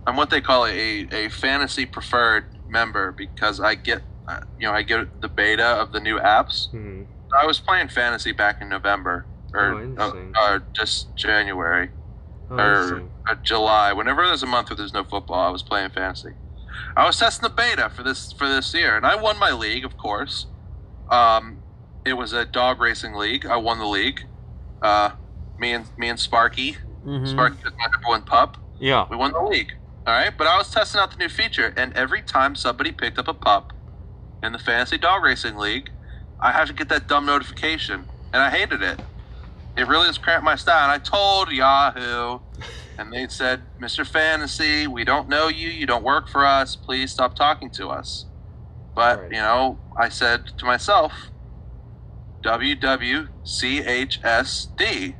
S3: I'm what they call a a fantasy preferred member because I get uh, you know I get the beta of the new apps.
S2: Hmm.
S3: I was playing fantasy back in November
S2: Oh,
S3: or
S2: interesting.
S3: uh, uh, just January
S2: Oh,
S3: or,
S2: interesting.
S3: or July. Whenever there's a month where there's no football, I was playing fantasy. I was testing the beta for this for this year, and I won my league, of course. Um, it was a dog racing league. I won the league. Uh, me and me and Sparky,
S2: Mhm.
S3: Sparky was my number one pup.
S2: Yeah.
S3: We won the league. All right, but I was testing out the new feature, and every time somebody picked up a pup in the fantasy dog racing league, I had to get that dumb notification, and I hated it. It really has cramped my style. And I told Yahoo, and they said, "Mr. Fantasy, we don't know you. You don't work for us. Please stop talking to us." But
S4: Right.
S3: you know, I said to myself, WWCHSD.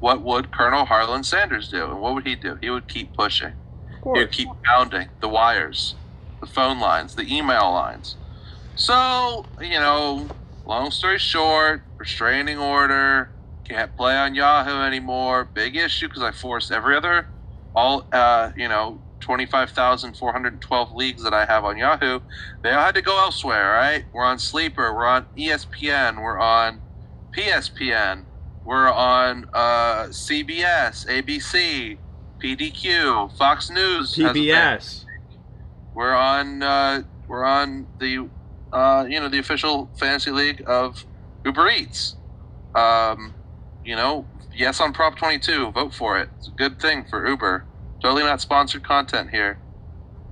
S3: What would Colonel Harlan Sanders do? And what would he do? He would keep pushing.
S4: Of
S3: He would
S4: course.
S3: keep pounding the wires, the phone lines, the email lines. So, you know, long story short, restraining order, can't play on Yahoo anymore. Big issue because I forced every other, all, uh, you know, 25,412 leagues that I have on Yahoo, they all had to go elsewhere, right? We're on Sleeper, we're on E ESPN, we're on PSPN, we're on uh, CBS, ABC, PDQ, Fox News, has a thing.
S4: PBS.
S3: We're on uh, we're on the uh, you know the official fantasy league of Uber Eats. Um, you know, yes on Prop 22, vote for it. It's a good thing for Uber. Totally not sponsored content here.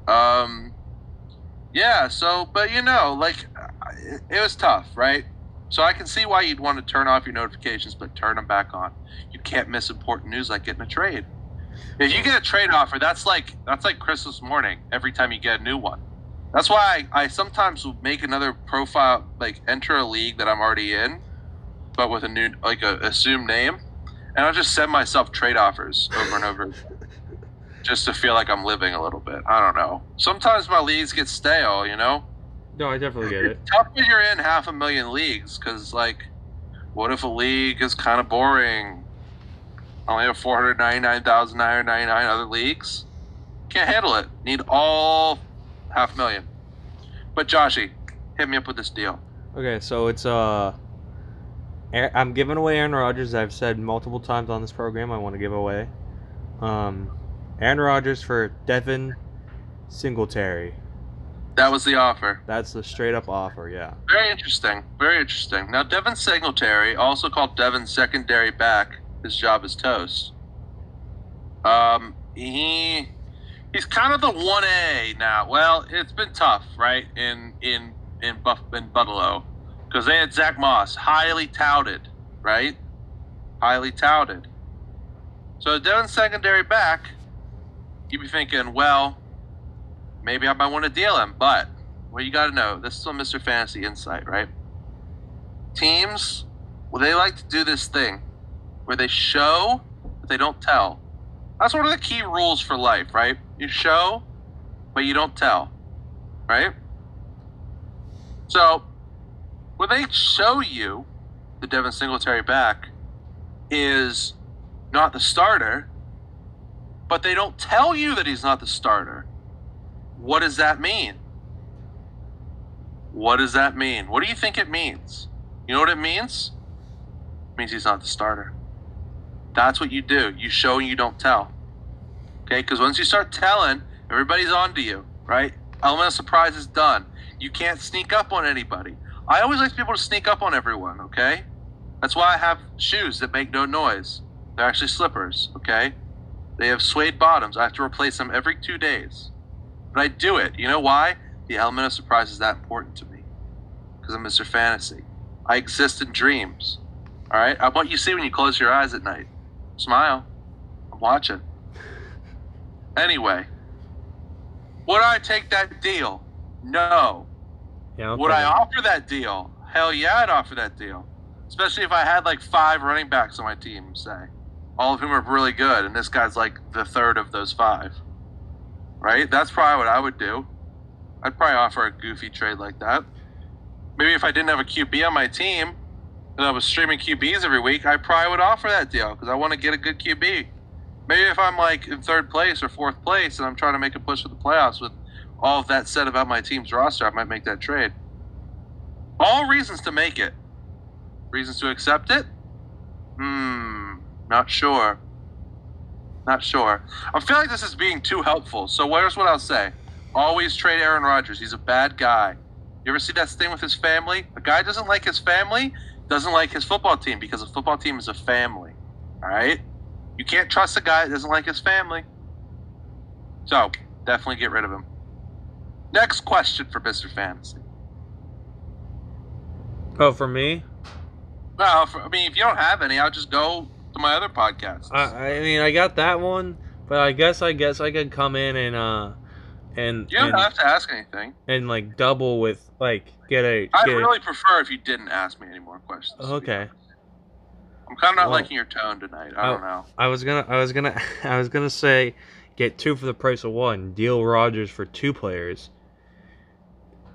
S3: Um, yeah. So, but you know, like it, it was tough, right? So I can see why you'd want to turn off your notifications, but turn them back on. You can't miss important news like getting a trade. If you get a trade offer, that's like that's like Christmas morning. Every time you get a new one, that's why I, I sometimes will make another profile, like enter a league that I'm already in, but with a new like a assumed name, and I'll just send myself trade offers over and over, again, just to feel like I'm living a little bit. I don't know. Sometimes my leagues get stale, you know.
S4: No, I definitely get it.
S3: It's tough when you're in half a million leagues because, like, what if a league is kind of boring? I only have 499,999 other leagues. Can't handle it. Need all half million. But Joshy, hit me up with this deal.
S4: Okay, so it's uh, Aar- I'm giving away Aaron Rodgers. I've said multiple times on this program I want to give away. Um, Aaron Rodgers for Devin Singletary.
S3: That was the offer.
S4: That's the straight up offer. Yeah.
S3: Very interesting. Very interesting. Now, Devin Singletary, also called Devin Secondary Back, his job is toast. Um, he he's kind of the one A now. Well, it's been tough, right? In in in Buff in Buffalo, because they had Zach Moss, highly touted, right? Highly touted. So Devin Secondary Back, you'd be thinking, well, maybe I might want to deal him, but well, you got to know this is on Mr. Fantasy Insight, right? Teams, well, they like to do this thing where they show, but they don't tell. That's one of the key rules for life, right? You show, but you don't tell, right? So, when they show you the Devin Singletary back is not the starter, but they don't tell you that he's not the starter, what does that mean? What does that mean? What do you think it means? You know what it means? It means he's not the starter. That's what you do. You show and you don't tell. Okay? Because once you start telling, everybody's on to you, right? Element of surprise is done. You can't sneak up on anybody. I always like people to sneak up on everyone, okay? That's why I have shoes that make no noise. They're actually slippers, okay? They have suede bottoms. I have to replace them every two days. But I do it. You know why? The element of surprise is that important to me because I'm Mr. Fantasy. I exist in dreams. All right? I want you to see when you close your eyes at night. Smile. I'm watching. Anyway, would I take that deal? No.
S2: Yeah.
S3: Would I offer that deal? Hell yeah, I'd offer that deal. Especially if I had like five running backs on my team, say, all of whom are really good, and this guy's like the third of those five. Right? That's probably what I would do. I'd probably offer a goofy trade like that. Maybe if I didn't have a QB on my team and I was streaming QBs every week, I probably would offer that deal because I want to get a good QB. Maybe if I'm like in third place or fourth place and I'm trying to make a push for the playoffs with all of that said about my team's roster, I might make that trade. All reasons to make it. Reasons to accept it? Hmm, not sure. Not sure. I feel like this is being too helpful. So here's what I'll say. Always trade Aaron Rodgers. He's a bad guy. You ever see that thing with his family? A guy doesn't like his family, doesn't like his football team because a football team is a family. All right? You can't trust a guy that doesn't like his family. So, definitely get rid of him. Next question for Mr. Fantasy.
S4: Oh, for me,
S3: Well, for, I mean, if you don't have any, I'll just go to my other podcast.
S4: I, I mean I got that one, but I guess I guess I could come in and uh,
S2: and
S3: You don't
S2: and,
S3: have to ask anything.
S2: and like double with like get a
S3: I'd
S2: get a-
S3: really prefer if you didn't ask me any more questions.
S2: okay.
S3: I'm kind of not
S2: Well-
S3: liking your tone tonight. I
S2: Oh.
S3: don't know.
S2: I was gonna I was gonna I was gonna say get two for the price of one. Deal Rogers for two players.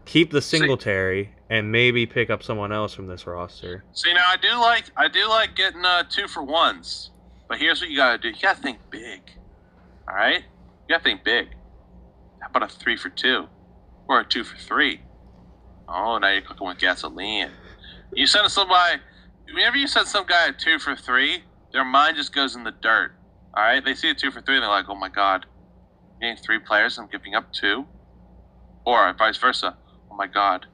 S2: Keep the
S3: See-
S2: Singletary and maybe pick up someone else from this roster.
S3: See, now I do like I do like getting uh, two for ones, but here's what you gotta do: you gotta think big. All right, you gotta think big. How about a three for two, or a two for three? Oh, now you're cooking with gasoline. You send somebody. Whenever you send some guy a two for three, their mind just goes in the dirt. All right, they see a two for three, and they're like, "Oh my god, I'm getting three players, I'm giving up two, or vice versa. Oh my god,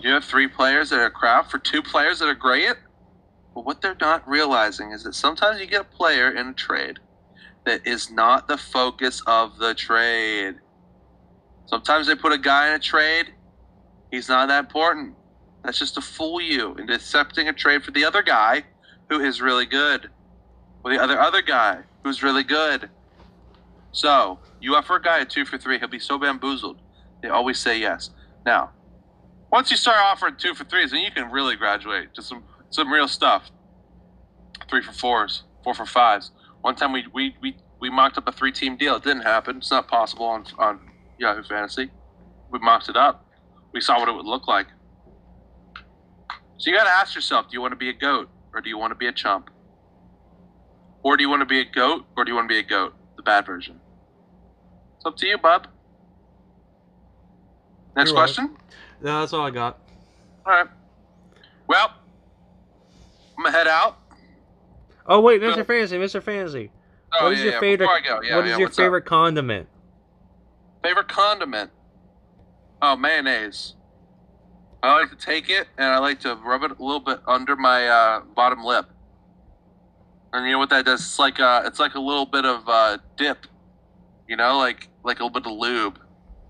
S3: you have three players that are crap for two players that are great. But what they're not realizing is that sometimes you get a player in a trade that is not the focus of the trade. Sometimes they put a guy in a trade, he's not that important. That's just to fool you into accepting a trade for the other guy who is really good, or the other other guy who's really good. So you offer a guy a two for three, he'll be so bamboozled. They always say yes. Now, once you start offering two for threes, then you can really graduate to some some real stuff. Three for fours, four for fives. One time we we we, we mocked up a three team deal. It didn't happen. It's not possible on on Yahoo Fantasy. We mocked it up. We saw what it would look like. So you got to ask yourself: Do you want to be a goat, or do you want to be a chump, or do you want to be a goat, or do you want to be a goat, the bad version? It's up to you, bub. Next
S4: You're right.
S3: question.
S4: No, that's all I got.
S3: All right. Well, I'm gonna head out.
S2: Oh wait, Mr.
S3: Well-
S2: Fantasy, Mr. Fantasy.
S3: Oh,
S2: what is
S3: yeah,
S2: your
S3: yeah,
S2: favorite
S3: Before I go, yeah,
S2: what is
S3: yeah,
S2: your
S3: what's up?
S2: favorite condiment?
S3: favorite condiment? Oh, mayonnaise. I like to take it and I like to rub it a little bit under my uh, bottom lip. And you know what that does? It's like uh, it's like a little bit of uh, dip, you know, like like a little bit of lube.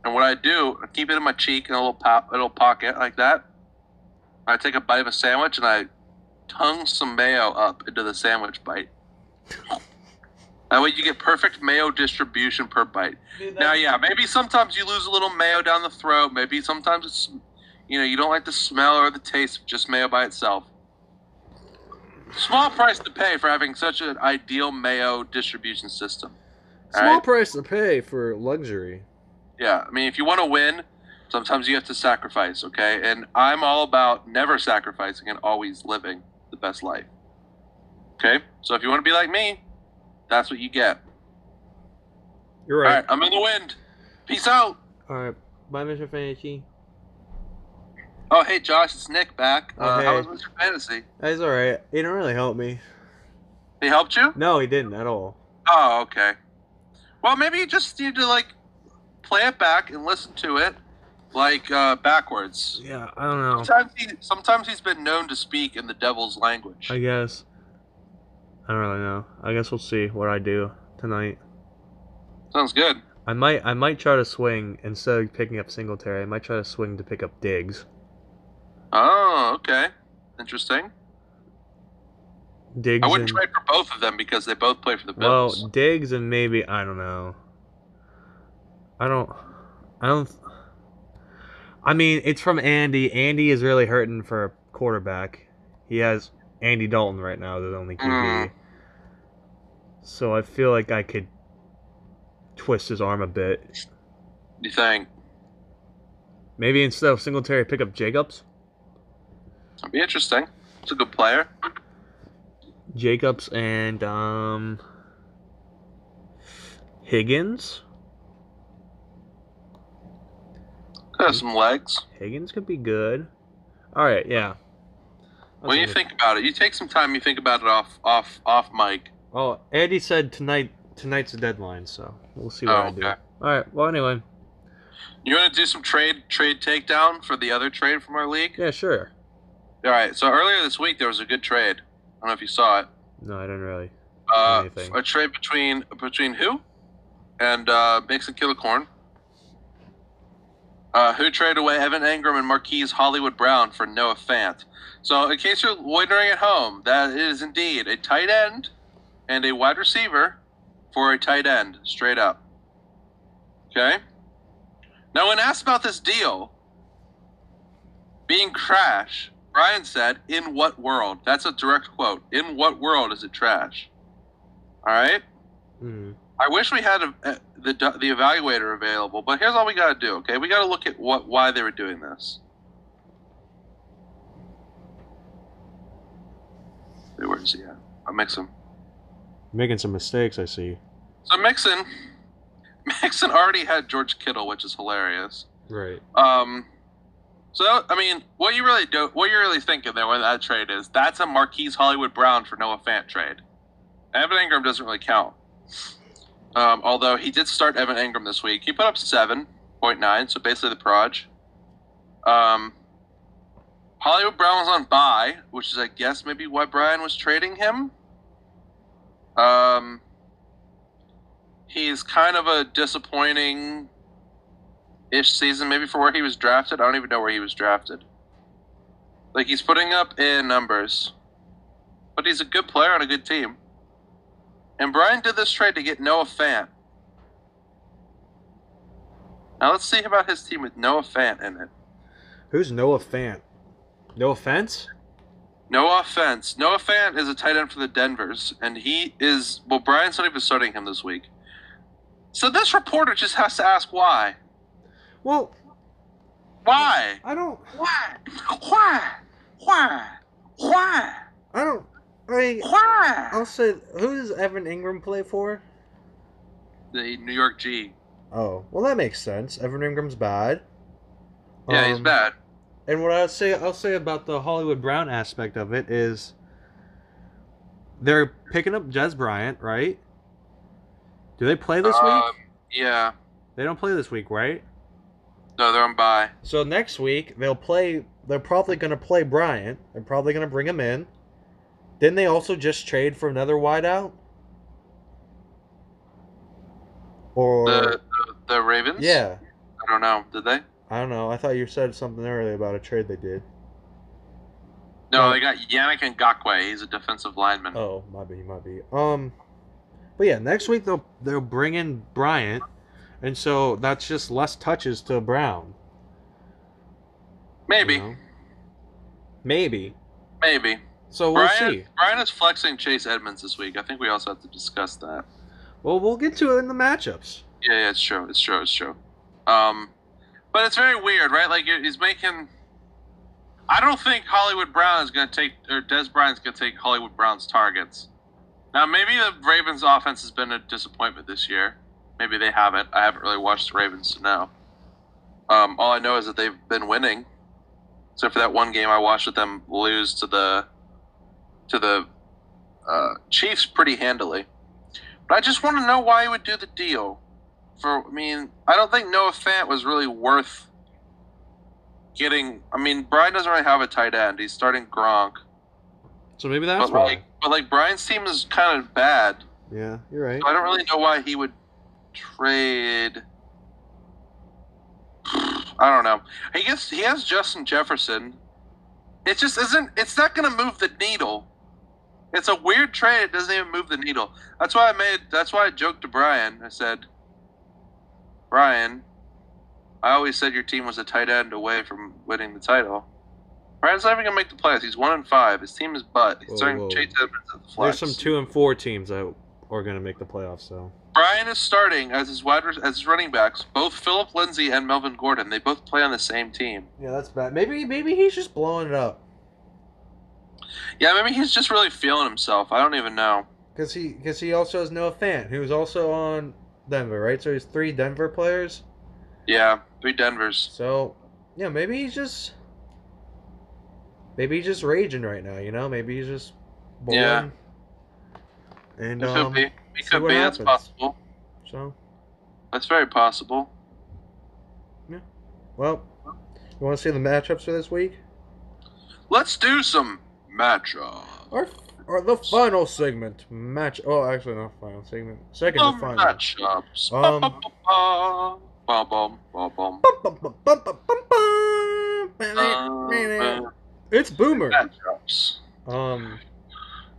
S3: And what I do, I keep it in my cheek in a little pop, little pocket like that. I take a bite of a sandwich and I tongue some mayo up into the sandwich bite. that way, you get perfect mayo distribution per bite. Now, yeah, maybe sometimes you lose a little mayo down the throat. Maybe sometimes it's, you know, you don't like the smell or the taste of just mayo by itself. Small price to pay for having such an ideal mayo distribution system. All
S4: Small
S3: right?
S4: price to pay for luxury.
S3: Yeah, I mean, if you want to win, sometimes you have to sacrifice, okay? And I'm all about never sacrificing and always living the best life. Okay? So if you want to be like me, that's what you get.
S2: You're
S3: All
S2: right.
S3: right, I'm in the wind. Peace out.
S2: All right. Bye, Mr. Fantasy.
S3: Oh, hey, Josh, it's Nick back.
S4: Oh,
S3: Uh,
S4: hey.
S3: How was Mr. Fantasy?
S4: That's all right. He didn't really help me.
S3: He helped you?
S4: No, he didn't at all.
S3: Oh, okay. Well, maybe you just need to, like, play it back and listen to it, like, uh, backwards.
S2: Yeah, I don't know.
S3: Sometimes, he, sometimes he's been known to speak in the devil's language.
S2: I guess. I don't really know. I guess we'll see what I do tonight.
S3: Sounds good.
S2: I might I might try to swing instead of picking up Singletary. I might try to swing to pick up Diggs.
S3: Oh, okay. Interesting.
S2: Diggs.
S3: I wouldn't
S2: and,
S3: trade for both of them because they both play for the
S2: Well,
S3: Bills.
S2: Diggs and maybe I don't know. I don't. I don't. I mean, it's from Andy. Andy is really hurting for a quarterback. He has Andy Dalton right now, the only QB.
S3: Mm.
S2: So I feel like I could twist his arm a bit.
S3: you think?
S2: Maybe instead of Singletary, pick up Jacobs.
S3: That'd be interesting. It's a good player.
S2: Jacobs and um, Higgins.
S3: Could have some legs.
S2: Higgins could be good. All right, yeah. That's
S3: When
S2: a
S3: you
S2: good-
S3: think about it, you take some time. You think about it off, off, off mic.
S4: Oh, Andy said tonight. Tonight's the deadline, so
S2: We'll see what
S3: Oh,
S2: I do.
S3: okay.
S2: All right. Well, anyway,
S3: You want to do some trade, trade takedown for the other trade from our league?
S2: yeah, sure.
S3: All right. So earlier this week there was a good trade. I don't know if you saw it.
S2: No, I didn't really.
S3: Uh,
S2: Anything.
S3: a trade between between who and uh, Mason Killicorn. Uh, who traded away Evan Engram and Marquise Hollywood Brown for Noah Fant. So, in case you're wondering at home, that is indeed a tight end and a wide receiver for a tight end, straight up. Okay? Now, when asked about this deal being trash, Brian said, "In what world?" That's a direct quote. "In what world is it trash?" All right.
S2: Mm.
S3: I wish we had a, a, the do- the evaluator available, but here's all we got to do. Okay, we got to look at what why they were doing this. Wait, Where is he at? I mix him.
S2: Making some mistakes, I see.
S3: So Mixon, Mixon already had George Kittle, which is hilarious.
S2: Right.
S3: Um, so I mean, what you really do, what you're really thinking there with that trade is that's a Marquise Hollywood Brown for Noah Fant trade. Evan Ingram doesn't really count. Um, although he did start Evan Ingram this week, he put up seven point nine, so basically the proj. Um, Hollywood Brown was on buy, which is I guess maybe why Brian was trading him. Um, he's kind of a disappointing ish season, maybe for where he was drafted. I don't even know where he was drafted. Like he's putting up in numbers, but he's a good player on a good team. And Brian did this trade to get Noah Fant. Now let's see about his team with Noah Fant in it.
S2: Who's Noah Fant? No offense.
S3: No offense. Noah Fant is a tight end for the Denvers, and he is well. Brian's not even starting him this week. So this reporter just has to ask why.
S2: Well,
S3: Why?
S2: I don't.
S3: Why? Why? Why? Why?
S2: I don't. I.
S3: Why?
S2: I'll say. Who does Evan Ingram play for?
S3: The New York G.
S2: Oh, well that makes sense. Evan Ingram's bad.
S3: Yeah, he's
S2: Um,
S3: bad.
S2: And what I'll say I'll say about the Hollywood Brown aspect of it is they're picking up Jez Bryant, right? Do they play this
S3: Um,
S2: week?
S3: Yeah.
S2: They don't play this week, right?
S3: No, they're on bye.
S2: So next week they'll play they're probably gonna play Bryant. They're probably gonna bring him in. Didn't they also just trade for another wideout? Or
S3: The, the the Ravens.
S2: Yeah.
S3: I don't know. Did they?
S2: I don't know. I thought you said something earlier about a trade they did.
S3: No,
S2: No.
S3: they got Yannick Ngakwe. He's a defensive lineman.
S2: Oh, might be, might be. Um, but yeah, next week they'll they'll bring in Bryant, and so that's just less touches to Brown. you
S3: maybe.
S2: know? Maybe.
S3: Maybe.
S2: So we'll
S3: Brian,
S2: see.
S3: Brian is flexing Chase Edmonds this week. I think we also have to discuss that.
S2: Well, we'll get to it in the matchups.
S3: Yeah, yeah, it's true. It's true. It's true. Um, but it's very weird, right? Like you're- he's making. I don't think Hollywood Brown is going to take or Des Bryant's going to take Hollywood Brown's targets. Now maybe the Ravens' offense has been a disappointment this year. Maybe they haven't. I haven't really watched the Ravens to know. Um, all I know is that they've been winning, except for that one game I watched with them lose to the to the uh, Chiefs pretty handily. But I just want to know why he would do the deal for I mean, I don't think Noah Fant was really worth getting. I mean, Brian doesn't really have a tight end. He's starting Gronk,
S2: So maybe that's
S3: but
S2: why.
S3: like, but like Brian's team is kind of bad.
S2: yeah, you're right.
S3: So I don't really know why he would trade. I don't know. He gets he has Justin Jefferson. It just isn't. It's not going to move the needle. It's a weird trade. It doesn't even move the needle. That's why I made. That's why I joked to Brian. I said, Brian, I always said your team was a tight end away from winning the title. Brian's not even going to make the playoffs. He's one and five. His team is butt. He's
S2: Whoa,
S3: starting
S2: whoa.
S3: Chase Edmonds at the
S2: There's
S3: flex.
S2: some two and four teams that are gonna make the playoffs. So
S3: Brian is starting as his wide as his running backs. Both Philip Lindsay and Melvin Gordon. They both play on the same team.
S2: yeah, that's bad. Maybe maybe he's just blowing it up
S3: Yeah, maybe he's just really feeling himself. I don't even know.
S2: because he because he also has Noah Fant, who's also on Denver, right? So he's three Denver players.
S3: Yeah, three Denvers.
S2: So, yeah, maybe he's just maybe he's just raging right now. You know, maybe he's just born.
S3: Yeah.
S2: And
S3: It could
S2: um,
S3: be. It
S2: see
S3: could
S2: what
S3: be. That's
S2: happens.
S3: possible.
S2: so
S3: That's very possible.
S2: well, you want to see the matchups for this week?
S3: Let's do some matchup.
S2: Or or the final segment match? Oh, actually, not final segment. Second to
S3: Some
S2: final.
S3: matchups.
S2: Um,
S3: Ba-ba-ba-ba. Ba-bum,
S2: Bum,
S3: ba-bum.
S2: bum, bum, bum, bum, bum, bum.
S3: Uh, uh,
S2: It's Boomer.
S3: Matchups.
S2: Um,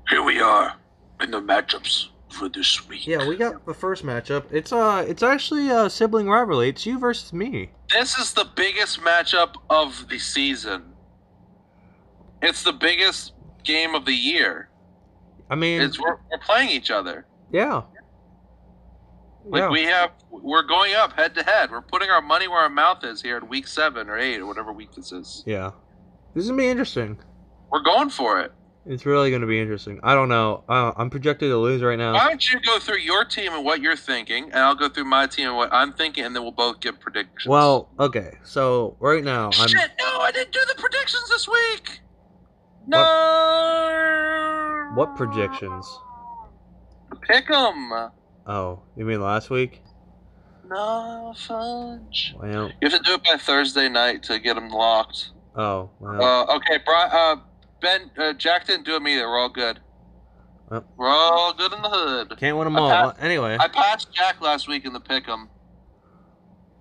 S3: Here we are in the matchups. for this week.
S2: Yeah, we got the first matchup. It's uh, it's actually a sibling rivalry. It's you versus me.
S3: This is the biggest matchup of the season. It's the biggest game of the year.
S2: I mean,
S3: It's we're, we're playing each other.
S2: yeah.
S3: Like
S2: yeah.
S3: we have, we're going up head to head. We're putting our money where our mouth is here in week seven or eight or whatever week this is.
S2: yeah. This is gonna be interesting.
S3: We're going for it.
S2: It's really gonna be interesting. I don't know. Uh, I'm projected to lose right now.
S3: Why don't you go through your team and what you're thinking, and I'll go through my team and what I'm thinking, and then we'll both give predictions.
S2: Well, okay. So right now, I'm.
S3: shit! No, I didn't do the predictions this week. No.
S2: What projections?
S3: Pick 'em.
S2: Oh, you mean last week?
S3: No fudge.
S2: Well,
S3: You have to do it by Thursday night to get them locked.
S2: oh, well.
S3: Uh, okay, Bri- uh, Ben, uh, Jack didn't do it either. We're all good.
S2: Well.
S3: We're all good in the hood.
S2: Can't win them
S3: I
S2: all.
S3: passed-
S2: Well, Anyway,
S3: I patched Jack last week in the pick 'em.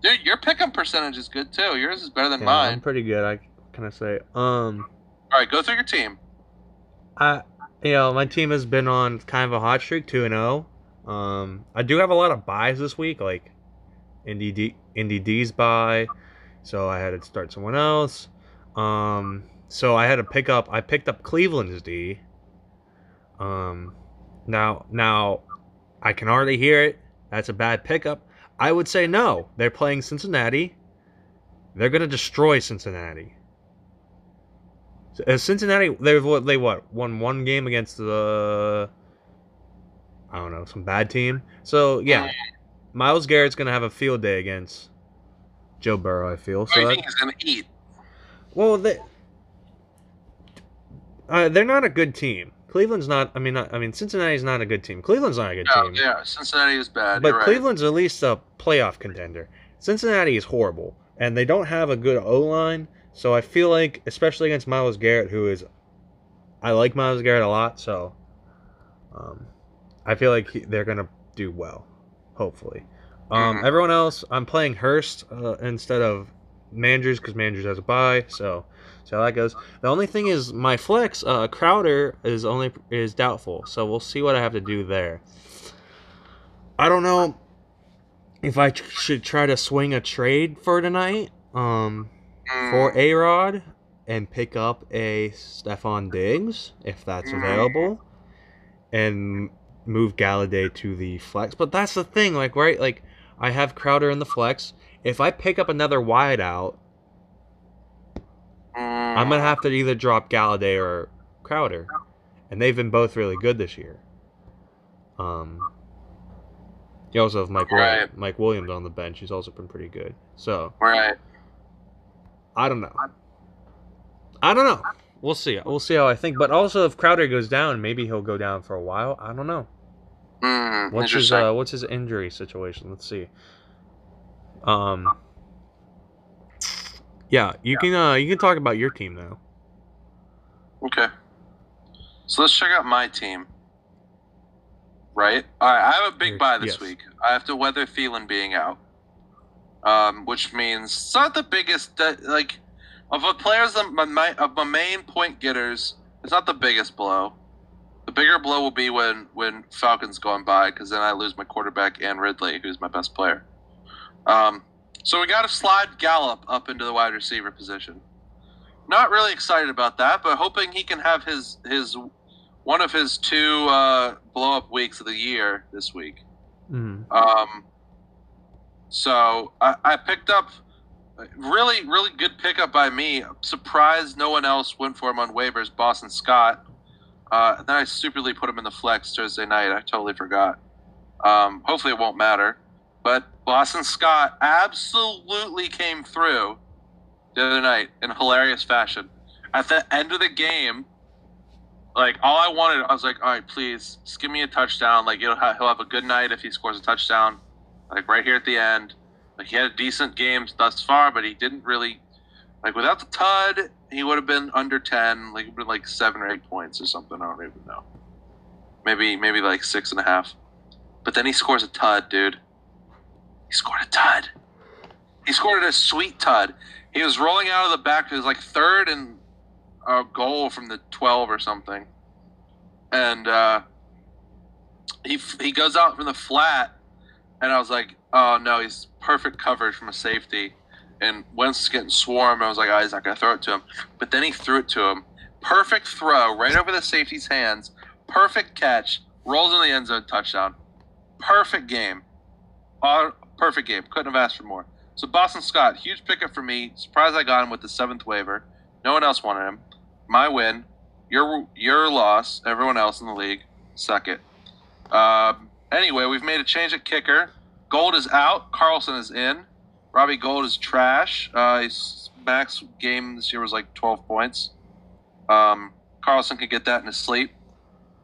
S3: Dude, your pick 'em percentage is good too. Yours is better than
S2: yeah, I'm
S3: mine.
S2: pretty good. I can I say. Um,
S3: All right, go through your team.
S2: I, you know, my team has been on kind of a hot streak, two and zero. Um, I do have a lot of buys this week, like NDD, NDD's buy, so I had to start someone else. Um, so I had to pick up. I picked up Cleveland's D. Um, now now, I can already hear it. That's a bad pickup. I would say no. They're playing Cincinnati. They're gonna destroy Cincinnati. Uh, Cincinnati, they what they what won one game against the I don't know some bad team. So yeah, Miles Garrett's gonna have a field day against Joe Burrow. I feel
S3: Who do
S2: so.
S3: you
S2: That,
S3: think he's gonna eat?
S2: well, they uh, they're not a good team. Cleveland's not. I mean, not, I mean Cincinnati's not a good team. Cleveland's not a good
S3: No,
S2: team.
S3: Oh, yeah, Cincinnati is bad.
S2: But
S3: You're right.
S2: Cleveland's at least a playoff contender. Cincinnati is horrible, and they don't have a good O line. So I feel like, especially against Miles Garrett, who is, I like Miles Garrett a lot. So, um, I feel like he, they're gonna do well, hopefully. Um,
S3: Mhm.
S2: Everyone else, I'm playing Hurst uh, instead of Mandrews because Mandrews has a bye. So, so that goes. The only thing is my flex uh, Crowder is only is doubtful, so we'll see what I have to do there. I don't know if I tr- should try to swing a trade for tonight um,
S3: Mm.
S2: for A Rod and pick up a Stefan Diggs if that's
S3: Mm.
S2: available, and move Galladay to the flex. But that's the thing, like right, like I have Crowder in the flex. If I pick up another wideout,
S3: Mm.
S2: I'm gonna have to either drop Galladay or Crowder, and they've been both really good this year. Um, you also have Mike Williams,
S3: Right.
S2: Mike Williams on the bench. He's also been pretty good. So
S3: Right.
S2: I don't know. I don't know. We'll see. We'll see how I think. But also, if Crowder goes down, maybe he'll go down for a while. I don't know.
S3: Mm.
S2: What's his
S3: Interesting.
S2: uh, What's his injury situation? Let's see. Um. Yeah, you can uh, you can talk about your team now.
S3: Okay. So let's check out my team. Right? All right, I have a
S2: Yes,
S3: big buy this
S2: yes.
S3: week. I have to weather Thielen being out, um, which means it's not the biggest de- like of the players of my- my of my main point getters. It's not the biggest blow. The bigger blow will be when when Falcons going by because then I lose my quarterback and Ridley, who's my best player. Um, so we got to slide Gallup up into the wide receiver position. Not really excited about that, but hoping he can have his his one of his two uh, blow up weeks of the year this week.
S2: Mm.
S3: Um, so I, I picked up really really good pickup by me. Surprised no one else went for him on waivers. Boston Scott. Uh, and then I stupidly put him in the flex Thursday night. I totally forgot. Um, hopefully it won't matter. But Boston Scott absolutely came through the other night in hilarious fashion. At the end of the game, like all I wanted, I was like, all right, please, just give me a touchdown. Like he'll ha- he'll have a good night if he scores a touchdown. Like right here at the end, like he had a decent game thus far, but he didn't really like without the tud, he would have been under ten, like would've been like seven or eight points or something. I don't even know. Maybe maybe like six and a half. But then he scores a tud, dude. He scored a tud. He scored a sweet tud. He was rolling out of the back. It was like third and a goal from the 12 or something. And uh, he f- he goes out from the flat, and I was like, oh no, he's perfect coverage from a safety. And Wentz getting swarmed. I was like, oh, he's not gonna throw it to him. But then he threw it to him. Perfect throw right over the safety's hands. Perfect catch. Rolls in the end zone. Touchdown. Perfect game. Uh, perfect game. Couldn't have asked for more. So Boston Scott, huge pickup for me. Surprised I got him with the seventh waiver. No one else wanted him. My win. Your your loss. Everyone else in the league. Suck it. Um, anyway, we've made a change at kicker. Gold is out. Carlson is in. Robbie Gold is trash. Uh, his max game this year was like 12 points. Um, Carlson could get that in his sleep.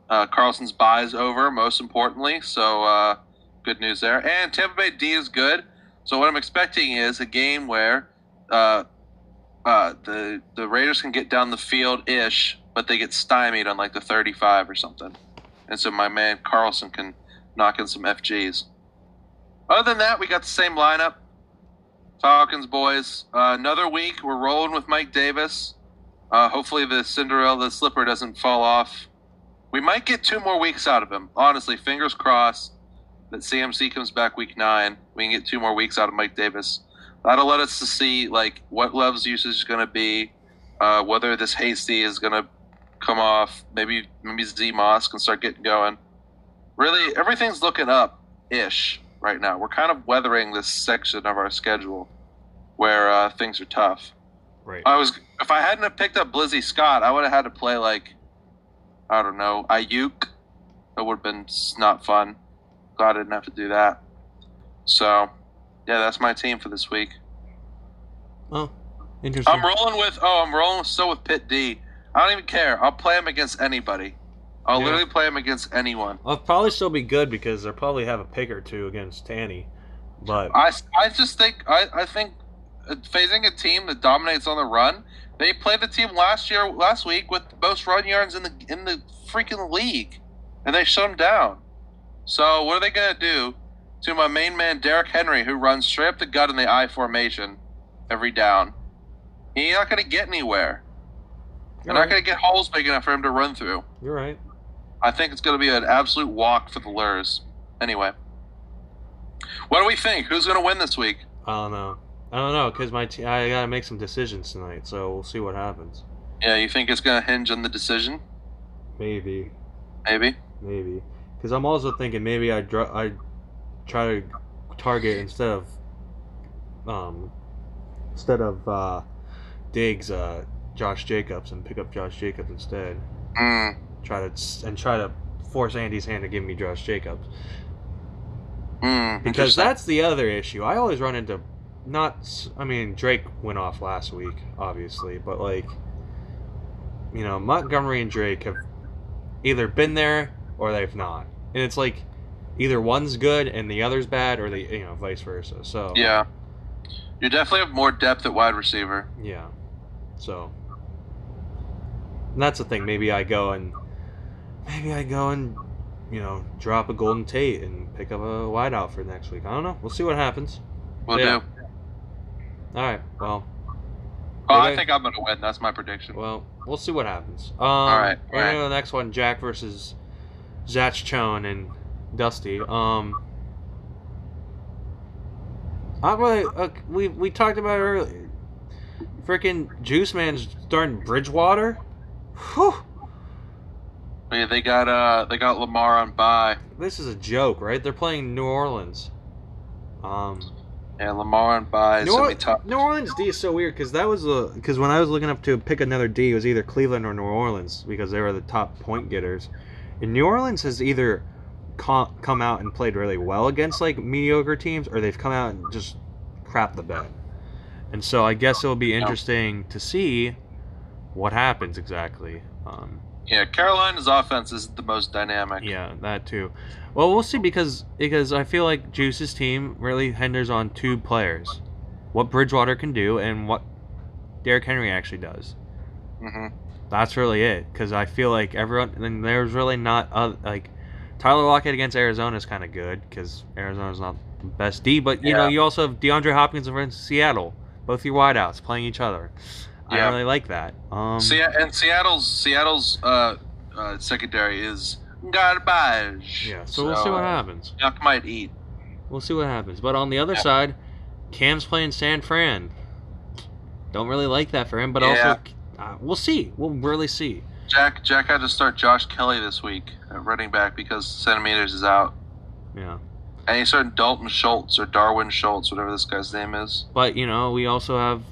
S3: Uh, Carlson's buy is over, most importantly. So uh, good news there. And Tampa Bay D is good. So what I'm expecting is a game where uh, uh, the the Raiders can get down the field ish, but they get stymied on like the 35 or something. And so my man Carlson can knock in some FGs. Other than that, we got the same lineup. Falcons boys. Uh, another week. We're rolling with Mike Davis. Uh, hopefully the Cinderella slipper doesn't fall off. We might get two more weeks out of him. Honestly, fingers crossed that CMC comes back week nine. We can get two more weeks out of Mike Davis. That'll let us to see like what Love's usage is going to be, uh, whether this hasty is going to come off. Maybe maybe Z Moss can start getting going. Really, everything's looking up ish right now. We're kind of weathering this section of our schedule where uh, things are tough.
S2: Right.
S3: I was if I hadn't have picked up Blizzy Scott, I would have had to play like I don't know Ayuk. That would have been s- not fun. Glad I didn't have to do that. So, yeah, that's my team for this week.
S2: Oh, interesting.
S3: I'm rolling with oh, I'm rolling still with Pit D. I don't even care. I'll play him against anybody. I'll
S2: Yeah.
S3: literally play him against anyone.
S2: I'll probably still be good because they'll probably have a pick or two against Tanny. But
S3: I, I just think I, I think uh, facing a team that dominates on the run. They played the team last year last week with the most run yards in the in the freaking league, and they shut them down. So what are they gonna do to my main man Derrick Henry, who runs straight up the gut in the I formation every down? He's not gonna get anywhere. They're
S2: you're
S3: not
S2: right.
S3: gonna get holes big enough for him to run through.
S2: You're right.
S3: I think it's going to be an absolute walk for the Lurs. Anyway, what do we think? Who's going to win this week?
S2: I don't know. I don't know because my te- I gotta make some decisions tonight, so we'll see what happens.
S3: Yeah, you think it's going to hinge on the decision?
S2: Maybe,
S3: Maybe.
S2: maybe because I'm also thinking maybe I dr- I try to target instead of um instead of uh Diggs uh Josh Jacobs and pick up Josh Jacobs instead.
S3: Mm.
S2: Try to s- and try to force Andy's hand to give me Josh Jacobs.
S3: Mm.
S2: because
S3: Interesting.
S2: that's the other issue. I always run into not. s- I mean, Drake went off last week, obviously, but like, you know, Montgomery and Drake have either been there or they've not, and it's like either one's good and the other's bad, or the you know vice versa. So
S3: yeah. You definitely have more depth at wide receiver.
S2: yeah. So and that's the thing. Maybe I go and maybe I go and you know drop a Golden Tate and pick up a wideout for next week. I don't know. We'll see what happens.
S3: We'll
S2: Yeah.
S3: do.
S2: All right. Well.
S3: Oh,
S2: Okay.
S3: I think I'm going to win. That's my prediction.
S2: Well, we'll see what happens. Um,
S3: right,
S2: We're
S3: all
S2: gonna go to the next one: Jack versus Zach Chone and Dusty. Um, I really. Uh, we we talked about it earlier. Freaking Juice Man's starting Bridgewater. Whew,
S3: Yeah, they got uh they got Lamar on bye.
S2: this is a joke, right? They're playing New Orleans. Um,
S3: Yeah, Lamar on bye. It's
S2: New,
S3: gonna
S2: Or-
S3: be tough.
S2: New Orleans D is so weird because that was a because when I was looking up to pick another D, it was either Cleveland or New Orleans because they were the top point getters, and New Orleans has either co- come out and played really well against like mediocre teams, or they've come out and just crap the bed. And so I guess it'll be interesting to see what happens exactly. Um,
S3: Yeah, Carolina's offense is the most dynamic.
S2: yeah, that too. Well, we'll see because because I feel like Juice's team really hinders on two players, what Bridgewater can do and what Derrick Henry actually does.
S3: hmm
S2: That's really it because I feel like everyone and there's really not uh, like Tyler Lockett against Arizona is kind of good because Arizona's not the best D, but you know
S3: Yeah.
S2: you also have DeAndre Hopkins against Seattle, both your wideouts playing each other. I
S3: Yeah.
S2: really like that. Um,
S3: Se- and Seattle's Seattle's uh, uh, secondary is Garbage.
S2: Yeah, so we'll see what happens.
S3: Yuck might eat.
S2: We'll see what happens. But on the other
S3: Yeah.
S2: side, Cam's playing San Fran. Don't really like that for him, but also uh, we'll see. We'll really see.
S3: Jack Jack had to start Josh Kelly this week at running back because centimeters is out.
S2: Yeah.
S3: And he started Dalton Schultz or Darwin Schultz, whatever this guy's name is.
S2: But you know, we also have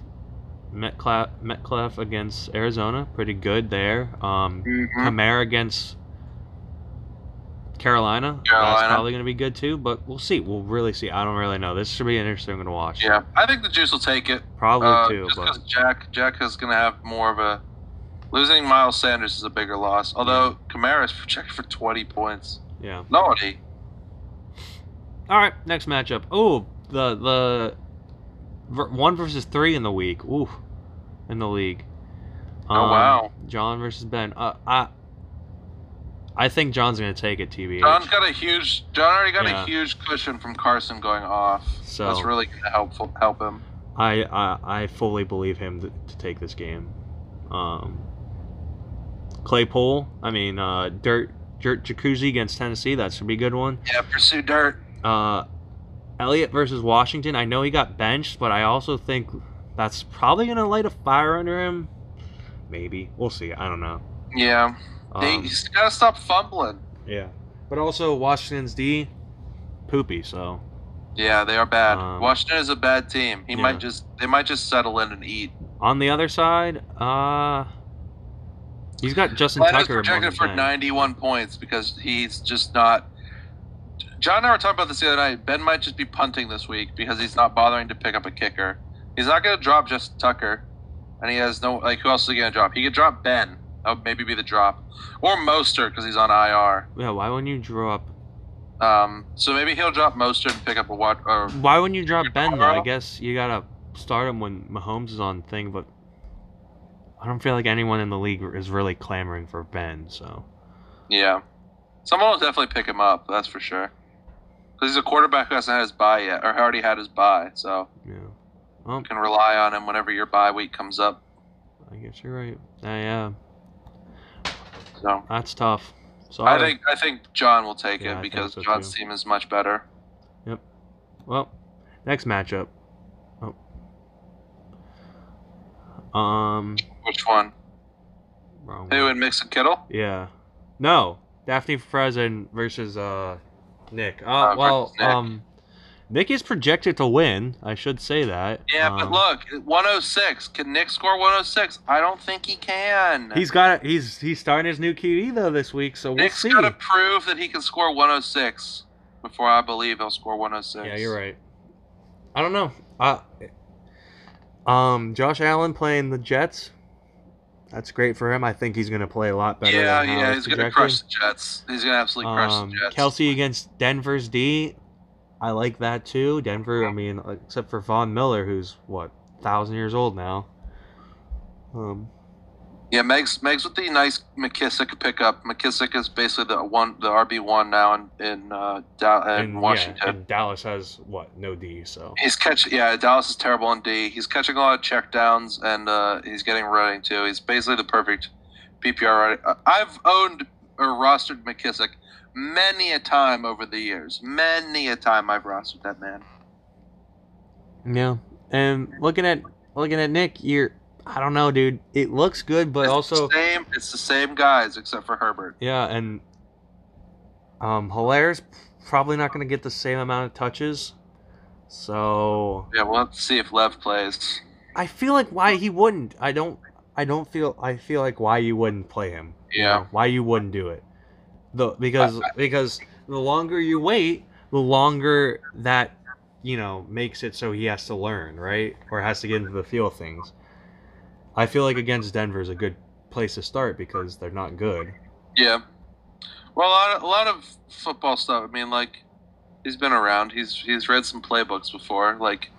S2: Metcalf, Metcalf against Arizona, pretty good there. Um,
S3: Mm-hmm.
S2: Kamara against Carolina, that's
S3: Carolina.
S2: probably going to be good too. But we'll see. We'll really see. I don't really know. This should be interesting to watch.
S3: Yeah, I think the Juice will take it.
S2: probably
S3: Uh,
S2: too.
S3: just
S2: But
S3: because Jack Jack is gonna have more of a losing Miles Sanders is a bigger loss. Although Kamara's projected for twenty points.
S2: yeah.
S3: Naughty.
S2: All right, next matchup. Oh, the the ver- one versus three in the week. Ooh, in the league. Um,
S3: Oh, wow.
S2: John versus Ben. Uh, I I think John's gonna take it. TBH.
S3: John's got a huge John already got
S2: Yeah.
S3: a huge cushion from Carson going off.
S2: So-
S3: that's really gonna help help him.
S2: I, I I fully believe him to, to take this game. Um, Claypool. I mean, uh, Dirt Dirt Jacuzzi against Tennessee. That should be a good one.
S3: Yeah, pursue dirt.
S2: Uh, Elliott versus Washington. I know he got benched, but I also think that's probably gonna light a fire under him. Maybe we'll see. I don't know.
S3: Yeah.
S2: Um,
S3: he's gotta stop fumbling.
S2: yeah, but also Washington's D poopy. So
S3: Yeah, they are bad.
S2: Um,
S3: Washington is a bad team. He
S2: yeah.
S3: might just they might just settle in and eat.
S2: on the other side, uh, he's got Justin
S3: Plano's
S2: Tucker. among
S3: projected
S2: his
S3: for
S2: men.
S3: 91 points because he's just not. John and I were talking about this the other night. Ben might just be punting this week because he's not bothering to pick up a kicker. He's not going to drop Justin Tucker, and he has no like who else is he going to drop? He could drop Ben. That would maybe be the drop, or Moster because he's on IR.
S2: Yeah, why wouldn't you drop?
S3: Um, so maybe he'll drop Moster and pick up a what? Or
S2: Why wouldn't you drop
S3: Your
S2: Ben though? I
S3: Burrow?
S2: guess you gotta start him when Mahomes is on thing, but I don't feel like anyone in the league is really clamoring for Ben. So
S3: yeah, someone will definitely pick him up. That's for sure. Because he's a quarterback who hasn't had his buy yet, or already had his buy, so
S2: yeah, well,
S3: you can rely on him whenever your bye week comes up.
S2: I guess you're right. Yeah, yeah,
S3: So.
S2: that's tough. Sorry.
S3: I think I think John will take
S2: Yeah, I
S3: it
S2: think
S3: because
S2: so,
S3: John's
S2: too.
S3: team is much better.
S2: Well, next matchup. Oh. Um.
S3: Which one?
S2: Wrong.
S3: Who
S2: one.
S3: and Mix and Kittle?
S2: Yeah. No. Daphne Frezin versus uh Nick. Uh,
S3: Uh,
S2: well,
S3: versus Nick.
S2: um Nick is projected to win. I should say that.
S3: Yeah, but
S2: Um,
S3: look, 106. Can Nick score 106? I don't think he can.
S2: he's got he's he's starting his new QE though this week, so we'll
S3: Nick's
S2: see.
S3: got to prove that he can score 106 before I believe he'll score 106.
S2: Yeah, you're right. I don't know. Uh, um, Josh Allen playing the Jets. That's great for him. I think he's going to play a lot better.
S3: yeah,
S2: than how
S3: yeah,
S2: it's
S3: he's gonna
S2: projected.
S3: crush the Jets. He's gonna absolutely crush
S2: Um,
S3: the Jets.
S2: Kelsey against Denver's D. I like that too. Denver, I mean, except for Von Miller, who's what thousand years old now. Um,
S3: Yeah, Meg's Meg's with the nice McKissick pickup. McKissick is basically the one, the RB one now in in, uh, Dow- in
S2: and, yeah,
S3: Washington.
S2: and Dallas has what no D, so
S3: He's catching. Yeah, Dallas is terrible on D. He's catching a lot of checkdowns, and uh, he's getting running too. He's basically the perfect PPR. running- Uh, I've owned or rostered McKissick many a time over the years. Many a time I've rostered that man.
S2: yeah. And looking at looking at Nick, you're I don't know, dude. It looks good, but
S3: it's
S2: also
S3: the same. It's the same guys except for Herbert.
S2: yeah, and um, Hilaire's probably not going to get the same amount of touches. So
S3: Yeah, we'll have to see if Lev plays.
S2: I feel like why he wouldn't. I don't. I don't feel. I feel like why you wouldn't play him. you
S3: Yeah.
S2: know, Why you wouldn't do it? The because because the longer you wait, the longer that you know makes it so he has to learn, right? Or has to get into the feel of things. I feel like against Denver is a good place to start because they're not good.
S3: Yeah. Well, a lot, of, a lot of football stuff. I mean, like he's been around. He's he's read some playbooks before. Like,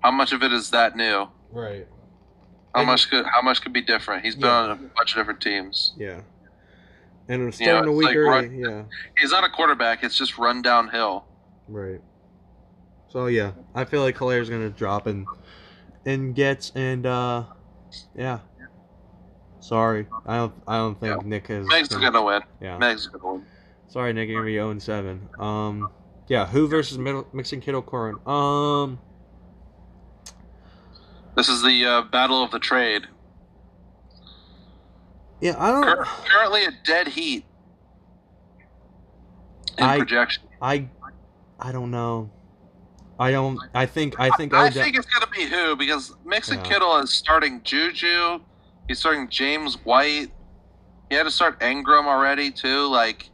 S3: how much of it is that new?
S2: Right.
S3: How
S2: And-
S3: much could how much could be different? He's been
S2: Yeah.
S3: on a bunch of different teams.
S2: Yeah. And
S3: starting a it's week like early, run-
S2: yeah.
S3: He's not a quarterback. It's just run downhill.
S2: Right. So yeah, I feel like Hilaire's gonna drop and and gets and uh yeah. Sorry, I don't I don't think Nick is.
S3: Meg's
S2: gonna-
S3: gonna win.
S2: yeah.
S3: Meg's gonna win.
S2: Sorry, Nick, you're gonna be 0 and 7. Um, yeah, who versus Middle- Mixon Kittle Corin? Um,
S3: This is the uh, battle of the trade.
S2: yeah, I
S3: Cur-
S2: don't.
S3: currently a dead heat in
S2: I-
S3: projection.
S2: I, I don't know. I don't. I think. I think.
S3: I,
S2: Odell-
S3: think it's gonna be who because Mixon
S2: Yeah.
S3: Kittle is starting Juju. He's starting James White. He had to start Engram already too. Like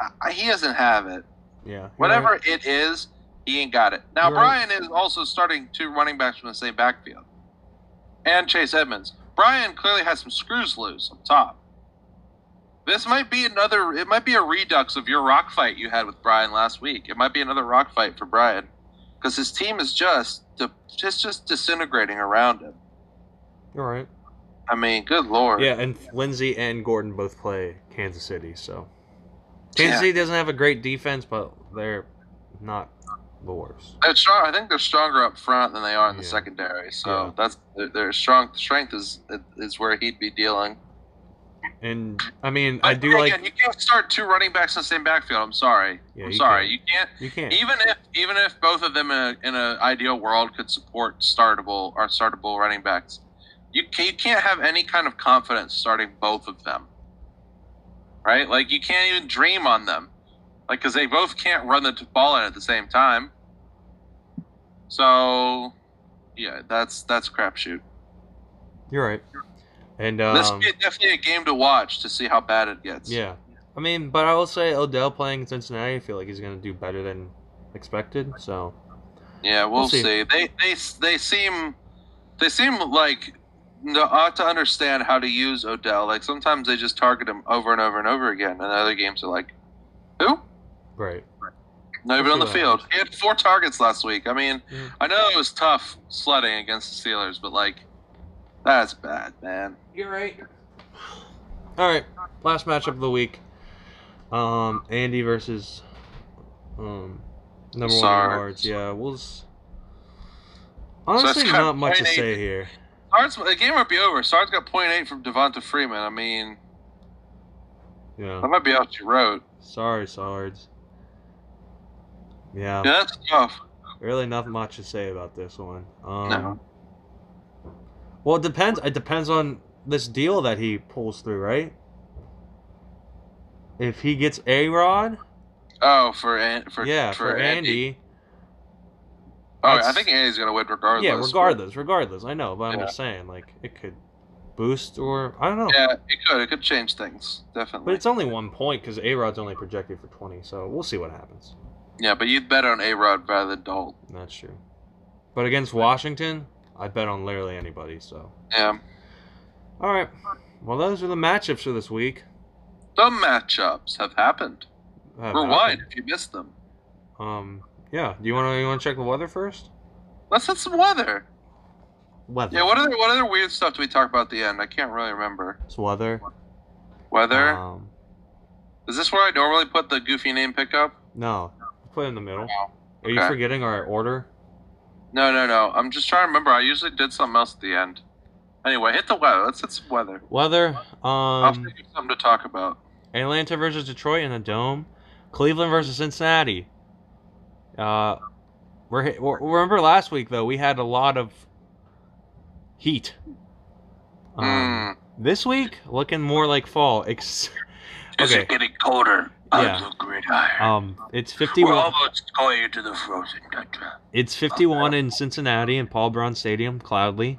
S3: I, I- he doesn't have it.
S2: yeah. you're
S3: Whatever
S2: right.
S3: it is, he ain't got it. Now
S2: You're right.
S3: Brian is also starting two running backs from the same backfield, and Chase Edmonds. Brian clearly has some screws loose up top. This might be another. It might be a redux of your rock fight you had with Brian last week. It might be another rock fight for Brian because his team is just de- just just disintegrating around him.
S2: You're right.
S3: I mean, good lord.
S2: Yeah, and Lindsey and Gordon both play Kansas City, so Kansas
S3: Yeah.
S2: City doesn't have a great defense, but they're not the worst.
S3: They're strong. I think they're stronger up front than they are in the
S2: Yeah.
S3: secondary. So
S2: Yeah.
S3: that's their, their strong strength is is where he'd be dealing.
S2: And I mean, I
S3: But
S2: do
S3: then
S2: like
S3: again, you can't start two running backs in the same backfield. I'm sorry.
S2: Yeah,
S3: I'm
S2: you
S3: sorry.
S2: can't.
S3: You can't.
S2: you can't.
S3: Even if even if both of them in a, in a ideal world could support startable or startable running backs, you can, you can't have any kind of confidence starting both of them. Right? Like you can't even dream on them, like because they both can't run the t- ball in at the same time. So, yeah, that's that's crapshoot.
S2: You're right. And
S3: this
S2: um,
S3: could be definitely a game to watch to see how bad it gets.
S2: yeah, I mean, but I will say Odell playing Cincinnati, I feel like he's gonna do better than expected. So
S3: Yeah, we'll,
S2: We'll see.
S3: see. They they they seem they seem like n- ought to understand how to use Odell. Like sometimes they just target him over and over and over again, and other games are like, who?
S2: right.
S3: Not even on the
S2: Sure.
S3: field. He had four targets last week. I mean,
S2: Yeah.
S3: I know it was tough sledding against the Steelers, but like, that's bad, man.
S2: You're right. All right, last matchup of the week. Um, Andy versus um number
S3: Sorry.
S2: one awards. Yeah, we'll. s Honestly,
S3: got
S2: not much to
S3: 0.8.
S2: say here.
S3: Sards, the game might be over. Sards got .8 from Devonta Freeman. I mean, that
S2: Yeah,
S3: might be out you wrote.
S2: sorry, Sards. Yeah,
S3: Yeah, that's tough.
S2: really, not much to say about this one. Um,
S3: No.
S2: Well, it depends. It depends on this deal that he pulls through, right? If he gets a Rod,
S3: Oh, for An- for
S2: yeah,
S3: for, Andy.
S2: Andy
S3: Oh, I
S2: that's-
S3: think Andy's gonna win regardless.
S2: Yeah, regardless, regardless. I know, but I'm
S3: Yeah.
S2: just saying, like, it could boost or I don't know.
S3: Yeah, it could. It could change things, definitely.
S2: But it's only one point because A Rod's only projected for 20, so we'll see what happens.
S3: yeah, but you'd bet on A Rod rather than Dalton.
S2: That's true. But against Washington, I bet on literally anybody. So,
S3: Yeah.
S2: all right. Well, those are the matchups for this week.
S3: Some matchups have happened.
S2: Uh,
S3: Rewind if you missed them.
S2: Um. Yeah. Do you want to you want to check the weather first?
S3: Let's hit some weather.
S2: Weather.
S3: Yeah, what other what other weird stuff do we talk about at the end? I can't really remember.
S2: It's weather.
S3: Weather.
S2: Um,
S3: Is this where I normally put the goofy name pickup?
S2: no. Put it in the middle. Are you
S3: Oh, Okay.
S2: forgetting our order?
S3: No, no, no. I'm just trying to remember. I usually did something else at the end. Anyway, hit the weather. Let's hit some weather.
S2: Weather.
S3: I'll
S2: Um.
S3: think of something to talk about.
S2: Atlanta versus Detroit in the dome. Cleveland versus Cincinnati. Uh, we're, hit- we're- remember last week though we had a lot of heat. Um,
S3: Mm.
S2: This week looking more like fall. Ex- okay.
S3: getting colder?
S2: Yeah.
S3: the gridiron.
S2: Um, it's fifty-one.
S3: almost going into the frozen country.
S2: It's fifty-one in Cincinnati and Paul Brown Stadium, cloudly.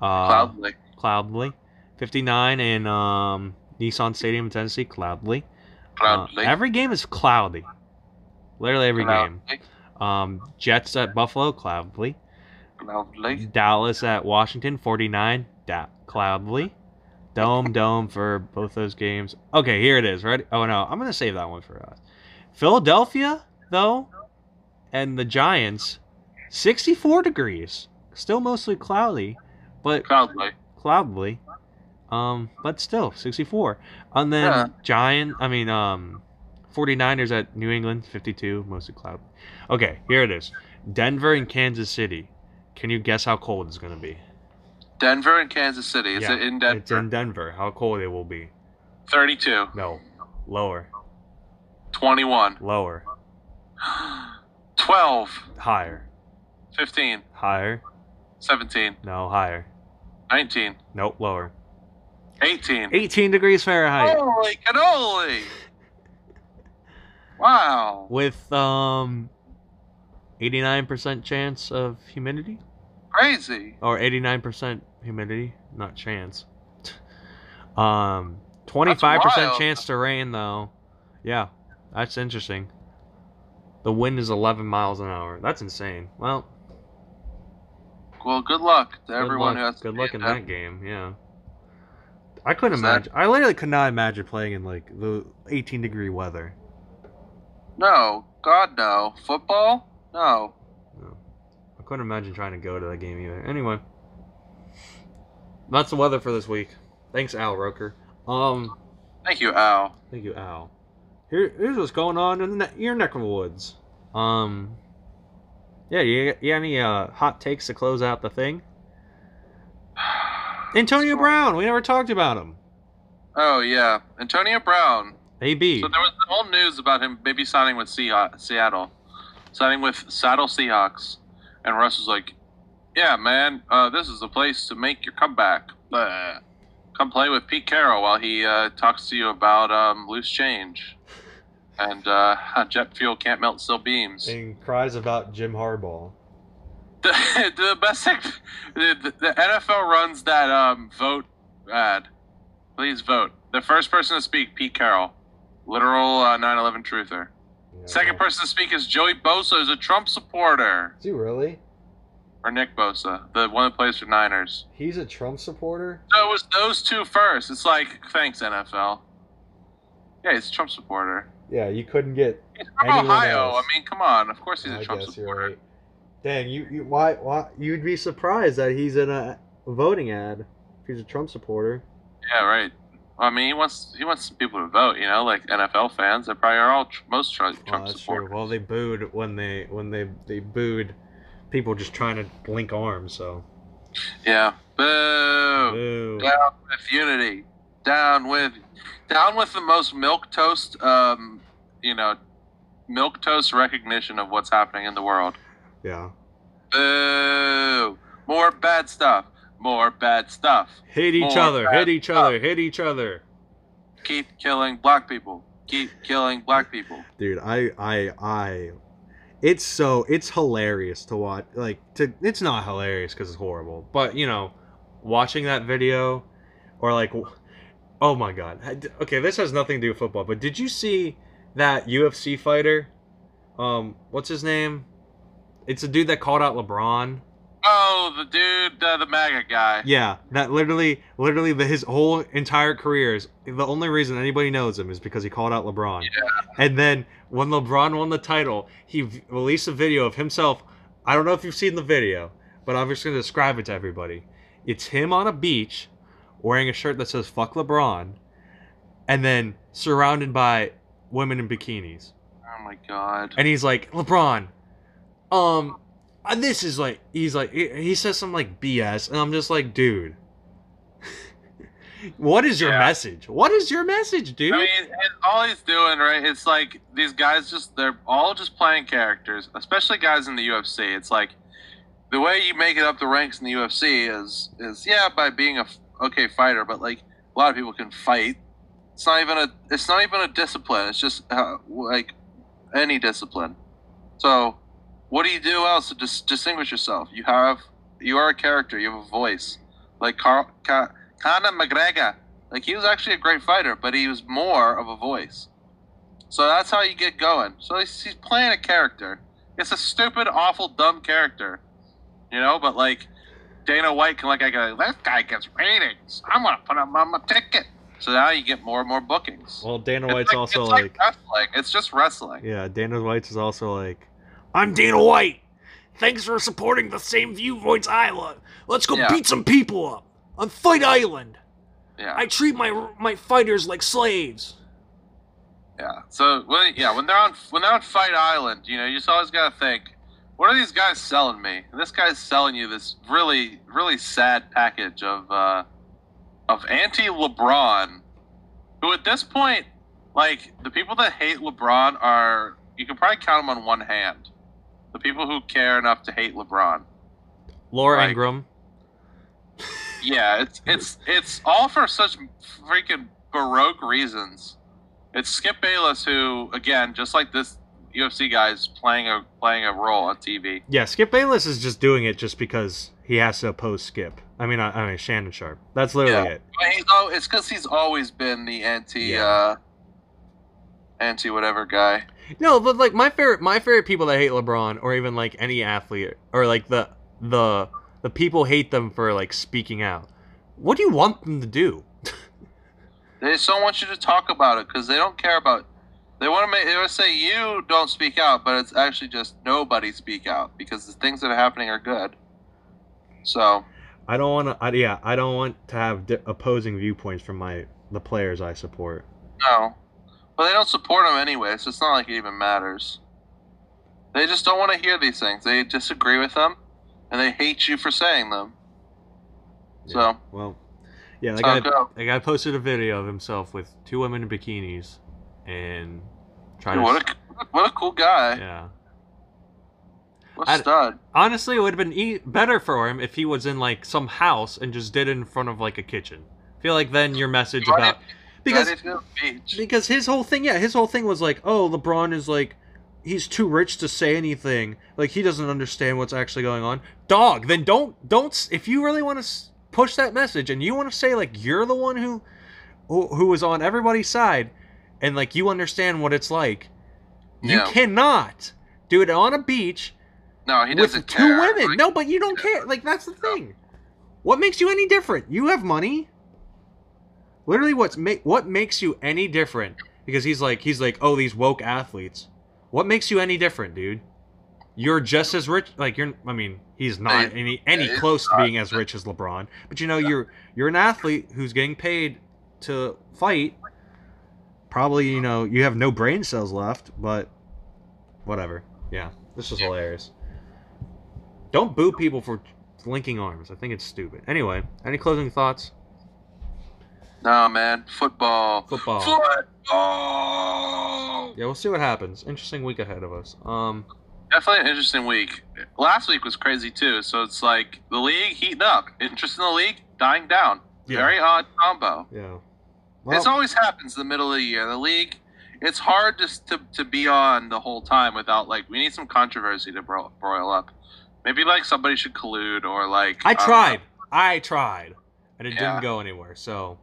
S2: Uh,
S3: Cloudly.
S2: Cloudly. Fifty-nine in um, Nissan Stadium, in Tennessee, cloudly. Uh,
S3: Cloudly.
S2: every game is cloudy. Literally every game.
S3: Cloudly.
S2: Um, Jets at Buffalo, cloudly.
S3: Cloudly.
S2: Dallas at Washington, 49, da- cloudly. Dome, dome for both those games. Okay, here it is. Right? Oh no, I'm gonna save that one for us. Philadelphia, though, and the Giants, 64 degrees. Still mostly cloudy, but
S3: Cloudly.
S2: cloudly. Um, but still 64. And then
S3: Yeah.
S2: Giant, I mean um 49ers at New England 52, mostly cloud. Okay, here it is. Denver and Kansas City. Can you guess how cold it's going to be?
S3: Denver and Kansas City. Is
S2: Yeah,
S3: it in Denver?
S2: It's in Denver. How cold it will be?
S3: 32.
S2: No, lower.
S3: 21,
S2: Lower.
S3: 12,
S2: Higher.
S3: 15,
S2: Higher.
S3: 17,
S2: No, higher.
S3: 19,
S2: Nope, lower.
S3: 18.
S2: 18 degrees Fahrenheit.
S3: Holy cannoli! Wow.
S2: With um 89% chance of humidity
S3: Crazy.
S2: or 89% humidity, not chance. Um 25%
S3: wild.
S2: chance to rain though. Yeah. That's interesting. The wind is 11 miles an hour. That's insane. Well,
S3: Well, good luck to
S2: Good
S3: everyone
S2: luck-
S3: who has to
S2: good
S3: be
S2: luck in
S3: that.
S2: that game. Yeah, I couldn't
S3: Is that-
S2: imagine. I literally could not imagine playing in like the 18 degree weather.
S3: No, God, no. Football? No.
S2: I couldn't imagine trying to go to that game either. Anyway, that's the weather for this week. Thanks, Al Roker. Um,
S3: Thank you, Al.
S2: thank you, Al. Here, here's what's going on in the, ne- your neck of the woods. Um, yeah, you, you got any uh, hot takes to close out the thing? Antonio Brown. We never talked about him.
S3: Oh yeah, Antonio Brown.
S2: AB.
S3: So there was all news about him maybe signing with Seah- Seattle, signing with Seattle Seahawks, and Russ was like, "Yeah, man, uh, this is the place to make your comeback. Blah. Come play with Pete Carroll while he uh, talks to you about um, loose change, and uh, how jet fuel can't melt steel beams."
S2: and cries about Jim Harbaugh.
S3: the, the best thing, the, the NFL runs that um, vote ad. Please vote. The first person to speak, Pete Carroll, literal uh, 9/11 truther.
S2: Yeah,
S3: Second
S2: well,
S3: person to speak is Joey Bosa, who's a Trump supporter,
S2: Is he really? or
S3: or Nick Bosa, the one that plays for Niners.
S2: He's a Trump supporter?
S3: So it was those two first. It's like, thanks NFL. Yeah, he's a Trump supporter.
S2: Yeah, you couldn't get.
S3: He's from
S2: Anyone
S3: Ohio.
S2: else?
S3: I mean, come on. Of course he's a
S2: I
S3: Trump
S2: guess you're
S3: supporter.
S2: right. Dang, you, you why why you'd be surprised that he's in a voting ad if he's a Trump supporter.
S3: Yeah, right. Well, I mean, he wants he wants people to vote. You know, like NFL fans. They probably are all tr- most tr- Trump supporters.
S2: Well, they booed when they when they they booed people just trying to link arms. So
S3: Yeah. Boo.
S2: Boo.
S3: Down with unity. Down with, down with the most milk toast. Um, you know, milk toast recognition of what's happening in the world.
S2: yeah,
S3: Boo. More bad stuff. More bad stuff.
S2: hit each
S3: More
S2: other, hit
S3: bad
S2: each other, hit each other.
S3: Keep killing black people. Keep killing black people.
S2: dude i i i it's so it's hilarious to watch like to it's not hilarious because it's horrible but you know watching that video or like w- oh my god I d- okay this has nothing to do with football but did you see that ufc fighter um what's his name it's a dude that called out lebron
S3: Oh, the dude, uh, the MAGA guy.
S2: yeah that literally literally the, his whole entire career is the only reason anybody knows him is because he called out lebron and then when LeBron won the title, he v- released a video of himself. I don't know if you've seen the video, but I'm just going to describe it to everybody. It's him on a beach wearing a shirt that says fuck LeBron and then surrounded by women in bikinis.
S3: Oh my god.
S2: And he's like, "LeBron, um uh, this is like he's like he he says some like BS." And I'm just like, "Dude, what is your
S3: Yeah.
S2: message? What is your message, dude?"
S3: I mean, and all he's doing, right? It's like these guys just—they're all just playing characters, especially guys in the UFC. It's like the way you make it up the ranks in the UFC is—is yeah, by being a f- okay fighter, but like a lot of people can fight. It's not even a—it's not even a discipline. It's just uh, like any discipline. So, what do you do else to dis- distinguish yourself? You have—you are a character. You have a voice, like Carl, Ca- Conor McGregor. Like he was actually a great fighter, but he was more of a voice. So that's how you get going. So he's, he's playing a character. It's a stupid, awful, dumb character, you know. But like Dana White can like I go, this guy gets ratings. I'm gonna put him on my ticket. So now you get more and more bookings.
S2: well, Dana
S3: It's
S2: White's
S3: like-
S2: also
S3: it's
S2: like
S3: wrestling. It's just wrestling.
S2: Yeah, Dana White's is also like, I'm Dana White. Thanks for supporting the same viewpoints I love. Let's go
S3: Yeah.
S2: beat some people up on Fight Island.
S3: Yeah.
S2: I treat my my fighters like slaves.
S3: Yeah. So when yeah, when they're on when they're on Fight Island, you know, you just always gotta think, what are these guys selling me? And this guy's selling you this really really sad package of uh, of anti LeBron, who at this point Like the people that hate LeBron are you can probably count them on one hand. The people who care enough to hate LeBron.
S2: Laura
S3: Like-
S2: Ingram.
S3: Yeah, it's it's it's all for such freaking baroque reasons. It's Skip Bayless who, again, just like this UFC guy, is playing a playing a role on TV.
S2: Yeah, Skip Bayless is just doing it just because he has to oppose Skip. I mean, I, I mean Shannon Sharp. That's literally it.
S3: But he's al- it's because he's always been the anti
S2: Yeah.
S3: uh, anti whatever guy.
S2: No, but like my favorite, my favorite people that hate LeBron, or even like any athlete, or like the the the people hate them for like speaking out. What do you want them to do?
S3: They just don't want you to talk about it because they don't care about. They want to make. They want to say you don't speak out, but it's actually just nobody speak out because the things that are happening are good. So
S2: I don't want to. I, yeah, I don't want to have di- opposing viewpoints from my the players I support.
S3: no, well they don't support him anyway, so it's not like it even matters. They just don't want to hear these things. They disagree with them, and they hate you for saying them. So
S2: Well, yeah, that
S3: Talk
S2: guy,
S3: it out.
S2: that guy posted a video of himself with two women in bikinis, and trying
S3: dude,
S2: to.
S3: what a what a cool guy.
S2: yeah.
S3: What
S2: I-
S3: a stud.
S2: Honestly, it would have been e- better for him if he was in like some house and just did it in front of like a kitchen. feel like then your message
S3: Right.
S2: about because
S3: Ready to go to the beach.
S2: because his whole thing, yeah, his whole thing was like, oh, LeBron is like, he's too rich to say anything. Like he doesn't understand what's actually going on. Dog, then don't don't s- if you really want to push that message and you want to say like you're the one who who who was on everybody's side and like you understand what it's like.
S3: Yeah.
S2: You cannot do it on a beach
S3: no, he
S2: with
S3: doesn't
S2: two
S3: care.
S2: women.
S3: Like,
S2: no, but you don't care. Like that's the thing. What makes you any different? You have money. Literally, what's ma- what makes you any different? Because he's like he's like oh these woke athletes. What makes you any different, dude? You're just as rich. Like you're. I mean, he's not
S3: Yeah,
S2: any any
S3: he's
S2: close to being as rich as LeBron. But you know, you're you're an athlete who's getting paid to fight. Probably, you know, you have no brain cells left, but whatever. Yeah, this is hilarious. Don't boo people for linking arms. I think it's stupid. Anyway, any closing thoughts?
S3: No, man. Football.
S2: Football.
S3: Football.
S2: Yeah, we'll see what happens. Interesting week ahead of us. Um,
S3: Definitely an interesting week. Last week was crazy too. So it's like the league heating up, interest in the league dying down.
S2: Yeah.
S3: Very odd combo.
S2: yeah.
S3: this always happens in the middle of the year. The league, it's hard just to, to be on the whole time without like we need some controversy to bro- broil up. Maybe like somebody should collude or like
S2: I
S3: don't
S2: tried. I tried, and it
S3: Um, Yeah.
S2: didn't go anywhere. So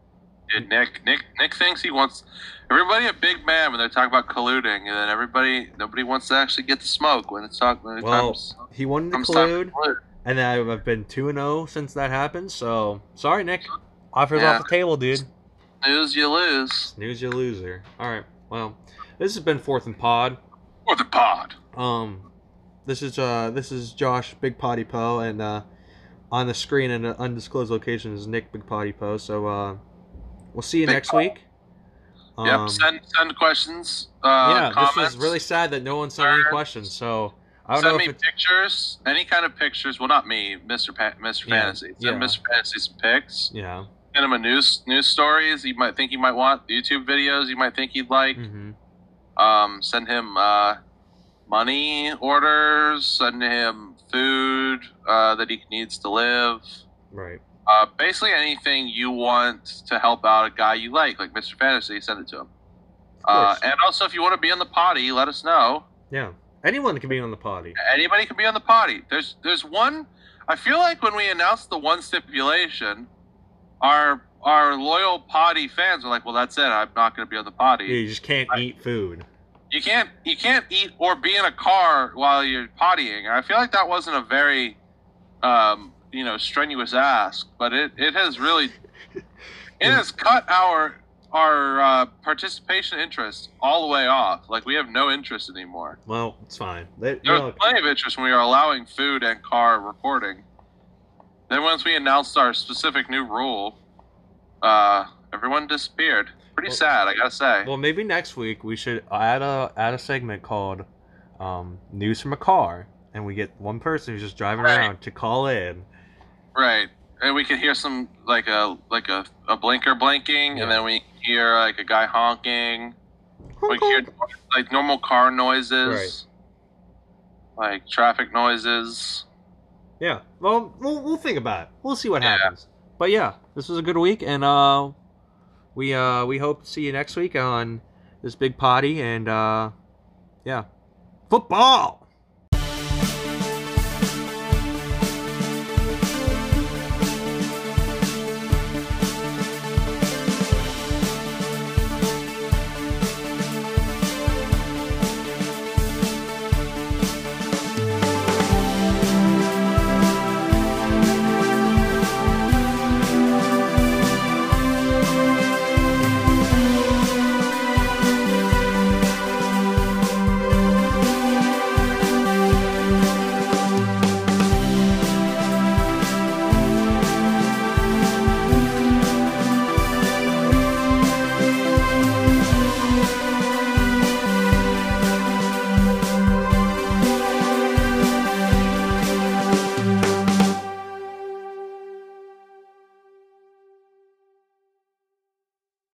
S3: Dude, Nick, Nick, Nick thinks he wants everybody a big man when they're talking about colluding, and then everybody, nobody wants to actually get to smoke when it's talk when it
S2: Well,
S3: comes,
S2: he wanted to
S3: comes time to
S2: collude,
S3: collude.
S2: and then I've been two and zero since that happened. So sorry, Nick. Offers
S3: Yeah.
S2: off the table, dude.
S3: Lose, you lose.
S2: Snooze, you loser. All right. Well, this has been fourth and pod.
S3: Or the pod.
S2: Um, this is uh, this is Josh Big Potty Poe, and uh, on the screen in an undisclosed location is Nick Big Potty Poe. So uh, we'll see you
S3: Big
S2: next
S3: Poe.
S2: week. Um,
S3: yep. Send send questions. Uh,
S2: yeah, this
S3: comments.
S2: is really sad that no one sent any
S3: Concerns.
S2: questions. So I don't
S3: Send
S2: know
S3: me
S2: if it's
S3: pictures, any kind of pictures. Well, not me, Mr. Pa- Mr.
S2: Yeah,
S3: Fantasy. Send
S2: yeah.
S3: Mr. Fantasy some pics.
S2: yeah.
S3: Send him a news news stories. You might think he might want YouTube videos. You might think he'd like.
S2: hmm
S3: um, send him uh, money orders, send him food uh, that he needs to live.
S2: Right.
S3: Uh, basically, anything you want to help out a guy you like, like Mr. Fantasy, send it to him. Uh,
S2: course.
S3: and also, if you want to be on the potty, let us know.
S2: Yeah. Anyone can be on the potty.
S3: Anybody can be on the potty. There's there's one. I feel like when we announced the one stipulation, our our loyal potty fans were like, "Well, that's it. I'm not going to be on the potty."
S2: You just can't eat food.
S3: you can't you can't eat or be in a car while you're pottying. And I feel like that wasn't a very um, you know strenuous ask, but it, it has really it has cut our our uh, participation interest all the way off. Like we have no interest anymore.
S2: Well, it's fine. They, you
S3: There
S2: know,
S3: was plenty of interest when we were allowing food and car recording. Then once we announced our specific new rule, uh, everyone disappeared. Pretty
S2: Well-
S3: sad, I gotta say.
S2: Well, maybe next week we should add a add a segment called um, "News from a Car," and we get one person who's just driving
S3: Right.
S2: around to call in.
S3: Right, and we could hear some like a like a, a blinker blinking,
S2: Yeah.
S3: and then we hear like a guy honking, like hear like normal car noises, like traffic noises.
S2: Yeah. Well, we'll, we'll think about it. We'll see what
S3: Yeah.
S2: happens. But yeah, this was a good week, and uh, we uh we hope to see you next week on this big party, and uh, yeah, football.